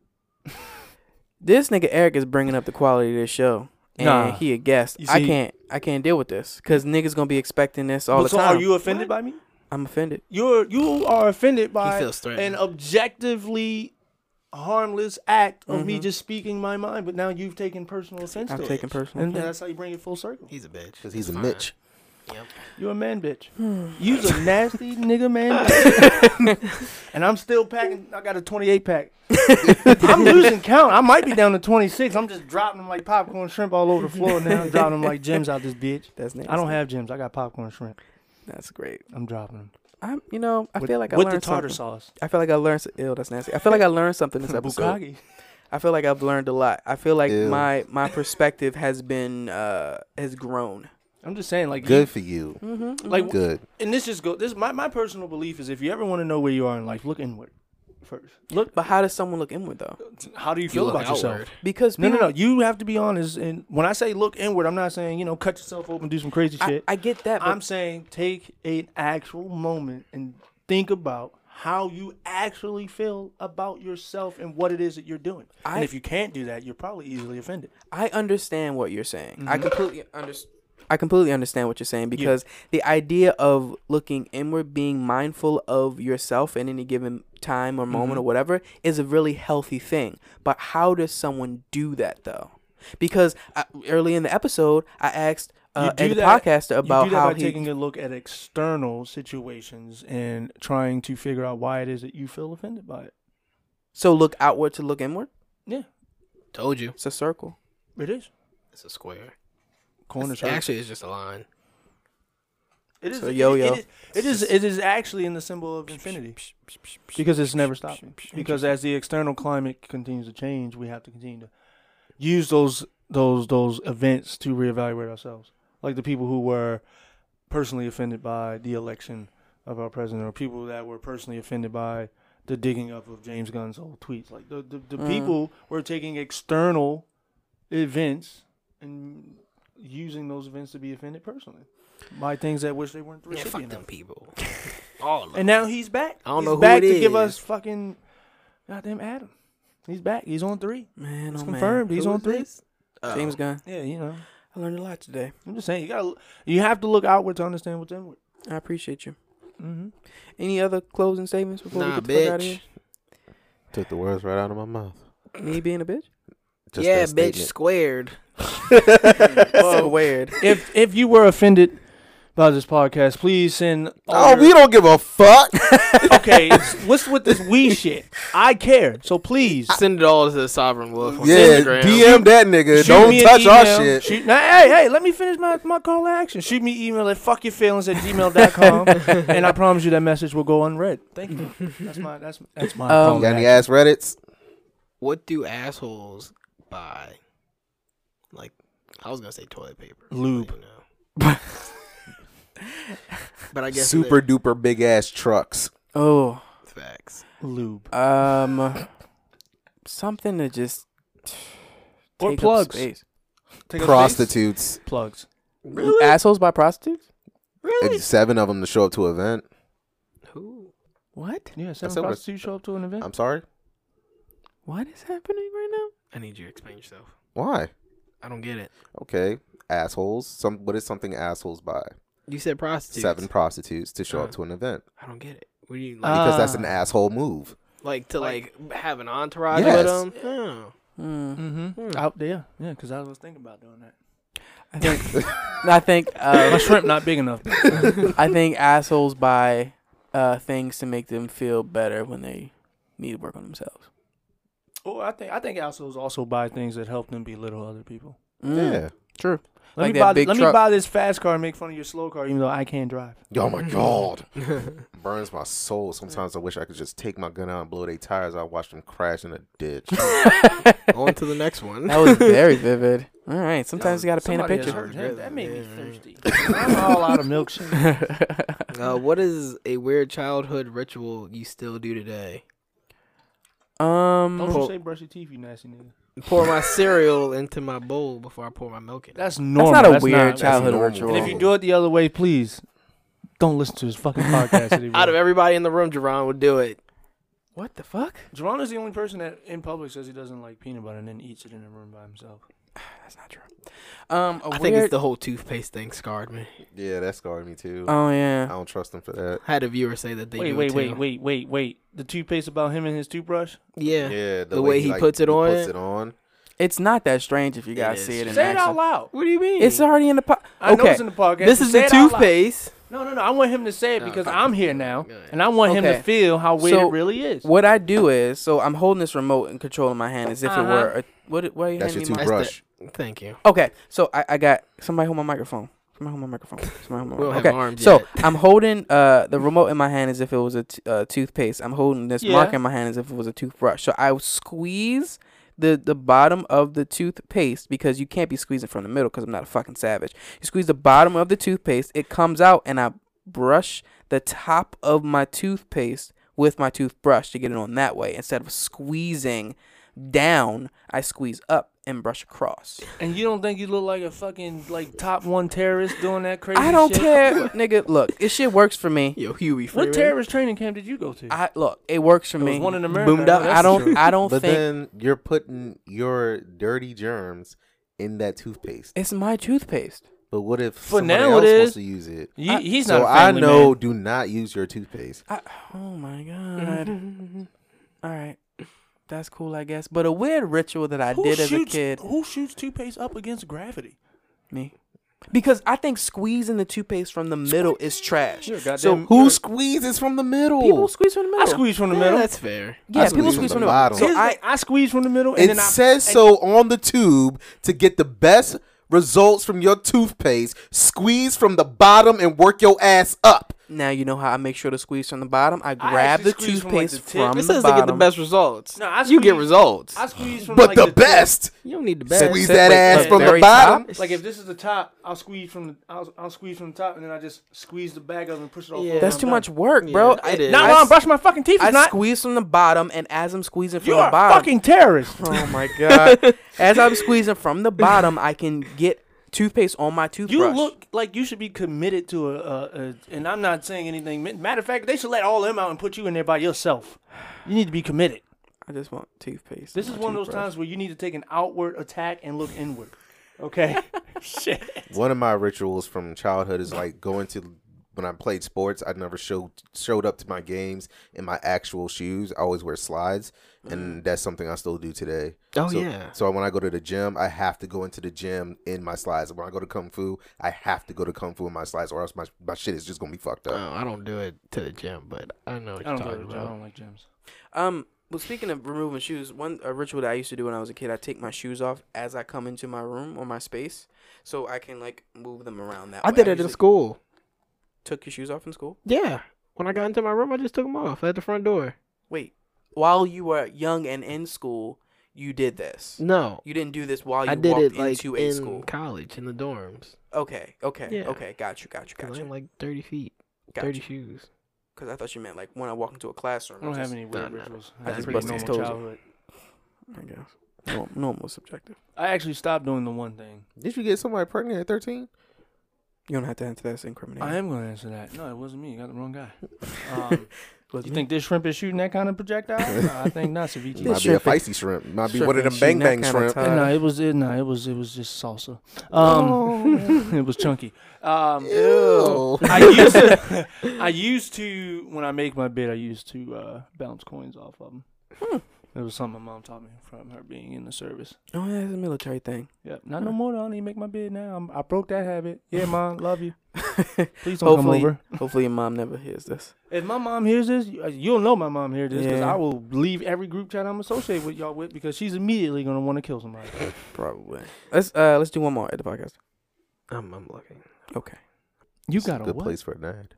S1: this nigga Eric is bringing up the quality of this show. And
S3: Nah.
S1: he a guest.
S3: You
S1: I
S3: see-
S1: can't I can't deal with this. Cause niggas gonna be expecting this all
S3: But
S1: the
S3: so
S1: time.
S3: are you offended by me?
S1: I'm offended.
S3: You're you are offended by
S2: feels
S3: an
S2: threatened.
S3: objectively harmless act of me just speaking my mind, but now you've taken personal offense
S1: Mm-hmm. I've
S3: to
S1: taken
S3: it.
S1: personal.
S3: And
S1: offense.
S3: that's how you bring it full circle.
S2: He's a bitch.
S4: because he's a
S2: It's fine.
S4: Mitch.
S3: You're a man bitch.
S1: Hmm.
S3: You's a nasty nigga man bitch. and I'm still packing I got a twenty eight pack. I'm losing count. I might be down to twenty six. I'm just dropping them like popcorn shrimp all over the floor now. I'm dropping them like gems out this bitch.
S1: That's nasty.
S3: I don't have gems. I got popcorn shrimp.
S1: That's great.
S3: I'm dropping them.
S1: I'm you know, I
S3: With-
S1: feel like I
S3: with
S1: learned
S3: the tartar
S1: something.
S3: sauce.
S1: I feel like I learned ill, that's nasty. I feel like I learned something this episode.
S3: Bukkake.
S1: I feel like I've learned a lot. I feel like
S4: Ew.
S1: my my perspective has been uh has grown.
S3: I'm just saying, like,
S4: Good for you.
S3: you- like,
S4: Good.
S3: and this just go. This my my personal belief is if you ever want to know where you are in life, look inward first. Look,
S1: But how does someone look inward though?
S3: how do you
S2: You
S3: feel
S2: look
S3: about yourself?
S2: outward.
S1: Because
S3: No, no,
S1: people,
S3: no. You have to be honest. And when I say look inward, I'm not saying you know cut yourself open, do some crazy
S1: I,
S3: shit.
S1: I get that. But
S3: I'm saying take an actual moment and think about how you actually feel about yourself and what it is that you're doing.
S1: I-
S3: and if you can't do that, you're probably easily offended.
S1: I understand what you're saying.
S3: Mm-hmm.
S1: I completely understand. I completely understand what you're saying because the idea of looking inward, being mindful of yourself in any given time or
S3: Mm-hmm.
S1: moment or whatever, is a really healthy thing. But how does someone do that though? Because I, early in the episode, I asked uh,
S3: you
S1: a
S3: do that,
S1: podcaster about
S3: you do that
S1: how
S3: by
S1: he
S3: taking a look at external situations and trying to figure out why it is that you feel offended by it.
S1: so look outward to look inward.
S3: Yeah,
S2: Told you.
S1: It's a circle.
S3: it is.
S2: It's a square.
S3: Corner shop.
S2: Actually, it's just a line.
S3: it is
S1: So yo-yo.
S3: It, it is. It is actually in the symbol of infinity because it's never stopping. Because as the external climate continues to change, we have to continue to use those those those events to reevaluate ourselves. Like the people who were personally offended by the election of our president, or people that were personally offended by the digging up of James Gunn's old tweets. Like the the,
S2: Mm-hmm.
S3: the people were taking external events and using those events to be offended personally by things that wish they weren't the
S2: Yeah, fuck
S3: recipient of.
S2: them people. All of them.
S3: And now he's back.
S2: I don't
S3: he's
S2: know who
S3: back
S2: it
S3: to give
S2: is.
S3: us fucking goddamn Adam. He's back. He's on three.
S1: Man,
S3: It's
S1: oh
S3: confirmed. He's
S2: Who
S3: on
S2: is
S3: three.
S2: this? Oh.
S1: man. James Gunn.
S3: Yeah, you know.
S1: I learned a lot today.
S3: I'm just saying you gotta you have to look outward to understand what's inward.
S1: I appreciate you.
S3: Mm-hmm.
S1: Any other closing statements before we
S2: Nah,
S1: get the fuck out of
S2: bitch.
S1: here?
S4: Took the words right out of my mouth.
S1: Me being a bitch.
S4: Just
S2: yeah, bitch,
S4: that statement.
S2: squared.
S1: so weird.
S3: if if you were offended by this podcast, please send. all
S4: Oh,
S3: your-
S4: we don't give a fuck.
S3: okay. it's- What's with this we shit? I care. So please.
S2: Send it all to the Sovereign Wolf on
S4: yeah,
S2: Instagram.
S4: DM that nigga.
S3: Shoot
S4: don't
S3: me an
S4: touch our
S3: email.
S4: shit.
S3: Shoot, now, hey, hey, let me finish my, my call to action. Shoot me email at fuckyourfeelings at gmail.com. and I promise you that message will go unread. Thank you. That's my that's that's my
S1: Um,
S3: call
S4: You
S3: to
S4: got any
S3: action.
S4: ass reddits?
S2: What do assholes buy? Like, I was gonna say toilet paper. but
S3: Lube.
S2: you know. but I guess
S4: Super duper big ass trucks.
S1: Oh,
S2: they're facts.
S3: lube.
S1: um, something to just
S3: Or
S1: take up
S3: plugs.
S1: space.
S3: Take up space.
S4: Prostitutes.
S3: plugs.
S1: Assholes by prostitutes.
S4: And seven of them to show up to an event.
S3: Mm-hmm.
S2: Who?
S1: What?
S3: Yeah, seven
S4: said what-
S3: prostitutes show up to an event.
S4: I'm sorry.
S1: What is happening right now?
S2: I need you to explain yourself.
S4: Why?
S2: I don't get it.
S4: Okay. Assholes. Some. What is something assholes buy?
S2: You said prostitutes.
S4: Seven prostitutes to show up to an event
S2: I don't get it. What do you like?
S3: Uh,
S4: because that's
S3: Ah.
S4: an asshole move.
S2: like to like, have an entourage
S4: Yes.
S2: with them. Yeah.
S1: Hmm.
S3: Mm-hmm. Out there, yeah, because I was thinking about doing that.
S1: I
S2: Oh.
S1: think. I think.
S3: My
S1: Uh,
S3: shrimp not big enough.
S1: I think assholes buy uh, things to make them feel better when they need to work on themselves.
S3: oh, I think I think assholes also buy things that help them belittle other people.
S1: Mm.
S4: Yeah.
S1: True.
S3: Let
S1: Like
S3: me
S1: that
S3: buy
S1: big
S3: let me
S1: truck.
S3: buy this fast car and make fun of your slow car, even though I can't drive.
S4: Oh my god. Burns my soul. Sometimes I wish I could just take my gun out and blow their tires. I watch them crash in a ditch.
S2: On to the next one.
S1: That was very vivid. All right. Sometimes you got to paint a
S3: Somebody has
S1: picture.
S3: hurt him. That made me
S2: Yeah.
S3: thirsty. I'm all out of milkshake.
S2: Uh, what is a weird childhood ritual you still do today?
S1: um.
S3: Don't
S2: Well-
S3: you say brush your teeth, you nasty nigga.
S2: Pour my cereal into my bowl before I pour my milk in. it.
S3: That's
S1: That's
S3: normal.
S1: not a weird childhood
S4: normal.
S1: ritual.
S3: And if you do it the other way, please don't listen to this fucking podcast. that he
S2: Out of
S3: wrote.
S2: everybody in the room, Jerron would do it.
S1: what the fuck?
S3: Jerron is the only person that in public says he doesn't like peanut butter and then eats it in the room by himself.
S1: That's not true. Um. A
S2: I
S1: weird.
S2: think it's the whole toothpaste thing scarred me.
S4: yeah, that scarred me too.
S1: oh
S4: I
S1: yeah.
S4: don't trust them for that.
S2: I had a viewer say that they
S3: wait,
S2: do
S3: wait,
S2: it
S3: wait,
S2: too.
S3: wait, wait, wait. The toothpaste about him and his toothbrush?
S2: Yeah.
S4: Yeah,
S2: The way he puts it on
S4: Puts
S2: it.
S4: it on.
S1: It's not that strange if you
S2: It
S1: guys
S2: is.
S1: see it in
S3: Say it out
S1: action.
S3: loud.
S2: What do you mean?
S1: It's already in the pot.
S3: I know
S1: Okay.
S3: it's in the podcast.
S2: this
S3: but
S2: is
S3: say
S2: the
S3: it out loud.
S2: toothpaste.
S3: No, no, no. I want him to say it
S2: No,
S3: because
S2: fuck
S3: I'm
S2: it.
S3: here now,
S2: Go ahead.
S3: and I want him
S1: Okay.
S3: to feel how weird
S1: So,
S3: it really is.
S1: What I do is, so I'm holding this remote and controlling my hand as if
S3: Uh-huh.
S1: it were. A, what? Why are you
S4: That's your
S1: handing me my-
S2: That's
S4: toothbrush.
S2: Thank you.
S1: Okay, so I, I got somebody hold my microphone. Somebody hold my microphone. Somebody hold
S2: We
S1: my
S2: don't have
S1: microphone. Okay,
S2: arms
S1: so
S2: yet.
S1: I'm holding uh the remote in my hand as if it was a t- uh, toothpaste. I'm holding this
S3: Yeah.
S1: mark in my hand as if it was a toothbrush. So I squeeze the the bottom of the toothpaste because you can't be squeezing from the middle because I'm not a fucking savage. You squeeze the bottom of the toothpaste, it comes out, and I brush the top of my toothpaste with my toothbrush to get it on that way instead of squeezing down. I squeeze up and brush across.
S3: and you don't think you look like a fucking like top one terrorist doing that crazy?
S1: I don't
S3: shit?
S1: care, nigga. Look, this shit works for me.
S2: Yo, Huey Freeman.
S3: What terrorist training camp did you go to?
S1: I look, it works for
S3: There was
S1: me.
S3: one in America.
S2: Boomed
S3: know
S2: up.
S3: that's
S1: I don't.
S3: true.
S1: I don't
S4: But
S1: think
S4: then you're putting your dirty germs in that toothpaste.
S1: it's my toothpaste.
S4: But what if
S3: For
S4: somebody
S3: now it
S4: else
S3: is.
S4: wants to use it?
S3: Ye-
S1: I-
S3: he's not.
S4: so
S3: a
S4: I
S3: family
S4: know.
S3: man.
S4: Do not use your toothpaste.
S1: I, oh my god. All right, that's cool, I guess. But a weird ritual that I
S3: Who
S1: did as a
S3: shoots-
S1: kid,
S3: Who shoots toothpaste up against gravity?
S1: me, because I think squeezing the toothpaste from the middle is trash.
S3: You're a goddamn-
S1: So
S4: Who squeezes from the middle?
S1: people squeeze from the middle?
S3: I squeeze from the
S2: Yeah,
S3: middle.
S2: that's fair.
S1: Yeah,
S4: I
S1: people
S4: squeeze
S1: squeeze
S4: from
S1: from the middle.
S4: the bottom.
S1: So
S3: Here's the
S1: I,
S3: thing, I squeeze from the middle, and
S4: it
S3: then I
S4: says
S3: and-
S4: so on the tube to get the best results from your toothpaste. Squeeze from the bottom and work your ass up.
S1: now you know how I make sure to squeeze from the bottom. I
S3: I
S1: grab
S3: actually
S1: the
S3: squeeze from, like,
S1: toothpaste
S3: the tip.
S1: from
S2: It
S1: the
S2: says to get the
S1: bottom.
S2: best results.
S3: No, I
S2: you get
S3: squeeze-
S2: results.
S3: I squeeze from
S4: But
S3: like
S4: the,
S3: tip.
S4: best,
S2: you don't need the best.
S4: squeeze
S1: Tip,
S4: that
S1: like,
S4: ass
S1: the
S4: from the
S1: very
S4: bottom.
S3: Like if this is the top, I'll squeeze from the I'll, I'll squeeze from the top, and then I just squeeze the bag up and push it off.
S2: Yeah.
S3: over
S1: That's
S3: and
S1: too
S3: I'm
S1: much
S3: done.
S1: work, bro.
S2: Yeah,
S1: I-
S2: it is.
S3: Not
S1: I
S3: while I'm
S1: s-
S3: brushing my fucking teeth.
S1: I
S3: It's not.
S1: squeeze from the bottom, and as I'm squeezing from
S3: You're
S1: the
S3: a
S1: bottom,
S3: fucking terrorist.
S1: Oh my god! As I'm squeezing from the bottom, I can get toothpaste on my toothbrush.
S3: You look like you should be committed to a, a, a. And I'm not saying anything. Ma- Matter of fact, they should let all them out and put you in there by yourself. You need to be committed.
S1: I just want toothpaste.
S3: This
S1: on
S3: is
S1: my
S3: one of those
S1: toothbrush.
S3: times where you need to take an outward attack and look inward. Okay. Shit.
S4: One of my rituals from childhood is like going to when I played sports, I never showed showed up to my games in my actual shoes. I always wear slides, and that's something I still do today.
S2: Oh,
S4: So-
S2: yeah.
S4: So when I go to the gym, I have to go into the gym in my slides. When I go to kung fu, I have to go to kung fu in my slides, or else my, my shit is just gonna be fucked up.
S2: Oh, I don't do it to the gym, but I know what
S3: I
S2: you're
S3: don't,
S2: talking
S3: go to the gym. I
S2: about.
S3: don't like gyms.
S1: Um, well, speaking of removing shoes, one a ritual that I used to do when I was a kid, I take my shoes off as I come into my room or my space, so I can like move them around. That
S2: I
S1: way.
S2: did it in
S1: usually
S2: school.
S1: Took your shoes off in school?
S2: Yeah. When I got into my room, I just took them off at the front door.
S1: Wait, while you were young and in school, you did this.
S2: No,
S1: You didn't do
S3: Oh,
S1: this while you
S2: I did
S1: walked
S2: it like
S1: into a
S2: in
S1: school.
S2: college in the dorms
S1: Okay, okay,
S2: Yeah.
S1: okay. Got you, got you,
S2: because
S1: got
S2: I'm
S1: you.
S2: like 30 feet,
S1: Got
S2: 30
S1: you.
S2: shoes.
S1: Because I thought you meant like when I walk into a classroom.
S3: I don't
S1: just-
S3: have any weird
S2: nah, nah.
S3: rituals.
S1: I
S3: I
S1: just
S3: just pretty
S1: bust
S3: normal
S1: his toes.
S3: childhood.
S1: I guess. Normal, normal subjective.
S3: I actually stopped doing the one thing.
S4: Did you get somebody pregnant at thirteen?
S1: You don't have to answer that. It's incriminating.
S3: I am going to answer that. No, it wasn't me. You got the wrong guy. Um,
S1: Look,
S3: You
S1: me-
S3: think this shrimp is shooting that kind of projectile? no, I think not, Ceviche.
S4: Might be a
S1: shrimp is-
S4: feisty shrimp. Might be one of
S1: shrimp
S4: them
S1: is
S4: bang
S1: shooting
S4: bang
S1: that kinda
S4: shrimp.
S1: time.
S3: no, it was it. No, it was it was just salsa.
S1: Oh.
S2: Oh,
S3: Um, it was chunky. Um,
S4: Ew.
S3: I used to, I used to when I make my bid, I used to uh, bounce coins off of them.
S1: Hmm.
S3: It was something my mom taught me from her being in the service.
S1: Oh, yeah, it's a military thing.
S3: Yep, not no more. though. I don't even make my bid now. I'm, I broke that habit. Yeah, mom, love you. Please don't
S1: Hopefully-
S3: come over.
S1: Hopefully, your mom never hears this.
S3: If my mom hears this, you- you'll know my mom hears this because
S1: Yeah.
S3: I will leave every group chat I'm associated with y'all with because she's immediately gonna want to kill somebody.
S1: Probably. Let's uh let's do one more at the podcast.
S2: I'm, I'm looking.
S1: Okay.
S3: You
S4: It's a
S3: got a
S4: good
S3: what?
S4: place for a night.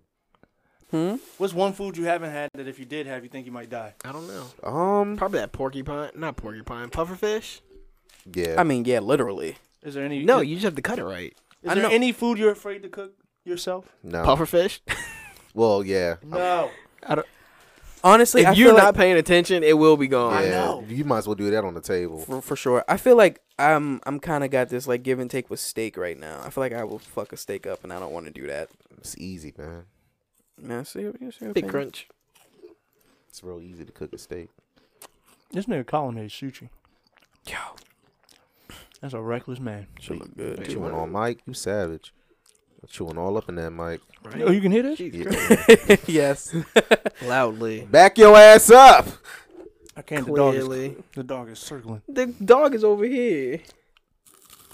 S1: Hmm.
S3: What's one food you haven't had that if you did have, you think you might die?
S2: I don't know.
S3: Hmm.
S4: Um,
S2: Probably that porcupine. Not porcupine. Pufferfish.
S4: yeah.
S1: I mean, yeah, literally.
S3: Is there any?
S2: No,
S3: Is,
S2: you just have to cut it right.
S3: is
S1: I
S3: there
S1: know-
S3: any food you're afraid to cook yourself?
S2: Oh.
S4: no.
S2: Pufferfish.
S4: Well, yeah.
S3: No.
S1: Honestly,
S2: if
S1: I
S2: you're
S1: feel
S2: not
S1: like,
S2: paying attention, it will be gone.
S4: yeah.
S3: know.
S4: You might as well do that on the table.
S1: for, for sure. I feel like I'm I'm kind of got this like give and take with steak right now. I feel like I will fuck a steak up, and I don't want to do that.
S4: It's easy, man.
S1: Man, see, what- see what
S2: Big
S1: I'm
S2: crunch.
S4: It's real easy to cook a steak.
S3: This nigga Colin here shoot you.
S1: saying? Yo,
S3: That's a reckless man.
S1: should look good.
S4: Chewing on Mike, you savage. Chewing all up in that mic.
S2: Right.
S3: Oh, you can hear this?
S2: Jesus
S4: Yeah.
S2: Christ.
S1: yes.
S2: Loudly.
S4: Back your ass up.
S3: I can't. The dog, is,
S2: Clearly.
S3: the dog is circling.
S2: The dog is over here.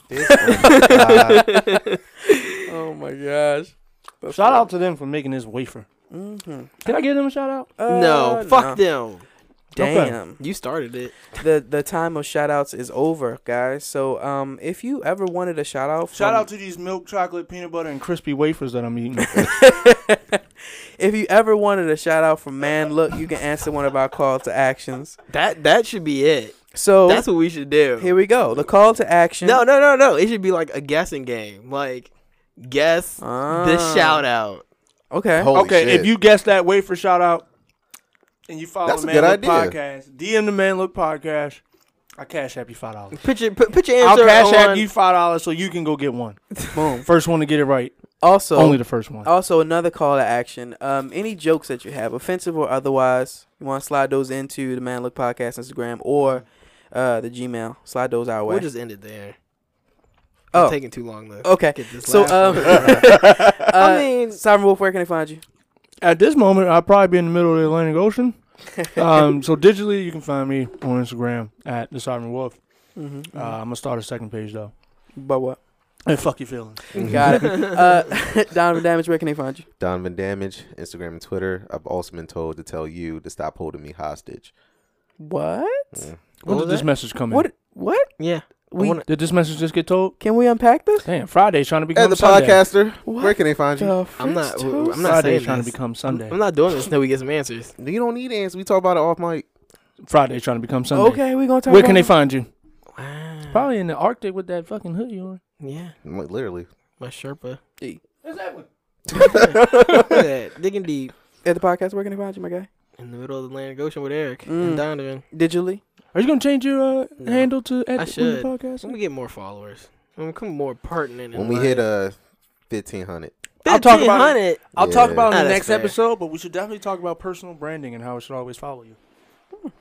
S4: This- oh, God.
S1: oh my gosh. That's
S3: Shout
S1: funny.
S3: out to them for making this wafer.
S1: Mhm.
S3: Can I give them a shout out?
S1: Uh,
S2: no, fuck them.
S3: Okay.
S1: Damn.
S2: You started it.
S1: The the time of shout outs is over, guys. So um if you ever wanted a shout out from,
S3: Shout out to these milk chocolate peanut butter and crispy wafers that I'm eating.
S1: if you ever wanted a shout out from Man Look, you can answer one of our call to actions.
S2: That that should be it.
S3: Oh.
S1: So
S2: That's what we should do.
S1: here we go. The call to action.
S2: no, no, no, no. It should be like a guessing game. Like guess
S1: Ah.
S2: this shout out.
S1: Okay.
S4: Holy
S3: okay,
S4: shit.
S3: if you guess that wafer shout out and you follow
S4: That's
S3: the
S4: a
S3: Man Look
S4: good idea.
S3: Podcast, DM the Man Look Podcast, I cash app you five dollars.
S2: Put your put, put your
S3: I'll
S2: answer
S3: cash app
S2: on-
S3: you five dollars so you can go get one.
S1: Boom.
S3: First one to get it right.
S1: Also
S3: Only the first one.
S1: also another call to action. Um any jokes that you have, offensive or otherwise, you want to slide those into the Man Look Podcast Instagram or uh the Gmail. Slide those our way.
S2: We'll just end it there.
S1: Oh.
S2: It's taking too long to
S1: okay.
S2: get this.
S1: So
S2: last
S1: um uh,
S2: one.
S1: I
S2: mean-
S1: Sovereign Wolf, where can they find you?
S3: At this moment, I'll probably be in the middle of the Atlantic Ocean. um, so digitally, you can find me on Instagram at the Sovereign Wolf.
S1: Mm-hmm.
S3: Uh, I'm gonna start a second page though.
S1: But what?
S3: And fuck your feelings.
S2: mm-hmm.
S1: Got it. Uh, Donovan Damage, where can they find you?
S4: Donovan Damage, Instagram and Twitter. I've also been told to tell you to stop holding me hostage. Mm.
S1: What?
S3: When
S2: What
S3: did
S2: was
S3: this
S2: that?
S3: message come in?
S1: What? What?
S2: yeah.
S1: We
S2: wanna-
S3: Did this message just get told?
S1: can we unpack this?
S3: Damn, Friday's trying to become
S4: As a
S3: Sunday.
S4: podcaster, where
S1: What
S4: can they find you?
S1: the
S2: I'm not-
S1: French
S2: I'm not
S1: toast?
S3: Friday's
S2: saying
S3: trying to
S2: this.
S3: become Sunday.
S2: I'm not doing this until we get some answers.
S4: You don't need answers. We talk about it off mic.
S3: Friday's trying to become Sunday.
S1: Okay, we're gonna talk.
S3: Where can they
S1: about
S3: find you?
S2: Wow.
S3: Probably in the Arctic with that fucking hoodie on.
S2: Yeah.
S4: Like, Literally.
S2: My Sherpa.
S3: Exactly.
S2: Look at that. Digging deep
S1: it. at the podcast? Where can they find you, my guy?
S2: in the middle of the Atlantic Ocean with Eric
S1: Mm.
S2: and Donovan.
S1: Digitally.
S3: Are you gonna change your uh,
S2: No.
S3: handle to at
S2: I
S3: the
S2: should.
S3: podcast?
S2: Let me get more followers. I'm become more pertinent.
S4: When we hit uh, 1500.
S3: I'll talk about it.
S2: 1500.
S3: I'll talk
S4: Yeah.
S3: about it
S2: Nah,
S3: in the
S2: Ah, that's
S3: next
S2: fair.
S3: episode, but we should definitely talk about personal branding and how it should always follow you.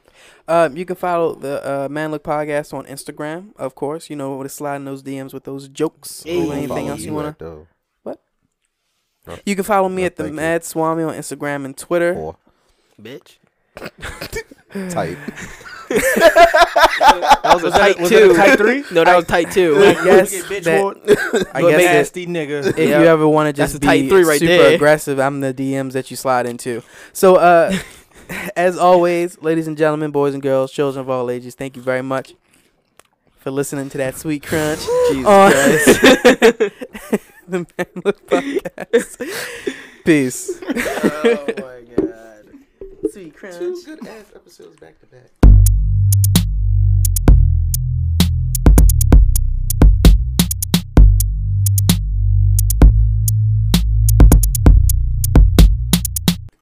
S1: Um, you can follow the uh, Man Look Podcast on Instagram, of course. You know, with sliding those DMs with those jokes
S2: Hey.
S1: or
S4: Follow
S1: anything else you
S4: at,
S1: wanna.
S4: though.
S1: You can follow me
S4: No,
S1: at the
S4: thank you. Oh.
S1: Mad Swami on Instagram and Twitter.
S4: Or
S2: Bitch.
S4: type.
S2: That was a tight
S3: was
S2: two.
S3: that a type three?
S2: No, that was tight two.
S1: I guess
S3: bitch
S1: that-
S3: whore,
S1: I
S3: little
S1: guess it,
S3: nasty nigga.
S1: if
S2: Yeah.
S1: you ever want to
S2: That's
S1: just
S2: a
S1: be
S2: tight three right
S1: super
S2: there.
S1: aggressive, I'm the DMs that you slide into. So, uh, as always, ladies and gentlemen, boys and girls, children of all ages, thank you very much for listening to that sweet crunch
S2: Jesus
S1: on
S3: Oh,
S2: Christ.
S1: the Man Look Podcast. Peace.
S2: oh my god.
S4: Two good ass episodes back to back.